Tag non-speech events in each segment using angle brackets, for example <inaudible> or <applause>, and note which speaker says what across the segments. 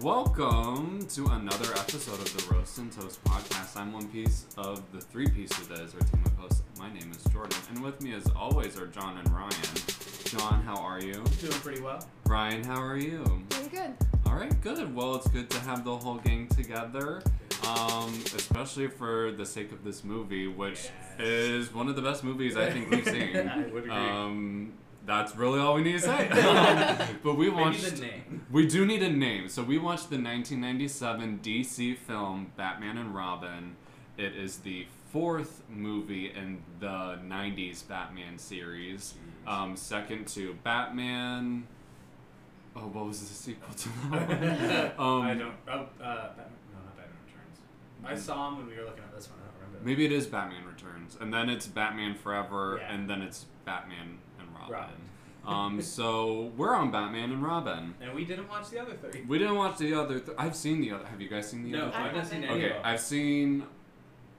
Speaker 1: Welcome to another episode of the Roast and Toast podcast. I'm one piece of the three pieces that is Redeem with Post. My name is Jordan, and with me, as always, are John and Ryan. John, how are you?
Speaker 2: Doing pretty well.
Speaker 1: Ryan, how are you?
Speaker 3: Doing good.
Speaker 1: All right, good. Well, it's good to have the whole gang together, um, especially for the sake of this movie, which
Speaker 2: Yes.
Speaker 1: is one of the best movies I think we've seen.
Speaker 2: <laughs> I would agree.
Speaker 1: Um, that's really all we need to
Speaker 2: <laughs>
Speaker 1: say. <laughs> Um, but we
Speaker 2: Maybe
Speaker 1: watched. <laughs>
Speaker 2: the name.
Speaker 1: We do need a name. So we watched the 1997 DC film Batman and Robin. It is the fourth movie in the 90s Batman series. Um, second to Batman. Oh, what was the sequel to that one? Um,
Speaker 2: <laughs> I don't. Oh, uh, Batman, no, not Batman Returns.
Speaker 1: Mm.
Speaker 2: I saw him when we were looking at this one. I don't remember.
Speaker 1: Maybe it is Batman Returns, and then it's Batman Forever,
Speaker 2: Yeah.
Speaker 1: and then it's Batman and Robin.
Speaker 2: Robin.
Speaker 1: <laughs> um, so we're on Batman and Robin.
Speaker 2: And we didn't watch the other three.
Speaker 1: We didn't watch the other. Th- I've seen the other. Have you guys seen the
Speaker 2: No,
Speaker 1: other?
Speaker 2: I haven't seen any
Speaker 1: Okay,
Speaker 2: of them.
Speaker 1: I've seen.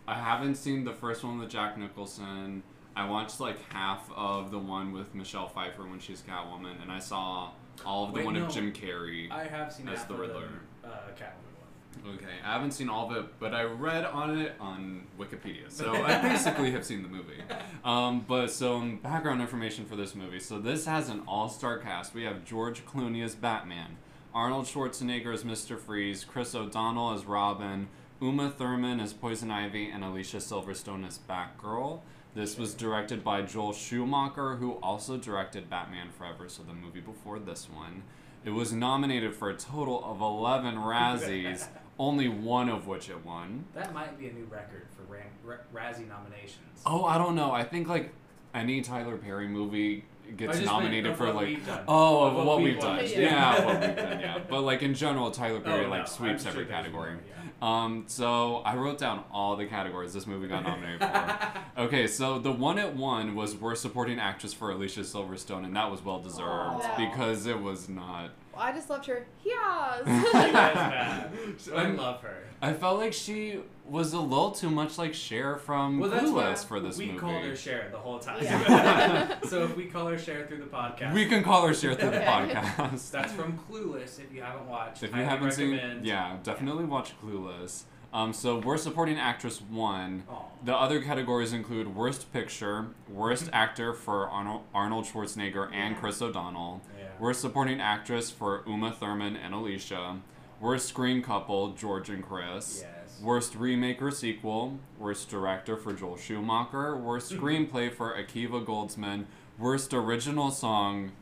Speaker 1: I haven't seen the first one with Jack Nicholson. I watched like half of the one with Michelle Pfeiffer when she's Catwoman, and I saw all of the
Speaker 2: Wait,
Speaker 1: one
Speaker 2: no.
Speaker 1: of Jim Carrey.
Speaker 2: I have seen
Speaker 1: That's
Speaker 2: half
Speaker 1: the
Speaker 2: of
Speaker 1: Riddler.
Speaker 2: them, uh, Catwoman one.
Speaker 1: okay, I haven't seen all of it, but I read on it on Wikipedia, so
Speaker 2: <laughs>
Speaker 1: I basically have seen the movie. Um, but some background information for this movie. So this has an all-star cast. We have George Clooney as Batman, Arnold Schwarzenegger as Mr. Freeze, Chris O'Donnell as Robin, Uma Thurman as Poison Ivy, and Alicia Silverstone as Batgirl. This was directed by Joel Schumacher, who also directed Batman Forever, so the movie before this one. It was nominated for a total of 11
Speaker 2: <laughs>
Speaker 1: Razzies, only one of which it won.
Speaker 2: That might be a new record for Ram- R- Razzie nominations.
Speaker 1: Oh, I don't know. I think like any Tyler Perry movie
Speaker 2: I
Speaker 1: gets
Speaker 2: just
Speaker 1: nominated
Speaker 2: meant
Speaker 1: for
Speaker 2: of what
Speaker 1: like
Speaker 2: we've done.
Speaker 1: oh of, what we've done.
Speaker 2: <laughs>
Speaker 3: watched.
Speaker 1: Yeah,
Speaker 3: Yeah.
Speaker 1: what we've done. Yeah, but like in general, Tyler
Speaker 2: Oh,
Speaker 1: Perry
Speaker 2: no,
Speaker 1: like
Speaker 2: I'm
Speaker 1: sweeps
Speaker 2: sure
Speaker 1: every
Speaker 2: there's
Speaker 1: category.
Speaker 2: more, yeah.
Speaker 1: Um, so I wrote down all the categories this movie got
Speaker 2: <laughs>
Speaker 1: nominated for. okay, so the one it won was Worst Supporting Actress for Alicia Silverstone, and that was well deserved
Speaker 3: Wow.
Speaker 1: because it was not.
Speaker 3: Well, I just loved her. Yas.
Speaker 2: She is bad.
Speaker 1: <laughs>
Speaker 2: I
Speaker 1: I'm-
Speaker 2: love her.
Speaker 1: I felt like she was a little too much like Cher from
Speaker 2: Well, that's why
Speaker 1: Clueless for this
Speaker 2: we
Speaker 1: movie.
Speaker 2: called her Cher the whole time.
Speaker 3: Yeah.
Speaker 2: <laughs> so if we call her Cher through the podcast,
Speaker 1: we can call her Cher through the
Speaker 3: <laughs> Okay.
Speaker 1: podcast.
Speaker 2: That's from Clueless. If you haven't
Speaker 1: <laughs>
Speaker 2: watched,
Speaker 1: If you
Speaker 2: highly
Speaker 1: haven't seen,
Speaker 2: recommend.
Speaker 1: yeah, definitely watch Clueless. Um, so worst supporting actress one.
Speaker 2: Aw.
Speaker 1: The other categories include worst picture, worst
Speaker 2: Mm-hmm.
Speaker 1: actor for Arnold, Arnold Schwarzenegger and
Speaker 3: Yeah.
Speaker 1: Chris O'Donnell,
Speaker 2: Yeah.
Speaker 1: worst supporting actress for Uma Thurman and Alicia, worst screen couple George and Chris,
Speaker 2: Yes.
Speaker 1: worst remake or sequel, worst director for Joel Schumacher, worst
Speaker 2: Mm-hmm.
Speaker 1: screenplay for Akiva Goldsman, worst original song.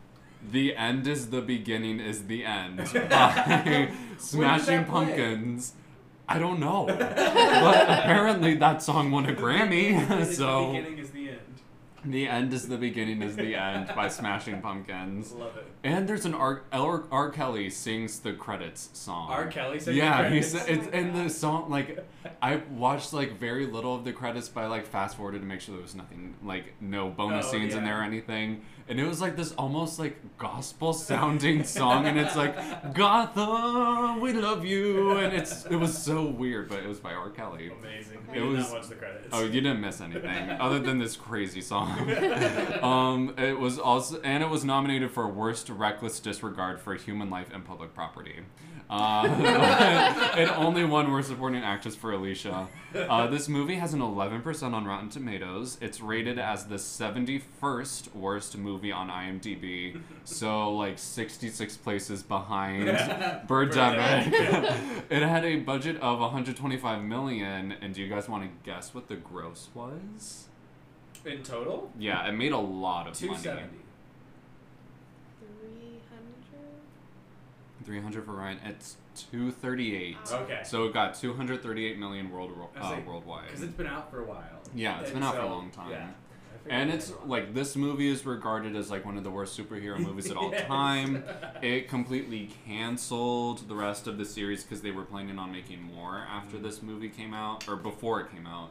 Speaker 1: The end is the beginning is the end.
Speaker 2: <laughs>
Speaker 1: by Smashing
Speaker 2: that play?
Speaker 1: Pumpkins. I don't know. but apparently that song won
Speaker 2: <laughs>
Speaker 1: a Grammy.
Speaker 2: It's
Speaker 1: <laughs>
Speaker 2: the
Speaker 1: so
Speaker 2: beginning is the end.
Speaker 1: The End is the Beginning is the End by Smashing Pumpkins.
Speaker 2: Love it.
Speaker 1: And there's an R. R. R. Kelly sings the credits song.
Speaker 2: R. Kelly sang the
Speaker 1: Yeah, he
Speaker 2: credits?
Speaker 1: sa- it's in the song. Like, I watched like very little of the credits, but I like fast forwarded to make sure there was nothing like no bonus
Speaker 2: Oh,
Speaker 1: scenes in
Speaker 2: yeah.
Speaker 1: there or anything. And it was like this almost like gospel sounding <laughs> song, and it's like Gotham, we love you, and it's it was so weird, but it was by R. Kelly.
Speaker 2: Amazing.
Speaker 3: It
Speaker 2: We did
Speaker 1: was-
Speaker 2: not watch the credits.
Speaker 1: Oh, you didn't miss anything other than this crazy song. <laughs> um, it was also and it was nominated for worst reckless disregard for human life and public property. <laughs> Uh, it only won worst supporting actress for Alicia. Uh, this movie has an 11% on Rotten Tomatoes. It's rated as the 71st worst movie on IMDb, so like 66 places behind
Speaker 2: <laughs>
Speaker 1: Birdemic. <laughs> it had a budget of 125 million, and do you guys want to guess what the gross was?
Speaker 2: In total,
Speaker 1: Yeah, it made a lot of
Speaker 2: two
Speaker 1: money.
Speaker 2: seventy.
Speaker 3: 300?
Speaker 1: 300 for Ryan. It's 238.
Speaker 3: Wow.
Speaker 2: Okay.
Speaker 1: So it got 238 million world,
Speaker 2: I
Speaker 1: uh,
Speaker 2: was like,
Speaker 1: worldwide.
Speaker 2: Because it's been out for a while.
Speaker 1: Yeah, it's
Speaker 2: it's
Speaker 1: been out for a long time.
Speaker 2: Yeah. I figured
Speaker 1: and
Speaker 2: it
Speaker 1: it's
Speaker 2: was.
Speaker 1: like this movie is regarded as like one of the worst superhero movies at all
Speaker 2: <laughs> Yes.
Speaker 1: time.
Speaker 2: <laughs>
Speaker 1: It completely canceled the rest of the series because they were planning on making more after
Speaker 2: Mm.
Speaker 1: this movie came out or before it came out.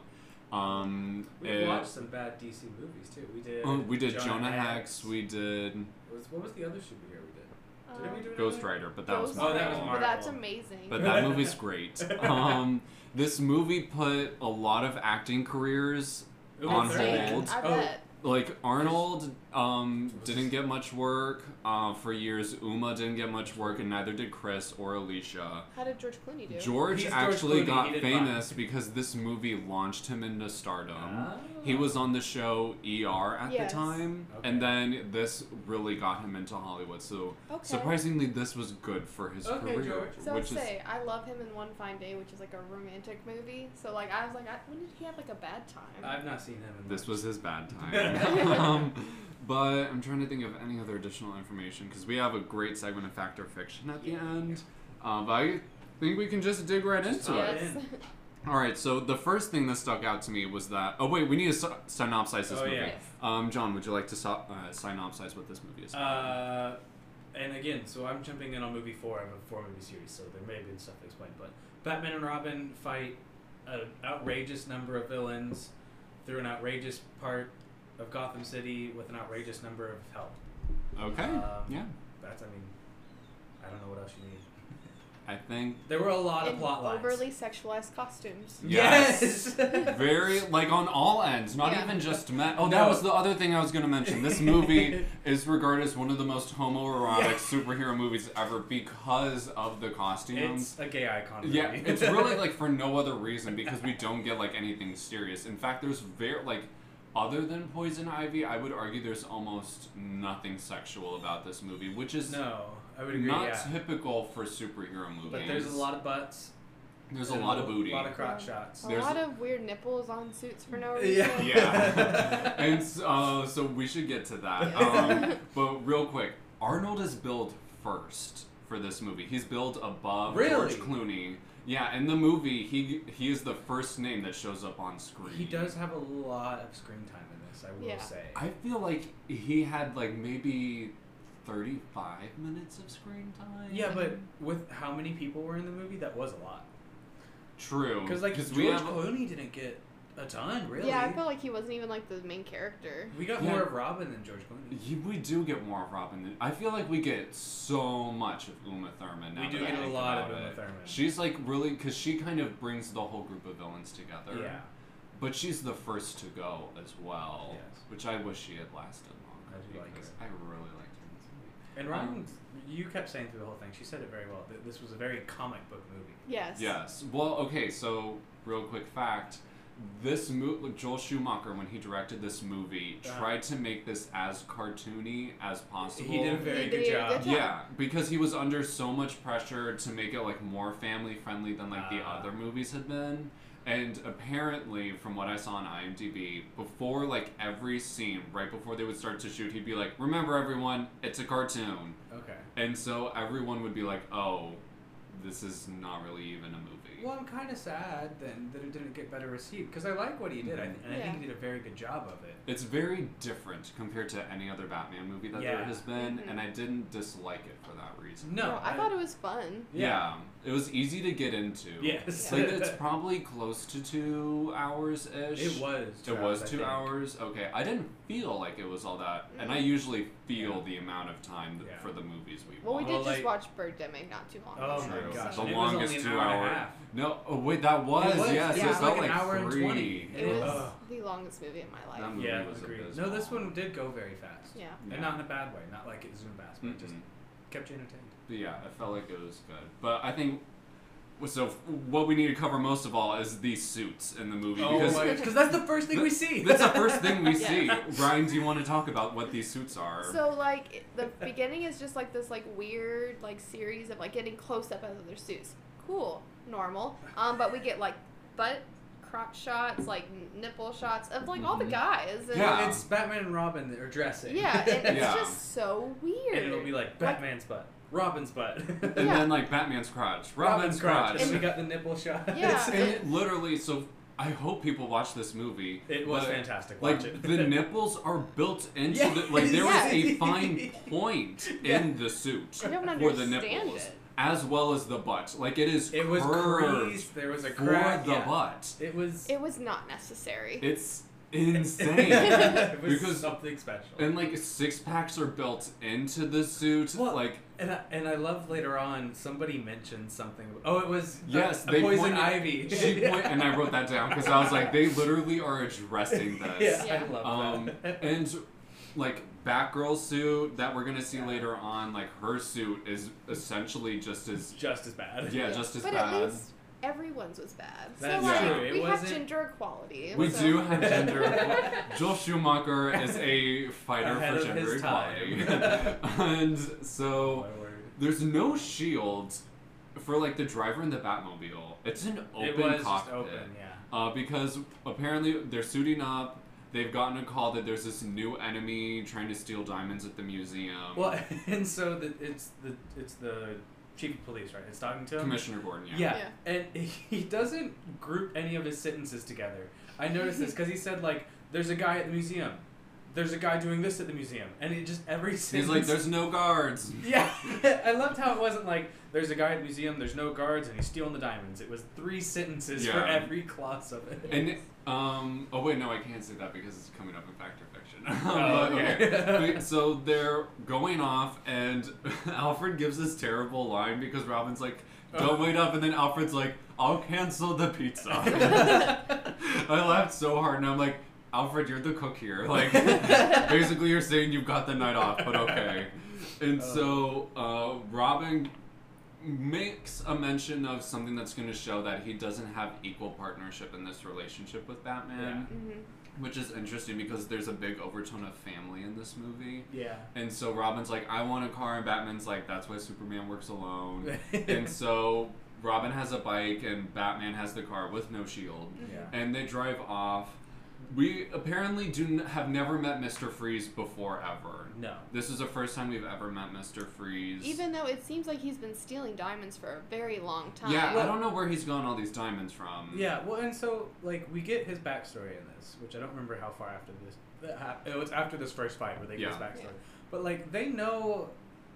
Speaker 1: Um,
Speaker 2: We
Speaker 1: it-
Speaker 2: watched some bad DC movies too. We did.
Speaker 1: oh, we did
Speaker 2: Jonah,
Speaker 1: Hex. We did
Speaker 2: Was, what was the other superhero we did?
Speaker 3: Um,
Speaker 2: Did we do
Speaker 1: Ghost
Speaker 2: another-
Speaker 1: Rider, but that was
Speaker 3: Ghost
Speaker 2: Oh, that
Speaker 3: Rider.
Speaker 2: was
Speaker 1: Marvel.
Speaker 3: But that's
Speaker 2: Marvel.
Speaker 3: amazing.
Speaker 1: But
Speaker 2: <laughs>
Speaker 1: that movie's great. Um, this movie put a lot of acting careers
Speaker 2: Uma
Speaker 1: on
Speaker 2: Thurman.
Speaker 1: hold.
Speaker 3: I
Speaker 2: Oh,
Speaker 3: bet.
Speaker 1: like Arnold um, didn't get much work uh, for years. Uma didn't get much work, and neither did Chris or Alicia.
Speaker 3: How did George Clooney do?
Speaker 1: George
Speaker 2: He's George
Speaker 1: actually
Speaker 2: Clooney,
Speaker 1: got
Speaker 2: he did
Speaker 1: famous because this movie launched him into stardom. Um, He was on the show ER at
Speaker 3: Yes.
Speaker 1: the time,
Speaker 2: Okay.
Speaker 1: and then this really got him into Hollywood. So
Speaker 3: okay.
Speaker 1: surprisingly, this was good for his
Speaker 2: Okay,
Speaker 1: career,
Speaker 2: George.
Speaker 3: So I'd
Speaker 1: which is
Speaker 3: say I love him in One Fine Day, which is like a romantic movie. So like I was like, I, when did he have like a bad time?
Speaker 2: I've not seen him in
Speaker 1: this
Speaker 2: much.
Speaker 1: was his
Speaker 2: <laughs>
Speaker 1: bad time. um, but I'm trying to think of any other additional information because we have a great segment of fact or fiction at the end. Uh, but I think we can just dig right into it.
Speaker 2: dive
Speaker 3: yes.
Speaker 1: All right. So the first thing that stuck out to me was that. Oh wait, we need to sy- synopsize this
Speaker 2: Oh,
Speaker 1: movie.
Speaker 2: yeah.
Speaker 3: Yes.
Speaker 1: Um, John, would you like to so- uh, synopsize what this movie is?
Speaker 2: Uh, and again, so I'm jumping in on movie four. I have a four movie series, so there may be stuff to explain. But Batman and Robin fight an outrageous number of villains through an outrageous part of Gotham City with an outrageous number of help.
Speaker 1: okay.
Speaker 2: Um,
Speaker 1: yeah.
Speaker 2: That's, I mean, I don't know what else you need.
Speaker 1: I think
Speaker 2: There were a lot of
Speaker 3: In
Speaker 2: plot lines.
Speaker 3: overly sexualized costumes.
Speaker 1: Yes.
Speaker 3: <laughs>
Speaker 2: yes.
Speaker 1: very like on all ends, not
Speaker 3: Yeah.
Speaker 1: even just men. Oh, that
Speaker 2: No.
Speaker 1: was the other thing I was going to mention. This
Speaker 2: <laughs>
Speaker 1: movie is regarded as one of the most homoerotic
Speaker 2: Yeah.
Speaker 1: superhero movies ever because of the costumes.
Speaker 2: it's a gay icon. Movie.
Speaker 1: yeah, it's really
Speaker 2: <laughs>
Speaker 1: like for no other reason because we don't get like anything serious. In fact, there's very like other than Poison Ivy, I would argue there's almost nothing sexual about this movie, which is
Speaker 2: no. I would agree.
Speaker 1: not
Speaker 2: yeah.
Speaker 1: typical for superhero movies.
Speaker 2: But there's a lot of butts.
Speaker 1: There's a
Speaker 2: and
Speaker 1: lot of booty.
Speaker 2: A lot of crotch shots.
Speaker 3: A
Speaker 1: There's-
Speaker 3: lot of weird nipples on suits for no reason.
Speaker 2: <laughs> Yeah. <laughs>
Speaker 3: <laughs>
Speaker 1: Yeah. and so, uh, so we should get to that. Um,
Speaker 3: Yes.
Speaker 1: but real quick, Arnold is billed first for this movie. He's billed above
Speaker 2: Really?
Speaker 1: George Clooney. Yeah, in the movie, he he is the first name that shows up on screen.
Speaker 2: He does have a lot of screen time in this, I will
Speaker 3: Yeah.
Speaker 2: say.
Speaker 1: I feel like he had like maybe thirty-five minutes of screen time.
Speaker 2: yeah, but with how many people were in the movie, that was a lot.
Speaker 1: true.
Speaker 2: Because like
Speaker 1: Oh, we
Speaker 2: George
Speaker 1: have
Speaker 2: Clooney didn't get a ton, really.
Speaker 3: Yeah, I feel like he wasn't even like the main character.
Speaker 2: we got
Speaker 1: Yeah.
Speaker 2: more of Robin than George Clooney.
Speaker 1: y- we do get more of Robin. than- I feel like we get so much of Uma Thurman. Now
Speaker 2: we do
Speaker 1: that I
Speaker 2: get a
Speaker 1: think
Speaker 2: lot of
Speaker 1: about
Speaker 2: Uma
Speaker 1: it.
Speaker 2: Thurman.
Speaker 1: She's like really because she kind of brings the whole group of villains together.
Speaker 2: yeah,
Speaker 1: But she's the first to go as well,
Speaker 2: Yes.
Speaker 1: which I wish she had lasted longer.
Speaker 2: I do like
Speaker 1: because I really liked her. in this movie.
Speaker 2: and Robin, you kept saying through the whole thing. She said it very well. That this was a very comic book movie.
Speaker 3: Yes.
Speaker 1: Yes. Well, okay. So real quick fact. This movie, Joel Schumacher, when he directed this movie,
Speaker 2: Uh-huh.
Speaker 1: tried to make this as cartoony as possible.
Speaker 2: He did a very
Speaker 3: He
Speaker 2: good
Speaker 3: did a
Speaker 2: job.
Speaker 3: good job.
Speaker 1: Yeah, because he was under so much pressure to make it like more family friendly than like the
Speaker 2: Ah.
Speaker 1: other movies had been. And apparently, from what I saw on IMDb, before like every scene, right before they would start to shoot, he'd be like, "Remember, everyone, it's a cartoon."
Speaker 2: Okay.
Speaker 1: And so everyone would be like, "Oh, this is not really even a movie."
Speaker 2: Well, I'm kind of sad then that it didn't get better received because I like what he did, I
Speaker 1: Mm-hmm.
Speaker 2: th- and I think
Speaker 3: Yeah.
Speaker 2: he did a very good job of it.
Speaker 1: It's very different compared to any other Batman movie that there
Speaker 2: Yeah. Mm-hmm.
Speaker 1: has been,
Speaker 3: Mhm.
Speaker 1: and I didn't dislike it for that reason.
Speaker 2: No,
Speaker 3: No, I,
Speaker 2: I-
Speaker 3: thought it was fun.
Speaker 1: Yeah. it was easy to get into.
Speaker 2: <laughs> Yes.
Speaker 1: Like it's probably close to two hours ish.
Speaker 2: It was.
Speaker 1: It
Speaker 2: Travis,
Speaker 1: was
Speaker 2: I
Speaker 1: two
Speaker 2: think.
Speaker 1: hours. Okay, I didn't feel like it was all that, and I
Speaker 3: Mm.
Speaker 1: usually feel the amount of time th-
Speaker 2: Yeah.
Speaker 1: for the movies we
Speaker 3: Well, we
Speaker 1: watch.
Speaker 3: did
Speaker 2: Well,
Speaker 3: just
Speaker 2: like-
Speaker 3: watch Birdemic not too long
Speaker 2: Oh
Speaker 3: ago.
Speaker 1: True.
Speaker 2: my gosh!
Speaker 1: The
Speaker 2: and it
Speaker 1: longest
Speaker 2: was only an
Speaker 1: two
Speaker 2: hour.
Speaker 1: hour-
Speaker 2: And a half.
Speaker 1: No, oh wait, that was, yes.
Speaker 2: was,
Speaker 3: yeah,
Speaker 1: it
Speaker 3: it was
Speaker 1: felt
Speaker 2: like an hour and
Speaker 1: three.
Speaker 2: 20.
Speaker 3: It
Speaker 2: Yeah.
Speaker 3: was
Speaker 2: Ugh.
Speaker 3: the longest movie in my life.
Speaker 1: That movie
Speaker 2: Yeah,
Speaker 1: was
Speaker 2: agreed.
Speaker 1: abysmal.
Speaker 2: No, this one did go very fast,
Speaker 3: yeah.
Speaker 1: Yeah.
Speaker 2: and not in a bad way. Not like it zoomed fast, but it just
Speaker 1: Mhm.
Speaker 2: kept you entertained.
Speaker 1: But yeah, I felt like it was good. But I think so. f- What we need to cover most of all is the suits in the movie
Speaker 2: Oh
Speaker 1: because
Speaker 3: my-
Speaker 2: because that's the first thing we
Speaker 1: <laughs>
Speaker 2: see.
Speaker 1: that's the
Speaker 2: <laughs>
Speaker 1: first thing we
Speaker 3: <laughs> Yeah.
Speaker 1: see. Ryan, do you want to talk about what these suits are?
Speaker 3: So like it- the beginning is just like this like weird like series of like getting close up of other suits. Cool, normal. Um, but we get like butt crotch shots, like n- nipple shots of like all the
Speaker 1: Mhm.
Speaker 2: Mm-hmm.
Speaker 3: guys. And
Speaker 1: Yeah.
Speaker 2: It's Batman and Robin that are dressing. <laughs>
Speaker 3: yeah, and it's
Speaker 1: Yeah.
Speaker 3: just so weird.
Speaker 2: and it'll be like Batman's butt, Robin's butt, <laughs>
Speaker 1: and
Speaker 3: Yeah.
Speaker 1: then like Batman's crotch, Robin's
Speaker 2: Robin's
Speaker 1: crotch.
Speaker 2: And we
Speaker 1: And,
Speaker 2: got the nipple shot.
Speaker 3: Yeah.
Speaker 1: it literally, so I hope people watch this movie.
Speaker 2: It was
Speaker 1: but,
Speaker 2: fantastic. Watch
Speaker 1: Like
Speaker 2: it.
Speaker 1: the nipples are built into
Speaker 2: Yes.
Speaker 1: the like there was a
Speaker 3: <laughs> Yes.
Speaker 1: fine
Speaker 3: <laughs>
Speaker 1: point
Speaker 2: Yeah.
Speaker 1: in the suit
Speaker 3: I don't
Speaker 1: for the
Speaker 3: understand
Speaker 1: nipples
Speaker 3: it.
Speaker 1: as well as the butt. Like it is
Speaker 2: It was
Speaker 1: curved
Speaker 2: creased. There was a
Speaker 1: for
Speaker 2: crack.
Speaker 1: the
Speaker 2: yeah.
Speaker 1: butt.
Speaker 2: <laughs> It was. <laughs>
Speaker 3: it was not necessary.
Speaker 1: It's <laughs> insane.
Speaker 2: it was
Speaker 1: <laughs> Because-
Speaker 2: something special.
Speaker 1: and like six packs are built into the suit.
Speaker 2: Well, <laughs>
Speaker 1: like
Speaker 2: And I, and I love later on somebody mentioned something. Oh, it was uh,
Speaker 1: Yes,
Speaker 2: a
Speaker 1: they
Speaker 2: poison
Speaker 1: pointed-
Speaker 2: ivy. <laughs>
Speaker 1: she point, and I wrote that down because I was like, they literally are addressing this.
Speaker 2: <laughs> Yeah,
Speaker 3: Yeah.
Speaker 2: I love
Speaker 1: Um,
Speaker 2: that. <laughs>
Speaker 1: and like Batgirl suit that we're gonna see
Speaker 2: Yeah.
Speaker 1: later on, like her suit is essentially just as
Speaker 2: It's just as bad.
Speaker 1: yeah, just as
Speaker 3: but
Speaker 1: bad.
Speaker 3: at least everyone's was bad.
Speaker 2: That's
Speaker 3: so like,
Speaker 1: true.
Speaker 2: It
Speaker 3: we have
Speaker 2: wasn't-
Speaker 3: gender equality.
Speaker 1: we
Speaker 3: so-
Speaker 1: do have
Speaker 3: <laughs>
Speaker 1: gender. Joel Schumacher is a fighter
Speaker 2: Ahead
Speaker 1: for
Speaker 2: of
Speaker 1: gender
Speaker 2: his time.
Speaker 1: equality, <laughs> and so
Speaker 2: Oh, my word.
Speaker 1: there's no shield for like the driver and the Batmobile. It's an open
Speaker 2: it was just
Speaker 1: cockpit.
Speaker 2: open, yeah.
Speaker 1: uh, because apparently they're suiting up. They've gotten a call that there's this new enemy trying to steal diamonds at the museum.
Speaker 2: Well, <laughs> and so the, it's the it's the chief of police, right? It's talking to him.
Speaker 1: Commissioner Gordon, yeah.
Speaker 2: Yeah. and <laughs> he doesn't group any of his sentences together. I noticed this because he said like, "There's a guy at the museum. There's a guy doing this at the museum," and it just every
Speaker 1: He's
Speaker 2: sentence.
Speaker 1: like, there's no guards.
Speaker 2: <laughs> Yeah, <laughs> I loved how it wasn't like there's a guy at the museum, there's no guards, and he's stealing the diamonds. It was three sentences for
Speaker 1: Yeah.
Speaker 2: every clause of it.
Speaker 1: And <laughs> um, oh wait, no, I can't say that because it's coming up in fact or fiction. <laughs>
Speaker 2: Oh, okay.
Speaker 1: Okay.
Speaker 2: <laughs>
Speaker 1: so they're going off, and <laughs> Alfred gives this terrible line because Robin's like,
Speaker 2: Uh.
Speaker 1: "Don't wait up," and then Alfred's like, "I'll cancel the pizza."
Speaker 2: <laughs>
Speaker 1: I laughed so hard, and I'm like, Alfred, you're the cook here.
Speaker 2: <laughs>
Speaker 1: Like, basically, you're saying you've got the night <laughs> off, but okay. And so uh, Robin makes a mention of something that's going to show that he doesn't have equal partnership in this relationship with Batman,
Speaker 3: Mhm.
Speaker 1: which is interesting because there's a big overtone of family in this movie.
Speaker 2: yeah.
Speaker 1: And so Robin's like, I want a car, and Batman's like, that's why Superman works
Speaker 2: <laughs>
Speaker 1: alone. and so Robin has a bike, and Batman has the car with no shield
Speaker 2: yeah.
Speaker 1: and they drive off. We apparently do n- have never met Mr. Freeze before ever.
Speaker 2: No.
Speaker 1: This is the first time we've ever met Mr. Freeze.
Speaker 3: Even though it seems like he's been stealing diamonds for a very long time.
Speaker 1: yeah, I don't know where he's gotten all these diamonds from.
Speaker 2: Yeah, well, and so like we get his backstory in this, which I don't remember how far after this. that hap- It was after this first fight where they get his
Speaker 1: Yeah.
Speaker 2: backstory, but like they know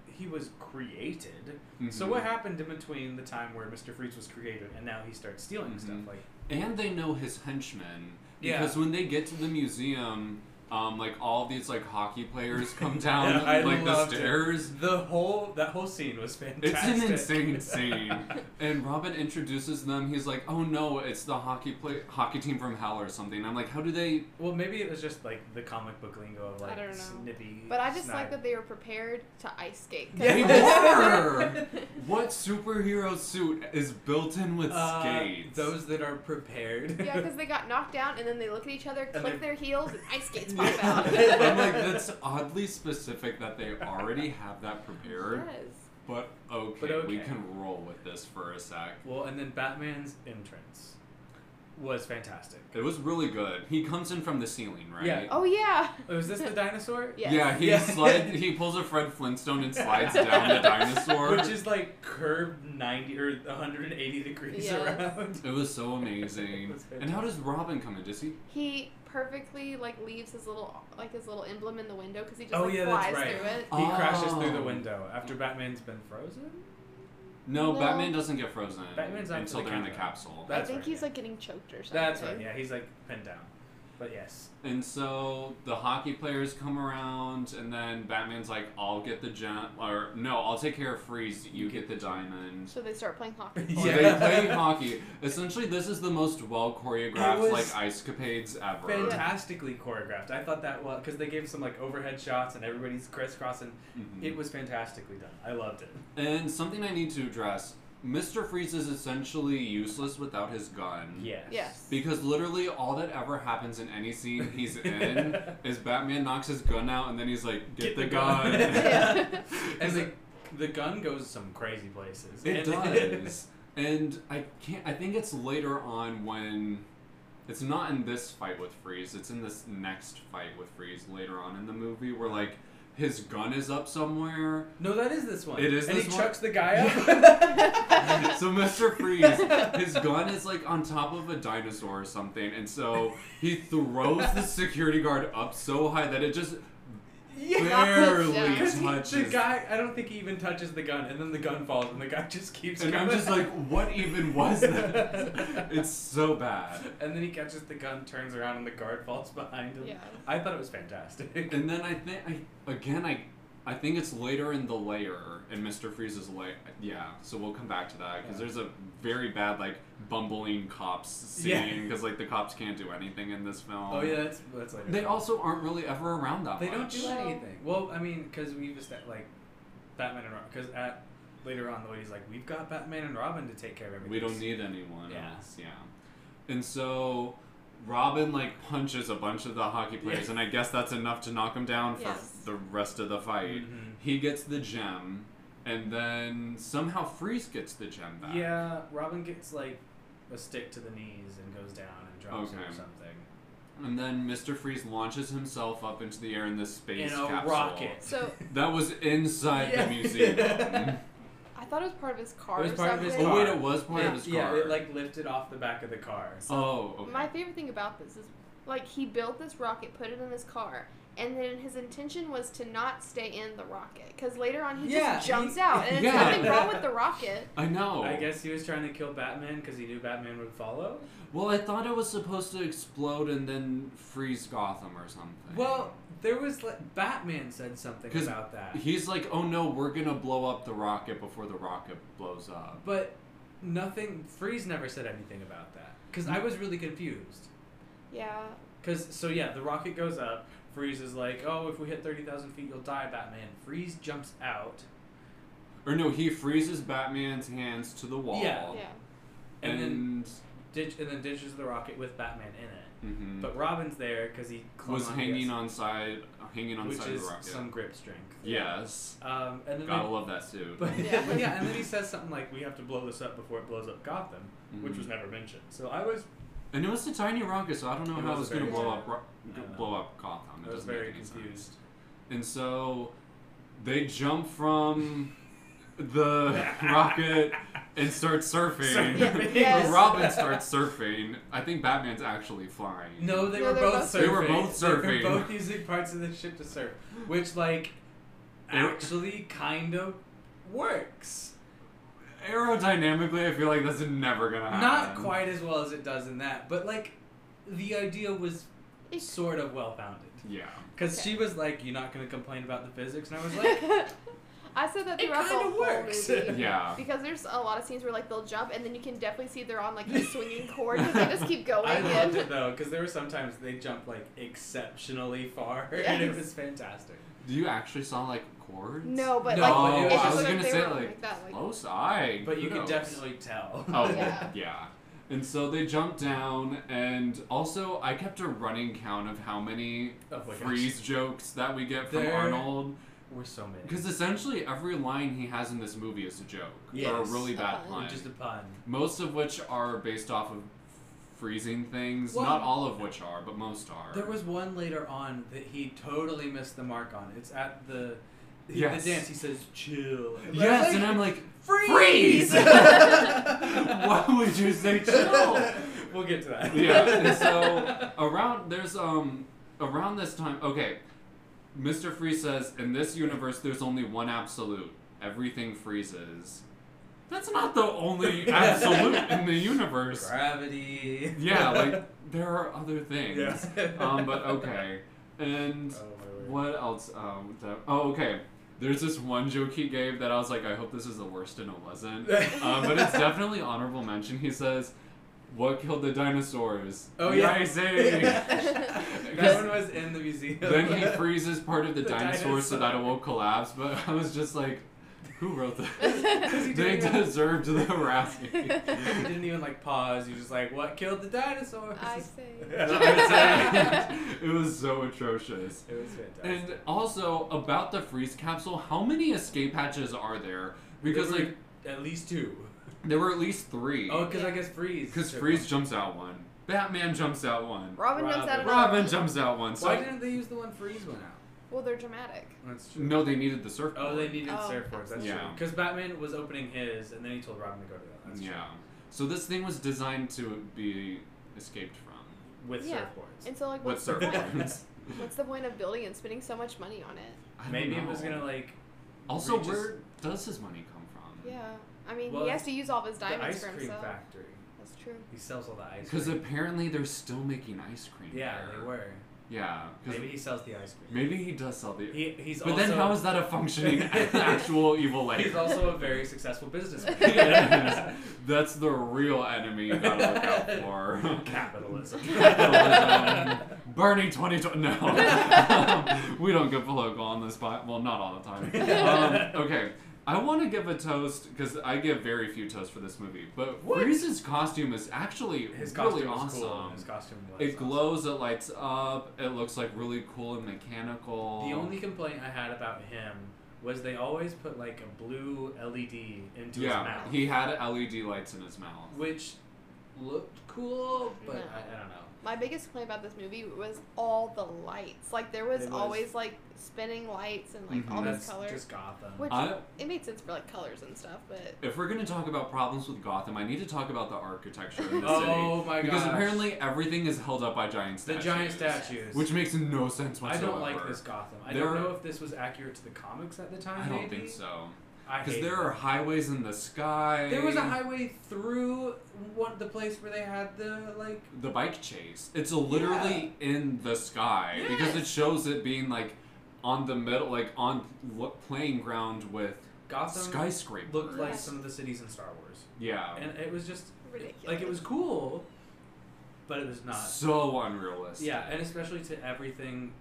Speaker 2: he was created.
Speaker 1: Mhm.
Speaker 2: So what happened in between the time where Mister Freeze was created and now he starts stealing
Speaker 1: Mhm.
Speaker 2: stuff? Like
Speaker 1: And they know his henchmen
Speaker 2: Yeah.
Speaker 1: because when they get to the museum, um, like all these like hockey players
Speaker 2: <laughs>
Speaker 1: come down
Speaker 2: Yeah, I
Speaker 1: like the
Speaker 2: loved it.
Speaker 1: stairs.
Speaker 2: the whole that whole scene was fantastic.
Speaker 1: It's an
Speaker 2: <laughs>
Speaker 1: insane scene. and Robin introduces them. He's like, "Oh no, it's the hockey play hockey team from hell or something." I'm like, "How do they
Speaker 2: Well, maybe it was just like the comic book lingo of
Speaker 3: I
Speaker 2: like
Speaker 3: don't know.
Speaker 2: snippy.
Speaker 3: But I just
Speaker 2: snide-
Speaker 3: like that they were prepared to ice skate. 'cause- <laughs>
Speaker 1: They
Speaker 2: Yeah.
Speaker 1: were. What superhero suit is built in with
Speaker 2: Uh,
Speaker 1: skates?
Speaker 2: those that are prepared.
Speaker 3: Yeah, because they got knocked down and then they look at each other,
Speaker 2: And
Speaker 3: click
Speaker 2: they-
Speaker 3: their heels, and ice skates
Speaker 2: Yeah.
Speaker 1: <laughs>
Speaker 3: pop out.
Speaker 1: I'm like, that's oddly specific that they already have that prepared.
Speaker 3: Yes.
Speaker 1: But okay,
Speaker 2: But okay.
Speaker 1: we can roll with this for a sec.
Speaker 2: Well, and then Batman's entrance was fantastic.
Speaker 1: It was really good. He comes in from the ceiling, right?
Speaker 2: Yeah.
Speaker 3: Oh <laughs> yeah.
Speaker 2: Was this the dinosaur?
Speaker 3: Yes.
Speaker 1: Yeah, he
Speaker 2: Yeah.
Speaker 1: slide,
Speaker 2: <laughs>
Speaker 1: he pulls a Fred Flintstone and slides down the dinosaur.
Speaker 2: Which is like curved 90 or 180 degrees
Speaker 3: Yes.
Speaker 2: around.
Speaker 1: it was so
Speaker 2: <laughs>
Speaker 1: amazing.
Speaker 2: That's
Speaker 1: and how does Robin come in? Does he?
Speaker 3: He perfectly like leaves his little like his little emblem in the window because he just
Speaker 2: Oh,
Speaker 3: like,
Speaker 2: yeah, that's
Speaker 3: flies
Speaker 2: right.
Speaker 3: through it.
Speaker 2: He crashes through the
Speaker 1: Oh.
Speaker 2: window after Batman's been frozen?
Speaker 1: No,
Speaker 3: No.
Speaker 1: Batman doesn't get frozen
Speaker 2: Batman's not
Speaker 1: until
Speaker 2: in the
Speaker 1: they're in the
Speaker 2: camera.
Speaker 1: capsule.
Speaker 3: I
Speaker 2: That's
Speaker 3: think
Speaker 2: right,
Speaker 3: he's
Speaker 2: yeah.
Speaker 3: like getting choked or something.
Speaker 2: That's right, yeah, he's like pinned down. But yes.
Speaker 1: And so the hockey players come around, and then Batman's like, "I'll get the gem, or no, I'll take care of Freeze. You get the diamond."
Speaker 3: So they start playing hockey.
Speaker 2: <laughs> Yeah.
Speaker 1: So
Speaker 3: for
Speaker 1: Oh, they
Speaker 3: him.
Speaker 1: play hockey. Essentially, this is the most well
Speaker 2: It
Speaker 1: choreographed
Speaker 2: was
Speaker 1: like ice capades ever.
Speaker 2: Fantastically choreographed. I thought that was because they gave some like overhead shots and everybody's crisscrossing.
Speaker 1: Mhm.
Speaker 2: It was fantastically done. I loved it.
Speaker 1: And something I need to address: Mister Freeze is essentially useless without his gun.
Speaker 2: Yes.
Speaker 3: Yes.
Speaker 1: Because literally all that ever happens in any scene
Speaker 2: <laughs>
Speaker 1: he's in is Batman knocks his gun out and then he's like, "Get, the, gun." <laughs>
Speaker 3: Yeah.
Speaker 2: and the, the gun goes some crazy places.
Speaker 1: It
Speaker 2: And-
Speaker 1: does. and I can't. I think it's later on when it's not in this fight with Freeze. It's in this next fight with Freeze later on in the movie where like his gun is up somewhere.
Speaker 2: no, that is this one.
Speaker 1: It is
Speaker 2: and
Speaker 1: this
Speaker 2: he
Speaker 1: one?
Speaker 2: chucks the guy up.
Speaker 1: <laughs> so Mr. Freeze,
Speaker 2: <laughs>
Speaker 1: his gun is like on top of a dinosaur or something, and so he throws the security guard up so high that it just
Speaker 2: Yeah.
Speaker 3: Not
Speaker 1: barely
Speaker 3: touched
Speaker 2: Because he- the
Speaker 1: touches.
Speaker 2: guy, I don't think he even touches the gun, and then the gun falls, and the guy <laughs> just keeps.
Speaker 1: And I'm
Speaker 2: going.
Speaker 1: just like, what even was that? it's so bad.
Speaker 2: <laughs> And then he catches the gun, turns around, and the guard falls behind him.
Speaker 3: Yeah.
Speaker 2: I thought it was fantastic.
Speaker 1: And then I think I again I I think it's later in the layer in Mr. Freeze's layer. Yeah, so we'll come back to that because
Speaker 2: Yeah.
Speaker 1: there's a very bad like bumbling cops
Speaker 2: Yeah.
Speaker 1: scene because like the cops can't do anything in this film.
Speaker 2: oh yeah, that's that's later.
Speaker 1: They also aren't really ever around that
Speaker 2: they don't
Speaker 1: much.
Speaker 2: do anything. Well, I mean, because we've established like Batman and Robin. Because at later on the way he's like, we've got Batman and Robin to take care of everything.
Speaker 1: We don't need anyone
Speaker 2: Yeah.
Speaker 1: else. Yeah. And so Robin like punches a bunch of the hockey players,
Speaker 2: Yeah.
Speaker 1: and I guess that's enough to knock him down for
Speaker 3: Yes.
Speaker 1: the rest of the fight.
Speaker 2: Mhm.
Speaker 1: He gets the gem, and then somehow Freeze gets the gem back.
Speaker 2: Yeah, Robin gets like a stick to the knees and goes down and drops him
Speaker 1: Okay.
Speaker 2: or something.
Speaker 1: And then Mr. Freeze launches himself up into the air in this space
Speaker 2: In a
Speaker 1: capsule.
Speaker 2: rocket.
Speaker 1: <laughs>
Speaker 3: So
Speaker 2: <laughs>
Speaker 1: That was inside
Speaker 2: Yeah.
Speaker 1: the
Speaker 2: <laughs>
Speaker 1: museum.
Speaker 3: I thought it was part of his car
Speaker 2: It was
Speaker 3: or
Speaker 2: part of
Speaker 3: something.
Speaker 2: his
Speaker 1: oh
Speaker 2: car.
Speaker 1: wait, it was part
Speaker 2: yeah,
Speaker 1: of his
Speaker 2: yeah,
Speaker 1: car.
Speaker 2: it like lifted off the back of the car.
Speaker 1: oh, okay.
Speaker 3: My favorite thing about this is like he built this rocket, put it in his car, and then his intention was to not stay in the rocket because later on he
Speaker 2: Yeah,
Speaker 3: just jumps
Speaker 2: he-
Speaker 3: out, and there's
Speaker 1: Yeah.
Speaker 3: nothing
Speaker 2: <laughs>
Speaker 3: wrong with the rocket.
Speaker 1: I know.
Speaker 2: I guess he was trying to kill Batman because he knew Batman would follow.
Speaker 1: Well, I thought it was supposed to explode and then freeze Gotham or something.
Speaker 2: Well, there was like, Batman said something
Speaker 1: 'Cause
Speaker 2: about that,
Speaker 1: he's like, "Oh no, we're gonna blow up the rocket before the rocket blows up."
Speaker 2: but nothing. Freeze never said anything about that because I was really confused.
Speaker 3: Yeah,
Speaker 2: Because so yeah, the rocket goes up. Freeze is like, "Oh, if we hit thirty thousand feet, you'll die, Batman." Freeze jumps out,
Speaker 1: Or no, he freezes Batman's hands to the wall.
Speaker 3: yeah,
Speaker 2: Yeah. and, then
Speaker 1: and
Speaker 2: ditch, and then ditches the rocket with Batman in it.
Speaker 1: mhm,
Speaker 2: But Robin's there because he clung
Speaker 1: was
Speaker 2: on to
Speaker 1: hanging
Speaker 2: this,
Speaker 1: on side, hanging on
Speaker 2: which
Speaker 1: side
Speaker 2: is
Speaker 1: of the rocket.
Speaker 2: some grip strength.
Speaker 1: yes,
Speaker 2: Um, and then
Speaker 1: gotta
Speaker 2: they-
Speaker 1: love that suit. <laughs>
Speaker 2: But
Speaker 3: Yeah.
Speaker 2: yeah. <laughs> but yeah, and then he says something like, "We have to blow this up before it blows up Gotham," which
Speaker 1: Mhm.
Speaker 2: was never mentioned. So I was,
Speaker 1: And it was a tiny rocket, so I don't know
Speaker 2: It
Speaker 1: how
Speaker 2: was
Speaker 1: it's
Speaker 2: very
Speaker 1: gonna blow
Speaker 3: tiny.
Speaker 1: up, ro-
Speaker 2: I don't know.
Speaker 1: blow up Gotham. It
Speaker 2: I was
Speaker 1: doesn't make
Speaker 2: very
Speaker 1: any sense.
Speaker 2: confused.
Speaker 1: And so they jump from <laughs>
Speaker 2: <laughs>
Speaker 1: the <laughs> rocket and start surfing. <laughs>
Speaker 2: Surfing.
Speaker 3: Yes.
Speaker 1: Robin starts surfing. I think Batman's actually flying.
Speaker 2: No, they
Speaker 3: No,
Speaker 2: were
Speaker 3: they were
Speaker 2: both
Speaker 3: both
Speaker 2: surfing.
Speaker 1: They were both surfing.
Speaker 2: They were both using parts of the ship to surf, which like
Speaker 1: They were-
Speaker 2: actually kind of works.
Speaker 1: Aerodynamically, I feel like that's never gonna happen.
Speaker 2: Not quite as well as it does in that, but like the idea was
Speaker 3: It- <laughs>
Speaker 2: sort of well founded.
Speaker 1: Yeah.
Speaker 2: Because
Speaker 3: Okay.
Speaker 2: she was like, "You're not gonna complain about the physics," and I was
Speaker 3: <laughs>
Speaker 2: like,
Speaker 3: I said that
Speaker 2: It
Speaker 3: throughout the
Speaker 2: kinda
Speaker 3: whole
Speaker 2: works. <laughs>
Speaker 3: movie.
Speaker 1: Yeah.
Speaker 3: Because there's a lot of scenes where like they'll jump and then you can definitely see they're on like the swinging cord because they just keep
Speaker 2: <laughs>
Speaker 3: going.
Speaker 2: I loved it
Speaker 3: and
Speaker 2: though, because there were sometimes they jumped like exceptionally far, <laughs> and
Speaker 3: Yes.
Speaker 2: it was fantastic.
Speaker 1: You actually saw like cords?
Speaker 3: no, but
Speaker 2: No,
Speaker 3: like
Speaker 1: Oh,
Speaker 3: it
Speaker 2: was
Speaker 1: I
Speaker 3: just
Speaker 1: was
Speaker 3: looked
Speaker 1: gonna
Speaker 3: like they
Speaker 1: say
Speaker 3: were on
Speaker 1: like,
Speaker 3: like that. Like
Speaker 1: close eye.
Speaker 2: But you could
Speaker 1: kudos.
Speaker 2: definitely tell.
Speaker 1: Oh
Speaker 3: <laughs> Yeah.
Speaker 2: <laughs>
Speaker 1: yeah. And so they jumped down, and also I kept a running count of how many
Speaker 2: Oh my gosh.
Speaker 1: freeze jokes that we get from
Speaker 2: There-
Speaker 1: Arnold.
Speaker 2: We're so many.
Speaker 1: Because essentially every line he has in this movie is a joke or a
Speaker 2: Yes.
Speaker 1: really bad
Speaker 3: Uh-huh.
Speaker 1: pun.
Speaker 2: Just a pun.
Speaker 1: most of which are based off of freezing things.
Speaker 2: Well-
Speaker 1: Not all of which are, but most are.
Speaker 2: There was one later on that he totally missed the mark on. It's at the
Speaker 1: Yes.
Speaker 2: the dance. He says, "Chill." And
Speaker 1: yes,
Speaker 2: like,
Speaker 1: and I'm like,
Speaker 2: freeze. <laughs>
Speaker 1: freeze. why would you say chill?
Speaker 2: We'll get to that.
Speaker 1: yeah. <laughs> And so around there's um around this time okay, Mr. Freeze says in this universe there's only one absolute. Everything freezes. That's not the only absolute in the universe.
Speaker 2: Gravity.
Speaker 1: Yeah, like there are other things.
Speaker 2: <laughs> Yeah.
Speaker 1: <laughs> Um, but okay. And
Speaker 2: Oh, my word.
Speaker 1: what else? Um, that- oh, okay. There's this one joke he gave that I was like, I hope this is the worst and it wasn't. um, but it's definitely honorable mention. He says, "What killed the dinosaurs?"
Speaker 2: Oh yeah.
Speaker 1: Rising.
Speaker 2: <laughs> that
Speaker 1: <laughs>
Speaker 2: one was in the museum.
Speaker 1: then he freezes part of the,
Speaker 2: The
Speaker 1: dinosaur, so that it
Speaker 2: dinosaur.
Speaker 1: won't collapse. But I was just like, who wrote
Speaker 2: <laughs>
Speaker 1: this? they
Speaker 2: he didn't even-
Speaker 1: deserved
Speaker 2: <laughs>
Speaker 1: the harassment.
Speaker 2: he
Speaker 1: <laughs>
Speaker 2: didn't even like pause. He was just like, "What killed the dinosaurs?"
Speaker 3: I
Speaker 2: <laughs>
Speaker 1: That's
Speaker 3: say.
Speaker 1: what I'm saying. it was so atrocious.
Speaker 2: It was fantastic.
Speaker 1: And also about the freeze capsule, how many escape hatches are there? Because
Speaker 2: There were
Speaker 1: like
Speaker 2: at least two.
Speaker 1: there were at least three.
Speaker 2: Oh, because I guess freeze.
Speaker 1: Because
Speaker 2: took
Speaker 1: Freeze
Speaker 2: one.
Speaker 1: jumps out one. Batman jumps out one.
Speaker 3: <laughs> Robin jumps out
Speaker 2: Robin.
Speaker 3: of
Speaker 1: Robin jumps out one. So
Speaker 2: Why didn't they use the one freeze went out?
Speaker 3: Well, they're dramatic.
Speaker 2: That's true.
Speaker 1: no, they needed the surfboard.
Speaker 2: Oh, they needed
Speaker 3: Oh,
Speaker 2: surfboards. That's
Speaker 1: Yeah.
Speaker 2: true. Because Batman was opening his, and then he told Robin to go to that. That's
Speaker 1: Yeah. So this thing was designed to be escaped from
Speaker 2: true. With
Speaker 3: Yeah.
Speaker 2: surfboards.
Speaker 3: And so like
Speaker 1: with
Speaker 3: what's the
Speaker 2: <laughs>
Speaker 3: point?
Speaker 1: surfboards.
Speaker 3: What's the point of building and spending so much money on it?
Speaker 1: <laughs> I don't
Speaker 2: Maybe it was
Speaker 1: know.
Speaker 2: gonna like
Speaker 1: Also,
Speaker 2: reach
Speaker 1: where does his money come from?
Speaker 3: Yeah. I mean,
Speaker 2: Well,
Speaker 3: he has to use all of his
Speaker 2: the
Speaker 3: diamonds
Speaker 2: ice
Speaker 3: for
Speaker 2: cream
Speaker 3: himself.
Speaker 2: factory.
Speaker 3: That's true.
Speaker 2: He sells all the ice
Speaker 1: Because
Speaker 2: cream.
Speaker 1: apparently they're still making ice cream.
Speaker 2: yeah,
Speaker 1: there.
Speaker 2: they were.
Speaker 1: Yeah. 'cause
Speaker 2: Maybe he sells the ice cream.
Speaker 1: maybe he does sell the.
Speaker 2: He, he's
Speaker 1: but
Speaker 2: also
Speaker 1: then how is that a
Speaker 2: <laughs>
Speaker 1: functioning actual evil layer?
Speaker 2: he's
Speaker 1: <laughs>
Speaker 2: also a very successful businessman.
Speaker 3: <laughs>
Speaker 2: <laughs>
Speaker 1: That's the real enemy you gotta look out for. <laughs> Um,
Speaker 2: Capitalism. <laughs>
Speaker 1: Capitalism. Bernie 2020. No. Um, <laughs> we don't get political on this spot. Well, not all the
Speaker 2: <laughs>
Speaker 1: time. Um, okay. I want to give a toast because I give very few toasts for this movie, but
Speaker 2: What?
Speaker 1: Reese's costume is actually
Speaker 2: His costume
Speaker 1: really
Speaker 2: was
Speaker 1: awesome.
Speaker 2: cool. His costume was
Speaker 1: It
Speaker 2: awesome.
Speaker 1: glows, it lights up, it looks like really cool and mechanical.
Speaker 2: The only complaint I had about him was they always put like a blue LED into
Speaker 1: yeah,
Speaker 2: his mouth,
Speaker 1: he had LED lights in his mouth.
Speaker 2: which looked cool, but
Speaker 3: No.
Speaker 2: I, I don't know.
Speaker 3: My biggest complaint about this movie was all the lights. Like there was,
Speaker 2: It was- Mm-hmm.
Speaker 3: always like spinning lights and like
Speaker 1: Mhm.
Speaker 3: all
Speaker 2: That's
Speaker 3: these colors.
Speaker 2: just Gotham.
Speaker 3: Which
Speaker 1: I-
Speaker 3: it made sense for like colors and stuff, but
Speaker 1: If we're gonna talk about problems with Gotham, I need to talk about the architecture in
Speaker 3: <laughs>
Speaker 1: the city.
Speaker 2: <laughs> oh my god!
Speaker 1: Because apparently everything is held up by giant
Speaker 2: the
Speaker 1: statues.
Speaker 2: giant statues.
Speaker 1: Which makes no sense
Speaker 2: I
Speaker 1: whatsoever.
Speaker 2: don't like this Gotham. I
Speaker 1: There
Speaker 2: don't know
Speaker 1: are-
Speaker 2: if this was accurate to the comics at the time.
Speaker 1: I don't
Speaker 2: maybe.
Speaker 1: think so.
Speaker 2: I
Speaker 1: Because
Speaker 2: hate
Speaker 1: there
Speaker 2: it.
Speaker 1: are highways in the sky.
Speaker 2: There was a highway through what the place where they had the like.
Speaker 1: The bike chase. It's literally in the sky because it
Speaker 2: Yes.
Speaker 1: shows it being like on the middle, like on lo- playing ground with
Speaker 2: Gotham
Speaker 1: skyscrapers.
Speaker 2: looked like
Speaker 3: Yes.
Speaker 2: some of the cities in Star Wars,
Speaker 1: yeah.
Speaker 2: and it was just
Speaker 3: ridiculous.
Speaker 2: like it was cool, but it was not.
Speaker 1: so unrealistic.
Speaker 2: Yeah, and especially to everything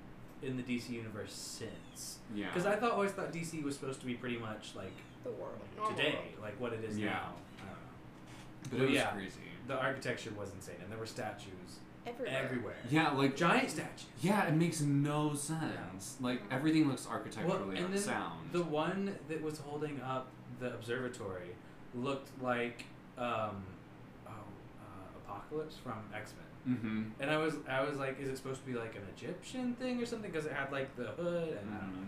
Speaker 2: in the DC universe since,
Speaker 1: yeah.
Speaker 2: because I thought always thought DC was supposed to be pretty much like
Speaker 3: the world. normal
Speaker 2: today,
Speaker 3: world.
Speaker 2: like what it is
Speaker 1: Yeah.
Speaker 2: now. I don't know.
Speaker 1: but it was
Speaker 2: yeah.
Speaker 1: crazy.
Speaker 2: The architecture was insane, and there were statues
Speaker 3: Everywhere.
Speaker 2: everywhere.
Speaker 1: Yeah, like
Speaker 2: Giant statues.
Speaker 1: Yeah, it makes no sense. Like everything looks architecturally
Speaker 2: and then
Speaker 1: unsound.
Speaker 2: The one that was holding up the observatory looked like um, oh, uh, Apocalypse from X Men,
Speaker 1: mm-hmm.
Speaker 2: and I was I was like, is it supposed to be like an Egyptian thing or something? Because it had like the hood, and I <laughs> don't know.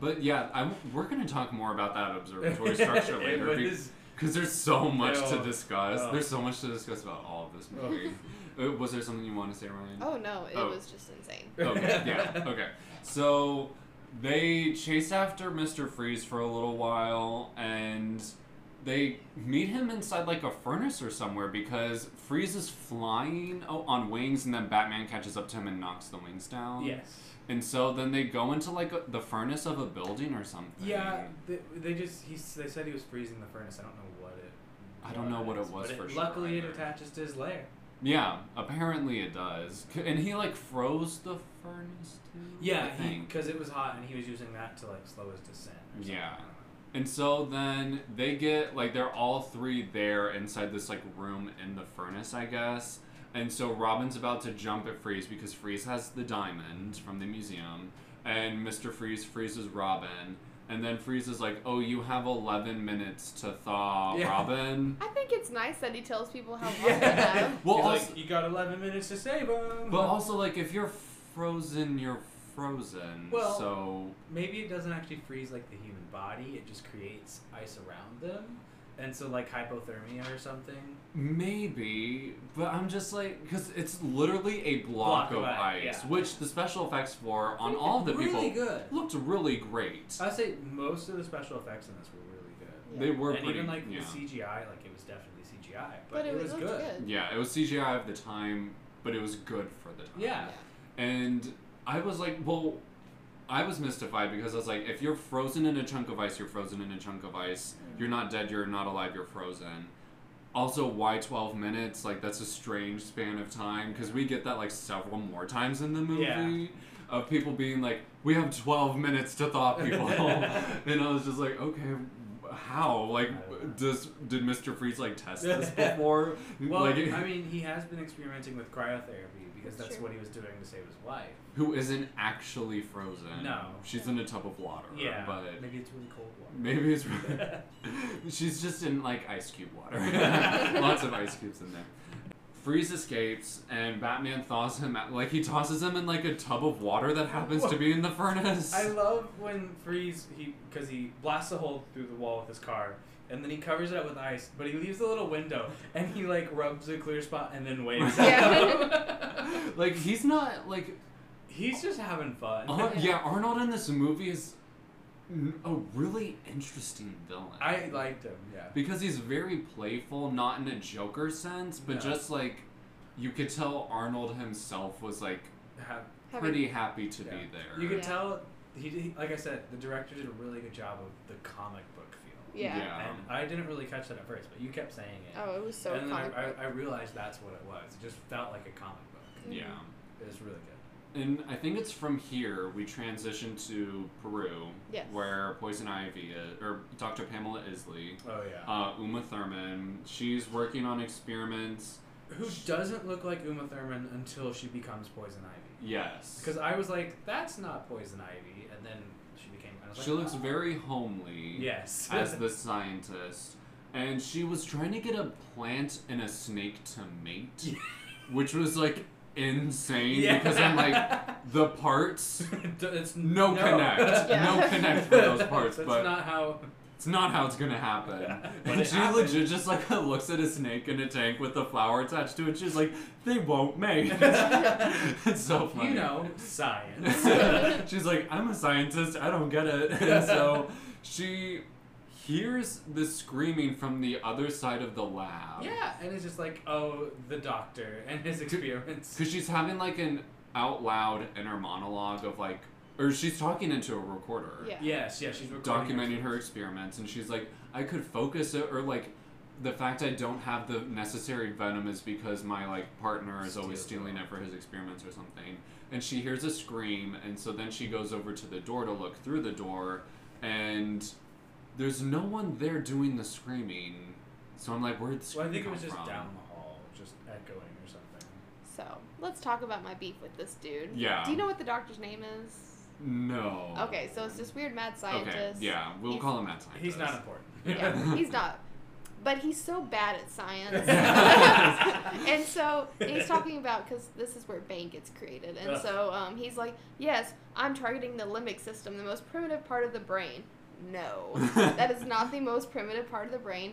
Speaker 1: But yeah, I'm, we're going to talk more about that observatory structure
Speaker 2: <laughs> It
Speaker 1: later
Speaker 2: was-
Speaker 1: because there's so much to
Speaker 2: Oh,
Speaker 1: discuss.
Speaker 2: oh.
Speaker 1: There's so much to discuss about all of this movie. <laughs> Uh, Was there something you want to say, Ryan?
Speaker 3: Oh no, it
Speaker 1: Oh.
Speaker 3: was just insane.
Speaker 1: Okay, yeah, okay. So they chase after Mr. Freeze for a little while and they meet him inside like a furnace or somewhere because Freeze is flying oh, on wings and then Batman catches up to him and knocks the wings down.
Speaker 2: Yes.
Speaker 1: And so then they go into like a, the furnace of a building or something.
Speaker 2: Yeah, they, they just he s- they said he was freezing the furnace. I don't know what it.
Speaker 1: I don't know what it was
Speaker 2: but
Speaker 1: for sure
Speaker 2: Luckily,
Speaker 1: either.
Speaker 2: it attaches to his lair.
Speaker 1: Yeah, apparently it does. C- And he like froze the furnace too. I
Speaker 2: Yeah,
Speaker 1: think.
Speaker 2: because it was hot, and he was using that to like slow his descent. Or something.
Speaker 1: Yeah.
Speaker 2: I don't know.
Speaker 1: And so then they get like they're all three there inside this like room in the furnace, I guess. And so Robin's about to jump at Freeze because Freeze has the diamond from the museum, and Mister Freeze freezes Robin. And then Freeze is like, "Oh, you have eleven minutes to thaw,
Speaker 2: Yeah.
Speaker 1: Robin."
Speaker 3: I think it's nice that he tells
Speaker 1: <laughs>
Speaker 3: people how long
Speaker 2: <laughs>
Speaker 3: they
Speaker 2: Yeah.
Speaker 3: have.
Speaker 1: Well,
Speaker 2: He's
Speaker 1: also-
Speaker 2: like, you got 11 minutes to save them.
Speaker 1: But also, like, if you're frozen, you're frozen.
Speaker 2: Well-
Speaker 1: so
Speaker 2: maybe it doesn't actually freeze like the human body. It just creates ice around them, and so like hypothermia or something.
Speaker 1: Maybe, but I'm just like because it's literally a block,
Speaker 2: Block
Speaker 1: of
Speaker 2: of ice,
Speaker 1: ice,
Speaker 2: yeah.
Speaker 1: which the special effects for on all the
Speaker 2: really
Speaker 1: people
Speaker 2: good. Uh,
Speaker 1: looked really great.
Speaker 2: I'd say most of the special effects in this were really good.
Speaker 1: They were
Speaker 2: and
Speaker 1: pretty,
Speaker 2: even like
Speaker 1: yeah.
Speaker 2: the CGI, like it was definitely CGI, but,
Speaker 3: but it,
Speaker 2: was
Speaker 3: looked
Speaker 2: good.
Speaker 1: yeah, it was CGI of the time, but it was good for the time.
Speaker 2: Yeah.
Speaker 1: and I was like, well, I was mystified because I was like, if you're frozen in a chunk of ice, you're frozen in a chunk of ice. You're not dead. You're not alive. You're frozen. Also, why 12 minutes? Like, that's a strange span of time because we get that like several more times in the movie
Speaker 2: Yeah.
Speaker 1: of people being like, we have 12 minutes to
Speaker 2: <laughs>
Speaker 1: thaw people. and I was just like, okay, how? Like, does did Mr. Freeze like
Speaker 2: <laughs>
Speaker 1: test this before?
Speaker 2: Well,
Speaker 1: like, <laughs>
Speaker 2: I mean, he has been experimenting with cryotherapy because
Speaker 3: That's
Speaker 2: that's
Speaker 3: true.
Speaker 2: what he was doing to save his wife.
Speaker 1: who isn't actually frozen?
Speaker 2: No.
Speaker 1: she's in a tub of water.
Speaker 2: Yeah,
Speaker 1: but <laughs>
Speaker 2: maybe it's really cold water.
Speaker 1: Maybe it's
Speaker 2: <laughs>
Speaker 1: she's just in like ice cube water. <laughs> Lots of ice cubes in there. Freeze escapes and Batman thaws him out. Like he tosses him in like a tub of water that happens to be in the furnace. <laughs>
Speaker 2: I love when Freeze he because he blasts a hole through the wall with his car, and then he covers it up with ice, but he leaves a little window, and he like rubs a clear spot and then waves. at
Speaker 3: <laughs> Yeah.
Speaker 2: them.
Speaker 1: like he's not like
Speaker 2: He's just having fun.
Speaker 1: Uh,
Speaker 3: Yeah.
Speaker 1: yeah, Arnold in this movie is n- a really interesting villain.
Speaker 2: I liked him. Yeah.
Speaker 1: because he's very playful, not in a Joker sense, but
Speaker 2: No.
Speaker 1: just like you could tell Arnold himself was like
Speaker 2: Have-
Speaker 3: Having-
Speaker 1: pretty happy to be
Speaker 2: Yeah.
Speaker 1: there.
Speaker 2: You can
Speaker 3: Yeah.
Speaker 2: tell he, he, like I said, the director did a really good job of the comic book feel.
Speaker 3: Yeah.
Speaker 2: And
Speaker 1: Um,
Speaker 2: I didn't really catch that at first, but you kept saying it.
Speaker 3: Oh, it was so
Speaker 2: and then
Speaker 3: comic.
Speaker 2: I, I, I realized that's what it was. It just felt like a comic book.
Speaker 1: yeah.
Speaker 3: Mm-hmm.
Speaker 2: It was really good.
Speaker 1: And I think it's from here we transition to Peru,
Speaker 3: Yes.
Speaker 1: where Poison Ivy is, or Dr. Pamela Isley,
Speaker 2: Oh yeah.
Speaker 1: uh, Uma Thurman. She's working on experiments.
Speaker 2: Who doesn't look like Uma Thurman until she becomes Poison Ivy?
Speaker 1: Yes,
Speaker 2: Because I was like, that's not Poison Ivy, and then she became. I was
Speaker 1: she
Speaker 2: like,
Speaker 1: looks
Speaker 2: "Oh."
Speaker 1: very homely.
Speaker 2: Yes. <laughs>
Speaker 1: as the scientist, and she was trying to get a plant and a snake to mate, which was like insane because I'm like the parts.
Speaker 2: <laughs> it's
Speaker 1: <laughs> No,
Speaker 2: <laughs>
Speaker 1: connect,
Speaker 3: Yeah.
Speaker 1: no connect for those parts,
Speaker 2: That's
Speaker 1: but
Speaker 2: not how.
Speaker 1: it's not how it's gonna happen.
Speaker 2: Yeah. But
Speaker 1: And
Speaker 2: it
Speaker 1: she
Speaker 2: happened.
Speaker 1: legit just like <laughs> looks at a snake in a tank with a flower attached to it. She's like, they won't
Speaker 2: <laughs>
Speaker 1: mate. <laughs> it's so funny.
Speaker 2: You know, science.
Speaker 1: <laughs>
Speaker 2: <laughs>
Speaker 1: She's like, I'm a scientist. I don't get it. <laughs> And so she hears the screaming from the other side of the lab.
Speaker 2: yeah, and it's just like, oh, the doctor and his experiments.
Speaker 1: Because she's having like an out loud inner monologue of like, or she's talking into a recorder.
Speaker 3: Yeah.
Speaker 2: <laughs> Yes, yeah, she's recording
Speaker 1: Documenting her experiments, and she's like, I could focus it, or like, the fact I don't have the necessary venom is because my like partner is always
Speaker 2: Steals
Speaker 1: stealing
Speaker 2: it.
Speaker 1: it for his experiments or something. And she hears a scream, and so then she goes over to the door to look through the door, and there's no one there doing the screaming. So I'm like, where'd the
Speaker 2: Well, I
Speaker 1: screaming
Speaker 2: think it was
Speaker 1: come
Speaker 2: just
Speaker 1: from?
Speaker 2: down the hall, just echoing or something.
Speaker 3: so let's talk about my beef with this dude.
Speaker 1: Yeah.
Speaker 3: Do you know what the doctor's name is?
Speaker 1: No.
Speaker 2: Oh.
Speaker 3: Okay, so it's this weird mad scientist.
Speaker 1: Okay. Yeah, we'll
Speaker 3: He's-
Speaker 1: call him that scientist.
Speaker 2: He's not important. <laughs>
Speaker 3: Yeah, he's not. But he's so bad
Speaker 1: <laughs>
Speaker 3: at science. and so he's talking about because this is where Bane gets created, and
Speaker 2: Ugh.
Speaker 3: so um, he's like, "Yes, I'm targeting the limbic system, the most primitive part of the brain."
Speaker 1: <laughs>
Speaker 3: No, that is not the most primitive part of the brain.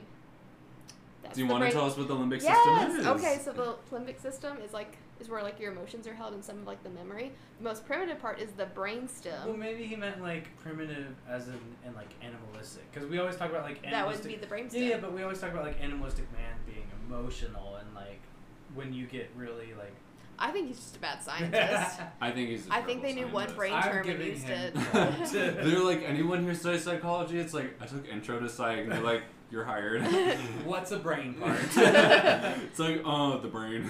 Speaker 3: That's
Speaker 1: Do you
Speaker 3: the
Speaker 1: want to
Speaker 3: brain-
Speaker 1: tell us what the limbic
Speaker 3: Yes.
Speaker 1: system is?
Speaker 3: Okay. So the limbic system is like is where like your emotions are held and some of like the memory. The most primitive part is the brain
Speaker 2: Well,
Speaker 3: stem.
Speaker 2: maybe he meant like primitive, as in and like animalistic, because we always talk about like
Speaker 3: That would
Speaker 2: animalistic.
Speaker 3: be the brain
Speaker 2: yeah, yeah,
Speaker 3: stem.
Speaker 2: but we always talk about like animalistic man being emotional and like when you get really like.
Speaker 3: I think he's just
Speaker 1: <laughs>
Speaker 3: a bad scientist.
Speaker 1: I think he's. I
Speaker 3: I think they knew one brain
Speaker 2: I'm
Speaker 3: term and
Speaker 2: giving
Speaker 3: used
Speaker 2: him <laughs>
Speaker 3: it.
Speaker 2: credit.
Speaker 1: <laughs> They're like, anyone here studies psychology? It's like, I took intro to psych, and they're like, you're hired.
Speaker 2: <laughs>
Speaker 3: <laughs>
Speaker 1: <laughs>
Speaker 2: <laughs> What's a brain part?
Speaker 1: it's like, oh, the
Speaker 2: <laughs>
Speaker 1: brain.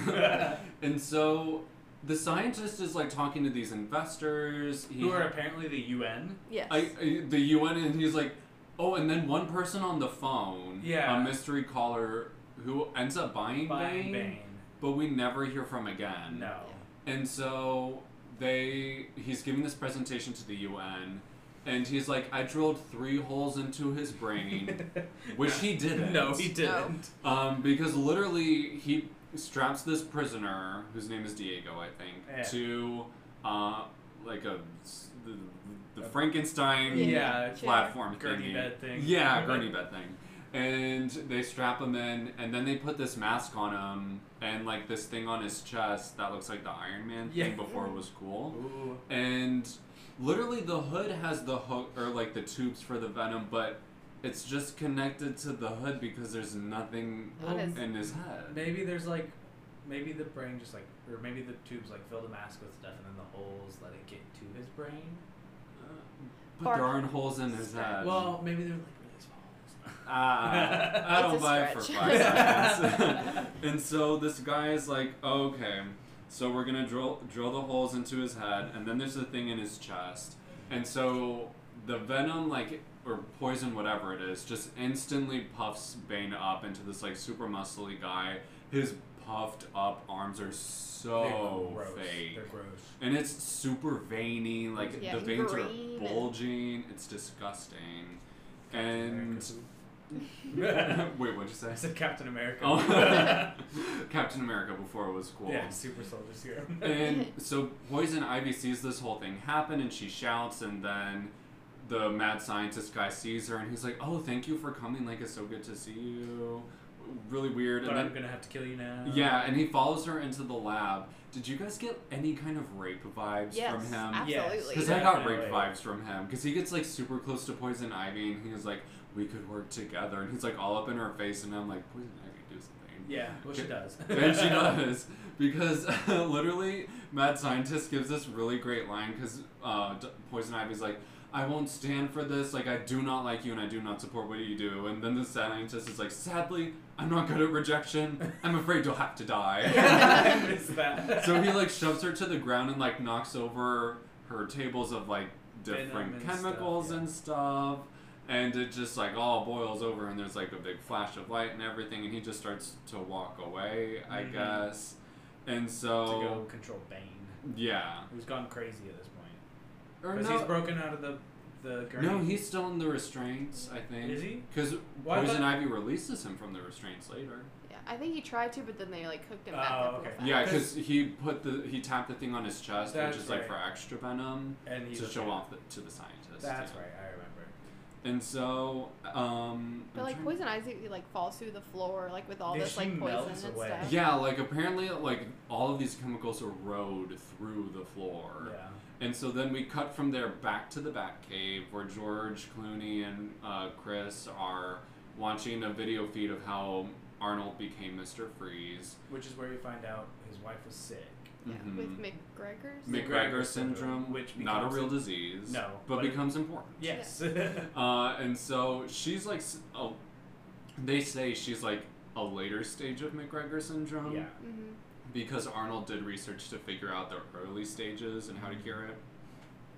Speaker 1: and so the scientist is like talking to these investors. He,
Speaker 2: Who are apparently the UN?
Speaker 3: <laughs> yes.
Speaker 1: I, I- the UN, and he's like, oh, and then one person on the phone,
Speaker 2: Yeah.
Speaker 1: a mystery caller who ends up buying,
Speaker 2: Buying
Speaker 1: Bane,
Speaker 2: Bane.
Speaker 1: but we never hear from again.
Speaker 2: No.
Speaker 1: And so they he's giving this presentation to the UN and he's like I drilled 3 holes into his
Speaker 2: <laughs>
Speaker 1: brain which he didn't.
Speaker 2: No, he didn't.
Speaker 3: Oh.
Speaker 1: um because literally he straps this prisoner whose name is Diego I think
Speaker 2: Yeah.
Speaker 1: to uh like a s- the, the Frankenstein
Speaker 2: Yeah,
Speaker 1: platform
Speaker 2: gurney
Speaker 1: thingy.
Speaker 2: bed thing.
Speaker 1: Yeah, gurney bed thing. And they strap him in, and then they put this mask on him, and like this thing on his chest that looks like the Iron Man
Speaker 2: Yeah.
Speaker 1: thing before it was cool.
Speaker 2: Ooh.
Speaker 1: And literally, the hood has the hook or like the tubes for the venom, but it's just connected to the hood because there's nothing
Speaker 3: On his-
Speaker 1: in his head.
Speaker 2: Maybe there's like, maybe the brain just like, or maybe the tubes like fill the mask with stuff, and then the holes let it get to his brain.
Speaker 1: But there aren't Uh, holes in his head.
Speaker 2: well, maybe they're like really small. holes.
Speaker 1: <laughs>
Speaker 2: <laughs>
Speaker 1: Ah, I
Speaker 3: It's
Speaker 1: don't
Speaker 3: a
Speaker 1: buy it for
Speaker 3: stretch.
Speaker 1: five seconds. and so this guy is like, okay, so we're gonna drill drill the holes into his head, and then there's the thing in his chest, and so the venom like or poison whatever it is just instantly puffs Bane up into this like super muscly guy. His puffed up arms are so
Speaker 2: they're gross.
Speaker 1: fake.
Speaker 2: They're gross.
Speaker 1: And it's super veiny, like
Speaker 3: Yeah,
Speaker 1: the veins
Speaker 3: green
Speaker 1: are
Speaker 3: and-
Speaker 1: bulging. It's disgusting. And
Speaker 2: America.
Speaker 1: <laughs>
Speaker 2: <laughs>
Speaker 1: wait, what'd you say?
Speaker 2: I said Captain America. <laughs>
Speaker 1: Oh, <laughs> Captain America before it was cool.
Speaker 2: yeah, super soldier serum. <laughs>
Speaker 3: <laughs>
Speaker 1: And so Poison Ivy sees this whole thing happen, and she shouts, and then the mad scientist guy sees her, and he's like, "Oh, thank you for coming. Like, it's so good to see you." really weird.
Speaker 2: But
Speaker 1: and
Speaker 2: I'm
Speaker 1: then,
Speaker 2: gonna have to kill you now.
Speaker 1: yeah, and he follows her into the lab. Did you guys get any kind of rape vibes
Speaker 3: Yes,
Speaker 1: from him?
Speaker 3: ab-
Speaker 2: Yes,
Speaker 3: Absolutely.
Speaker 1: Because I got
Speaker 2: definitely.
Speaker 1: rape vibes from him. Because he gets like super close to Poison Ivy, and he was like, "We could work together," and he's like all up in her face, and I'm like, "Poison Ivy, do something."
Speaker 2: Yeah, well, she
Speaker 1: Okay.
Speaker 2: does.
Speaker 1: and
Speaker 2: <laughs>
Speaker 1: she does because <laughs> literally mad scientist gives this really great line because uh, D- poison ivy's like i won't stand for this like i do not like you and i do not support what you do and then the scientist is like sadly i'm not good at rejection i'm afraid you'll have to
Speaker 2: I <laughs>
Speaker 1: die <laughs>
Speaker 2: missed that.
Speaker 1: so he like shoves her to the ground and like knocks over her tables of like different
Speaker 2: Venom and stuff,
Speaker 1: chemicals
Speaker 2: yeah.
Speaker 1: and stuff and it just like all boils over and there's like a big flash of light and everything and he just starts to walk away i
Speaker 2: Mhm.
Speaker 1: guess and
Speaker 2: to go
Speaker 1: so
Speaker 2: control Bane,
Speaker 1: yeah
Speaker 2: who's gone crazy at this point.
Speaker 1: or
Speaker 2: Because he's
Speaker 1: no,
Speaker 2: broken out of the the. Gurney.
Speaker 1: no he's still in the restraints i think
Speaker 2: Is he?
Speaker 1: because
Speaker 2: Why
Speaker 1: poison
Speaker 2: the-
Speaker 1: ivy releases him from the restraints later
Speaker 3: Yeah, I think he tried to, but then they like hooked him
Speaker 2: Oh,
Speaker 3: back up.
Speaker 2: okay.
Speaker 3: real fast.
Speaker 1: yeah
Speaker 2: 'Cause-
Speaker 1: because he put the he tapped the thing on his chest
Speaker 2: That's
Speaker 1: which is like for
Speaker 2: right.
Speaker 1: extra venom
Speaker 2: And he's
Speaker 1: to
Speaker 2: okay.
Speaker 1: show off the, to the scientist
Speaker 2: That's
Speaker 1: yeah.
Speaker 2: right. I remember.
Speaker 1: And so, um.
Speaker 3: But
Speaker 1: I'm
Speaker 3: like
Speaker 1: trying-
Speaker 3: poison ivy like falls through the floor like with all
Speaker 2: Yeah,
Speaker 3: this
Speaker 2: she
Speaker 3: like poison
Speaker 2: melts
Speaker 3: and
Speaker 2: away.
Speaker 3: stuff.
Speaker 1: Yeah, like apparently, like all of these chemicals erode through the floor.
Speaker 2: Yeah.
Speaker 1: And so then we cut from there back to the Batcave where George Clooney and uh, Chris are watching a video feed of how Arnold became Mr. Freeze.
Speaker 2: Which is where you find out his wife was sick.
Speaker 3: Yeah,
Speaker 1: Mhm.
Speaker 3: with McGregor's.
Speaker 2: Mc-
Speaker 1: McGregor
Speaker 2: McGregor syndrome,
Speaker 1: syndrome,
Speaker 2: which
Speaker 1: not a
Speaker 2: becomes
Speaker 1: real
Speaker 2: a-
Speaker 1: disease,
Speaker 2: No,
Speaker 1: but,
Speaker 2: but-
Speaker 1: becomes important.
Speaker 2: Yes. <laughs>
Speaker 1: Uh, and so she's like, s- oh, they say she's like a later stage of McGregor syndrome.
Speaker 2: yeah.
Speaker 3: <laughs> hmm
Speaker 1: because Arnold did research to figure out the early stages and how to cure it.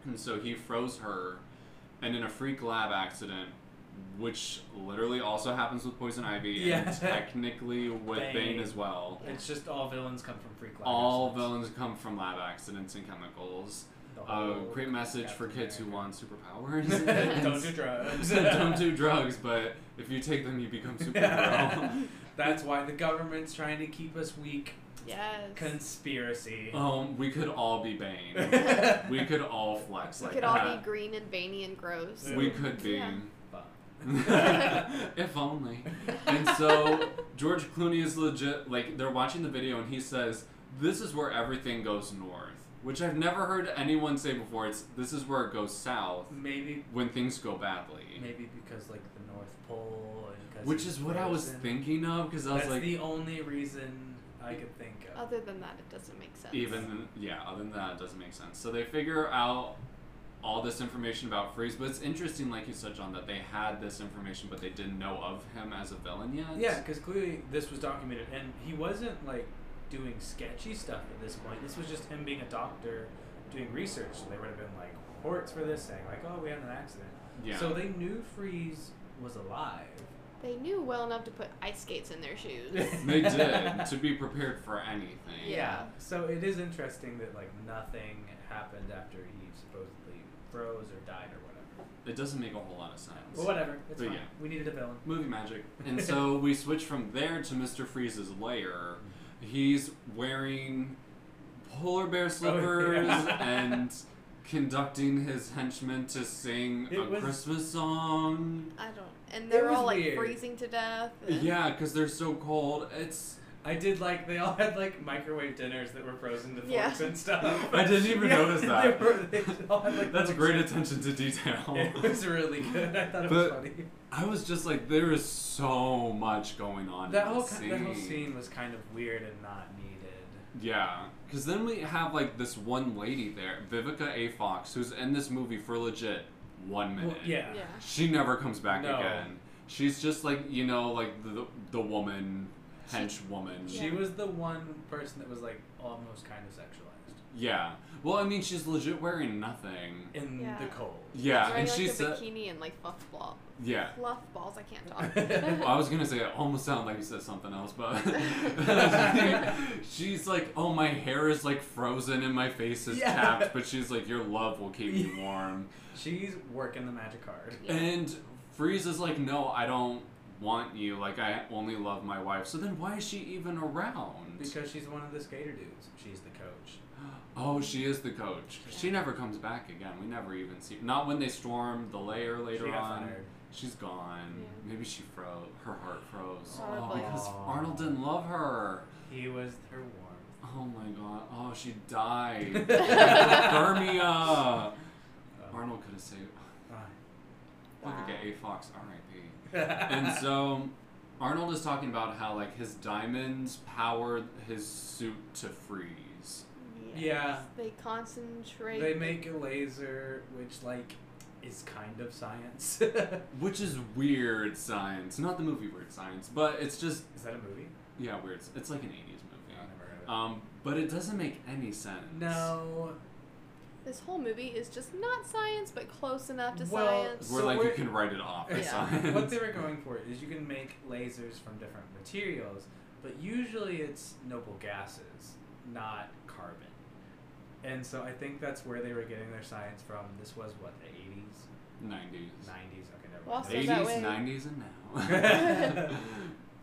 Speaker 1: And so he froze her, and in a freak lab accident, which literally also happens with Poison Ivy
Speaker 2: Yeah. <laughs>
Speaker 1: and technically with Bane.
Speaker 2: Bane.
Speaker 1: as well.
Speaker 2: It's just all villains come from freak. lab
Speaker 1: All
Speaker 2: accidents.
Speaker 1: villains come from lab accidents and chemicals.
Speaker 2: The
Speaker 1: A
Speaker 2: Hulk,
Speaker 1: great message for
Speaker 2: Captain
Speaker 1: kids who
Speaker 2: Oh,
Speaker 1: want
Speaker 2: America. <laughs>
Speaker 1: superpowers.
Speaker 2: Don't do
Speaker 1: <laughs>
Speaker 2: drugs.
Speaker 1: Don't do drugs, but if you take them, you
Speaker 2: <laughs>
Speaker 1: become superhero.
Speaker 2: That's why the government's trying to keep us weak.
Speaker 3: Yes.
Speaker 2: Conspiracy. <laughs>
Speaker 1: um, we could all be Bane. We could all flex
Speaker 3: we
Speaker 1: like
Speaker 3: could
Speaker 1: that.
Speaker 3: all be green and veiny and gross.
Speaker 2: Yeah.
Speaker 1: We could be.
Speaker 3: Yeah.
Speaker 1: <laughs>
Speaker 2: Fuck. <laughs>
Speaker 1: if only. And so George Clooney is legit. Like they're watching the video, and he says, "This is where everything goes north," which I've never heard anyone say before. It's this is where it goes south
Speaker 2: maybe,
Speaker 1: when things go badly,
Speaker 2: maybe because like the North Pole and 'cause
Speaker 1: which
Speaker 2: he's
Speaker 1: is what I was
Speaker 2: frozen.
Speaker 1: thinking of because I was
Speaker 2: That's
Speaker 1: like,
Speaker 2: the only reason I could think of.
Speaker 3: Other than that, it doesn't make sense.
Speaker 1: even yeah. Other than that, it doesn't make sense. So they figure out. All this information about Freeze, but it's interesting, like you said, John, that they had this information, but they didn't know of him as a villain yet.
Speaker 2: Yeah, because clearly this was documented, and he wasn't like doing sketchy stuff at this point. This was just him being a doctor doing research. So they would have been like reports for this, saying like, "Oh, we had an accident."
Speaker 1: yeah.
Speaker 2: So they knew Freeze was alive.
Speaker 3: They knew well enough to put ice skates in
Speaker 2: <laughs>
Speaker 3: their shoes.
Speaker 1: They did to be prepared for anything.
Speaker 3: Yeah.
Speaker 2: So it is interesting that like nothing happened after he supposedly froze or died or whatever.
Speaker 1: It doesn't make a whole lot of sense.
Speaker 2: Well, whatever. It's
Speaker 1: But
Speaker 2: fine.
Speaker 1: yeah.
Speaker 2: We needed a villain.
Speaker 1: Movie magic.
Speaker 2: <laughs>
Speaker 1: And so we switch from there to Mr. Freeze's lair. He's wearing polar
Speaker 2: Oh,
Speaker 1: bear slippers and conducting his henchmen to sing
Speaker 2: It
Speaker 1: a
Speaker 2: was-
Speaker 1: Christmas song.
Speaker 3: I don't. And they're
Speaker 2: was
Speaker 3: all like
Speaker 2: weird.
Speaker 3: freezing to death. and-
Speaker 1: Yeah, because they're so cold. It's
Speaker 2: I did like they all had like microwave dinners that were frozen to forks
Speaker 3: Yeah.
Speaker 2: and
Speaker 1: <laughs>
Speaker 2: stuff.
Speaker 1: I didn't even notice that.
Speaker 2: <laughs> They were, they all had, like,
Speaker 1: That's
Speaker 2: little
Speaker 1: great
Speaker 2: chips.
Speaker 1: attention to
Speaker 2: <laughs>
Speaker 1: detail.
Speaker 2: It was really good. I thought it was
Speaker 1: But
Speaker 2: funny.
Speaker 1: I was just like, there is so much going on.
Speaker 2: That
Speaker 1: in
Speaker 2: whole
Speaker 1: this
Speaker 2: ki- that whole scene was kind of weird and not needed.
Speaker 1: Yeah, because then we have like this one lady there, Vivica A. Fox, who's in this movie for legit one minute.
Speaker 2: Well, yeah.
Speaker 3: Yeah.
Speaker 1: She never comes back
Speaker 2: No.
Speaker 1: again. She's just like you know, like the the woman, hench woman.
Speaker 3: Yeah.
Speaker 2: She was the one person that was like almost kind of sexualized
Speaker 1: Yeah. Well, I mean, she's legit wearing nothing.
Speaker 2: in
Speaker 3: Yeah.
Speaker 2: the cold.
Speaker 1: Yeah,
Speaker 3: Wearing,
Speaker 1: and
Speaker 3: like
Speaker 1: she
Speaker 3: a
Speaker 1: said,
Speaker 3: bikini and like fluff ball,
Speaker 1: yeah.
Speaker 3: fluff balls. I
Speaker 1: <laughs>
Speaker 3: can't
Speaker 1: Well,
Speaker 3: talk.
Speaker 1: I was gonna say it almost sounded like you said something else,
Speaker 2: <laughs>
Speaker 1: but <laughs> she's like, "Oh, my hair is like frozen and my face is
Speaker 2: Yeah.
Speaker 1: tapped," but she's like, "Your love will keep me warm."
Speaker 2: She's working the magic card.
Speaker 3: <laughs> Yeah.
Speaker 1: And Freeze is like, no, I don't want you. Like, I only love my wife. So then why is she even around?
Speaker 2: Because she's one of the skater dudes. She's the coach.
Speaker 1: oh, she is the coach. She never comes back again. We never even see Not when they storm the layer later
Speaker 2: she got
Speaker 1: on.
Speaker 2: fired.
Speaker 1: She's gone.
Speaker 3: Yeah.
Speaker 1: Maybe she froze. Her heart froze.
Speaker 3: Probably.
Speaker 1: Oh, because
Speaker 2: Aw.
Speaker 1: Arnold didn't love her.
Speaker 2: He was her warmth.
Speaker 1: Oh my god. Oh, she died. Hypothermia.
Speaker 2: Uh,
Speaker 1: Arnold could have saved. oh, Look
Speaker 3: Wow.
Speaker 1: at A Fox, R.I.P. and so Arnold is talking about how like his diamonds power his suit to freeze.
Speaker 2: Yeah.
Speaker 3: They concentrate.
Speaker 2: They make a laser, which like is kind of science. <laughs>
Speaker 1: Which is weird science. Not the movie Weird Science, but it's just
Speaker 2: is that a movie?
Speaker 1: yeah, weird. It's like an 80s movie.
Speaker 2: never heard
Speaker 1: Um, but it doesn't make any sense.
Speaker 2: No.
Speaker 3: This whole movie is just not science, but close enough to
Speaker 2: Well,
Speaker 3: science.
Speaker 1: Where
Speaker 2: So
Speaker 1: like you
Speaker 2: we're-
Speaker 1: can write it off as
Speaker 3: Yeah.
Speaker 1: science.
Speaker 2: what they were going for is you can make lasers from different materials, but usually it's noble gases, not carbon. And so I think that's where they were getting their science from. This was what the 80s,
Speaker 1: 90s.
Speaker 2: 90s. Okay, never
Speaker 3: Well,
Speaker 2: mind.
Speaker 3: also
Speaker 2: The 80s.
Speaker 3: that
Speaker 1: 80s,
Speaker 3: way-
Speaker 1: 90s, and
Speaker 2: <laughs>
Speaker 1: now. <laughs>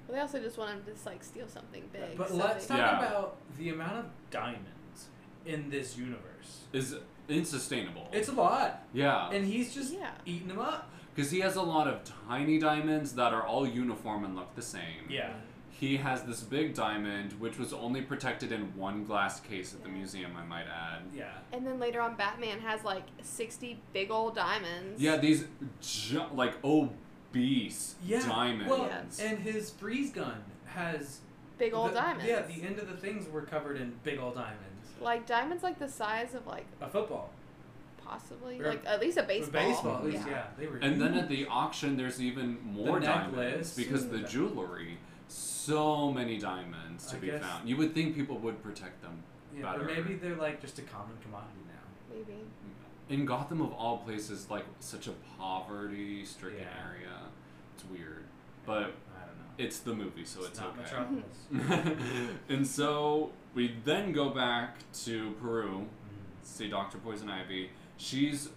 Speaker 3: Well, they also just want him to just, like steal something big.
Speaker 2: But
Speaker 3: so
Speaker 2: let's
Speaker 3: they-
Speaker 2: talk
Speaker 1: Yeah.
Speaker 2: about the amount of diamonds in this universe.
Speaker 1: is unsustainable.
Speaker 2: It's a lot,
Speaker 1: yeah,
Speaker 2: and he's just
Speaker 3: Yeah.
Speaker 2: eating them up.
Speaker 1: because he has a lot of tiny diamonds that are all uniform and look the same.
Speaker 2: Yeah.
Speaker 1: He has this big diamond, which was only protected in one glass case at the
Speaker 3: Yeah.
Speaker 1: museum, I might add.
Speaker 2: Yeah.
Speaker 3: And then later on, Batman has like sixty big old diamonds.
Speaker 1: Yeah, these ju- like obese
Speaker 2: Yeah.
Speaker 1: diamonds.
Speaker 2: Well,
Speaker 3: Yes.
Speaker 2: and his breeze gun has
Speaker 3: Big old
Speaker 2: the-
Speaker 3: diamonds.
Speaker 2: Yeah, the end of the things were covered in big old diamonds.
Speaker 3: like diamonds like the size of like
Speaker 2: A football.
Speaker 3: possibly
Speaker 2: Or-
Speaker 3: like at least a baseball.
Speaker 2: baseball, at least, yeah.
Speaker 3: yeah.
Speaker 2: They were
Speaker 1: And then
Speaker 2: huge.
Speaker 1: at the auction, there's even more diamonds
Speaker 2: necklace.
Speaker 1: because the
Speaker 2: Mm.
Speaker 1: jewelry. So many diamonds to
Speaker 2: I
Speaker 1: be
Speaker 2: guess-
Speaker 1: found. You would think people would protect them.
Speaker 2: yeah, or
Speaker 1: better.
Speaker 2: maybe they're like just a common commodity now.
Speaker 3: Maybe.
Speaker 1: In Gotham, of all places, like such a poverty stricken
Speaker 2: Yeah.
Speaker 1: area. It's weird. But
Speaker 2: I don't know.
Speaker 1: it's the movie, so it's,
Speaker 2: not
Speaker 1: okay.
Speaker 2: Metropolis.
Speaker 1: <laughs>
Speaker 2: <laughs>
Speaker 1: and so we then go back to Peru,
Speaker 2: Mm.
Speaker 1: see Dr. Poison Ivy. She's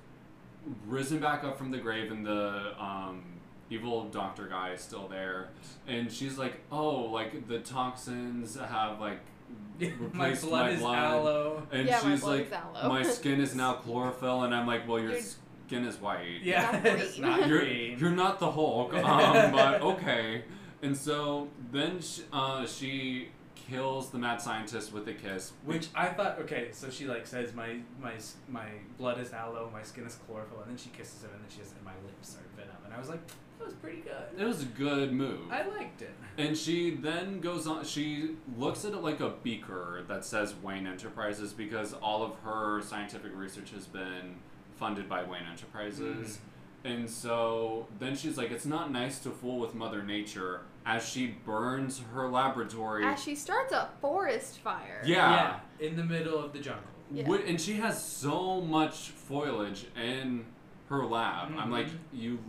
Speaker 1: risen back up from the grave, and the um, evil doctor guy is still there. And she's like, Oh, like the toxins have like
Speaker 2: <laughs> my
Speaker 1: replaced
Speaker 2: blood is aloe.
Speaker 1: And
Speaker 3: Yeah, my
Speaker 1: she's
Speaker 3: blood
Speaker 1: like,
Speaker 3: is aloe.
Speaker 1: My skin
Speaker 3: <laughs>
Speaker 1: is now chlorophyll. And I'm like, Well, your
Speaker 3: You're-
Speaker 1: skin is white.
Speaker 2: Yeah, <laughs>
Speaker 3: Not
Speaker 2: it's
Speaker 3: green.
Speaker 2: not
Speaker 1: You're,
Speaker 2: green.
Speaker 1: you're not the Hulk, um, but okay. And so then she, uh, she kills the mad scientist with a kiss.
Speaker 2: Which I thought, okay, so she like says my my s- my blood is aloe, my skin is chlorophyll, and then she kisses him, and then she says, and my lips are venom, and I was like, that was pretty good.
Speaker 1: It was a good move.
Speaker 2: I liked it.
Speaker 1: and she then goes on. She looks at it like a beaker that says Wayne Enterprises because all of her scientific research has been funded by Wayne
Speaker 2: Mm.
Speaker 1: Enterprises. And so then she's like, "It's not nice to fool with Mother Nature." As she burns her laboratory,
Speaker 3: As she starts a forest fire.
Speaker 1: yeah,
Speaker 2: in the middle of the jungle.
Speaker 3: Yeah.
Speaker 1: Wood, and she has so much foliage in her lab. I'm like,
Speaker 2: Mhm.
Speaker 1: you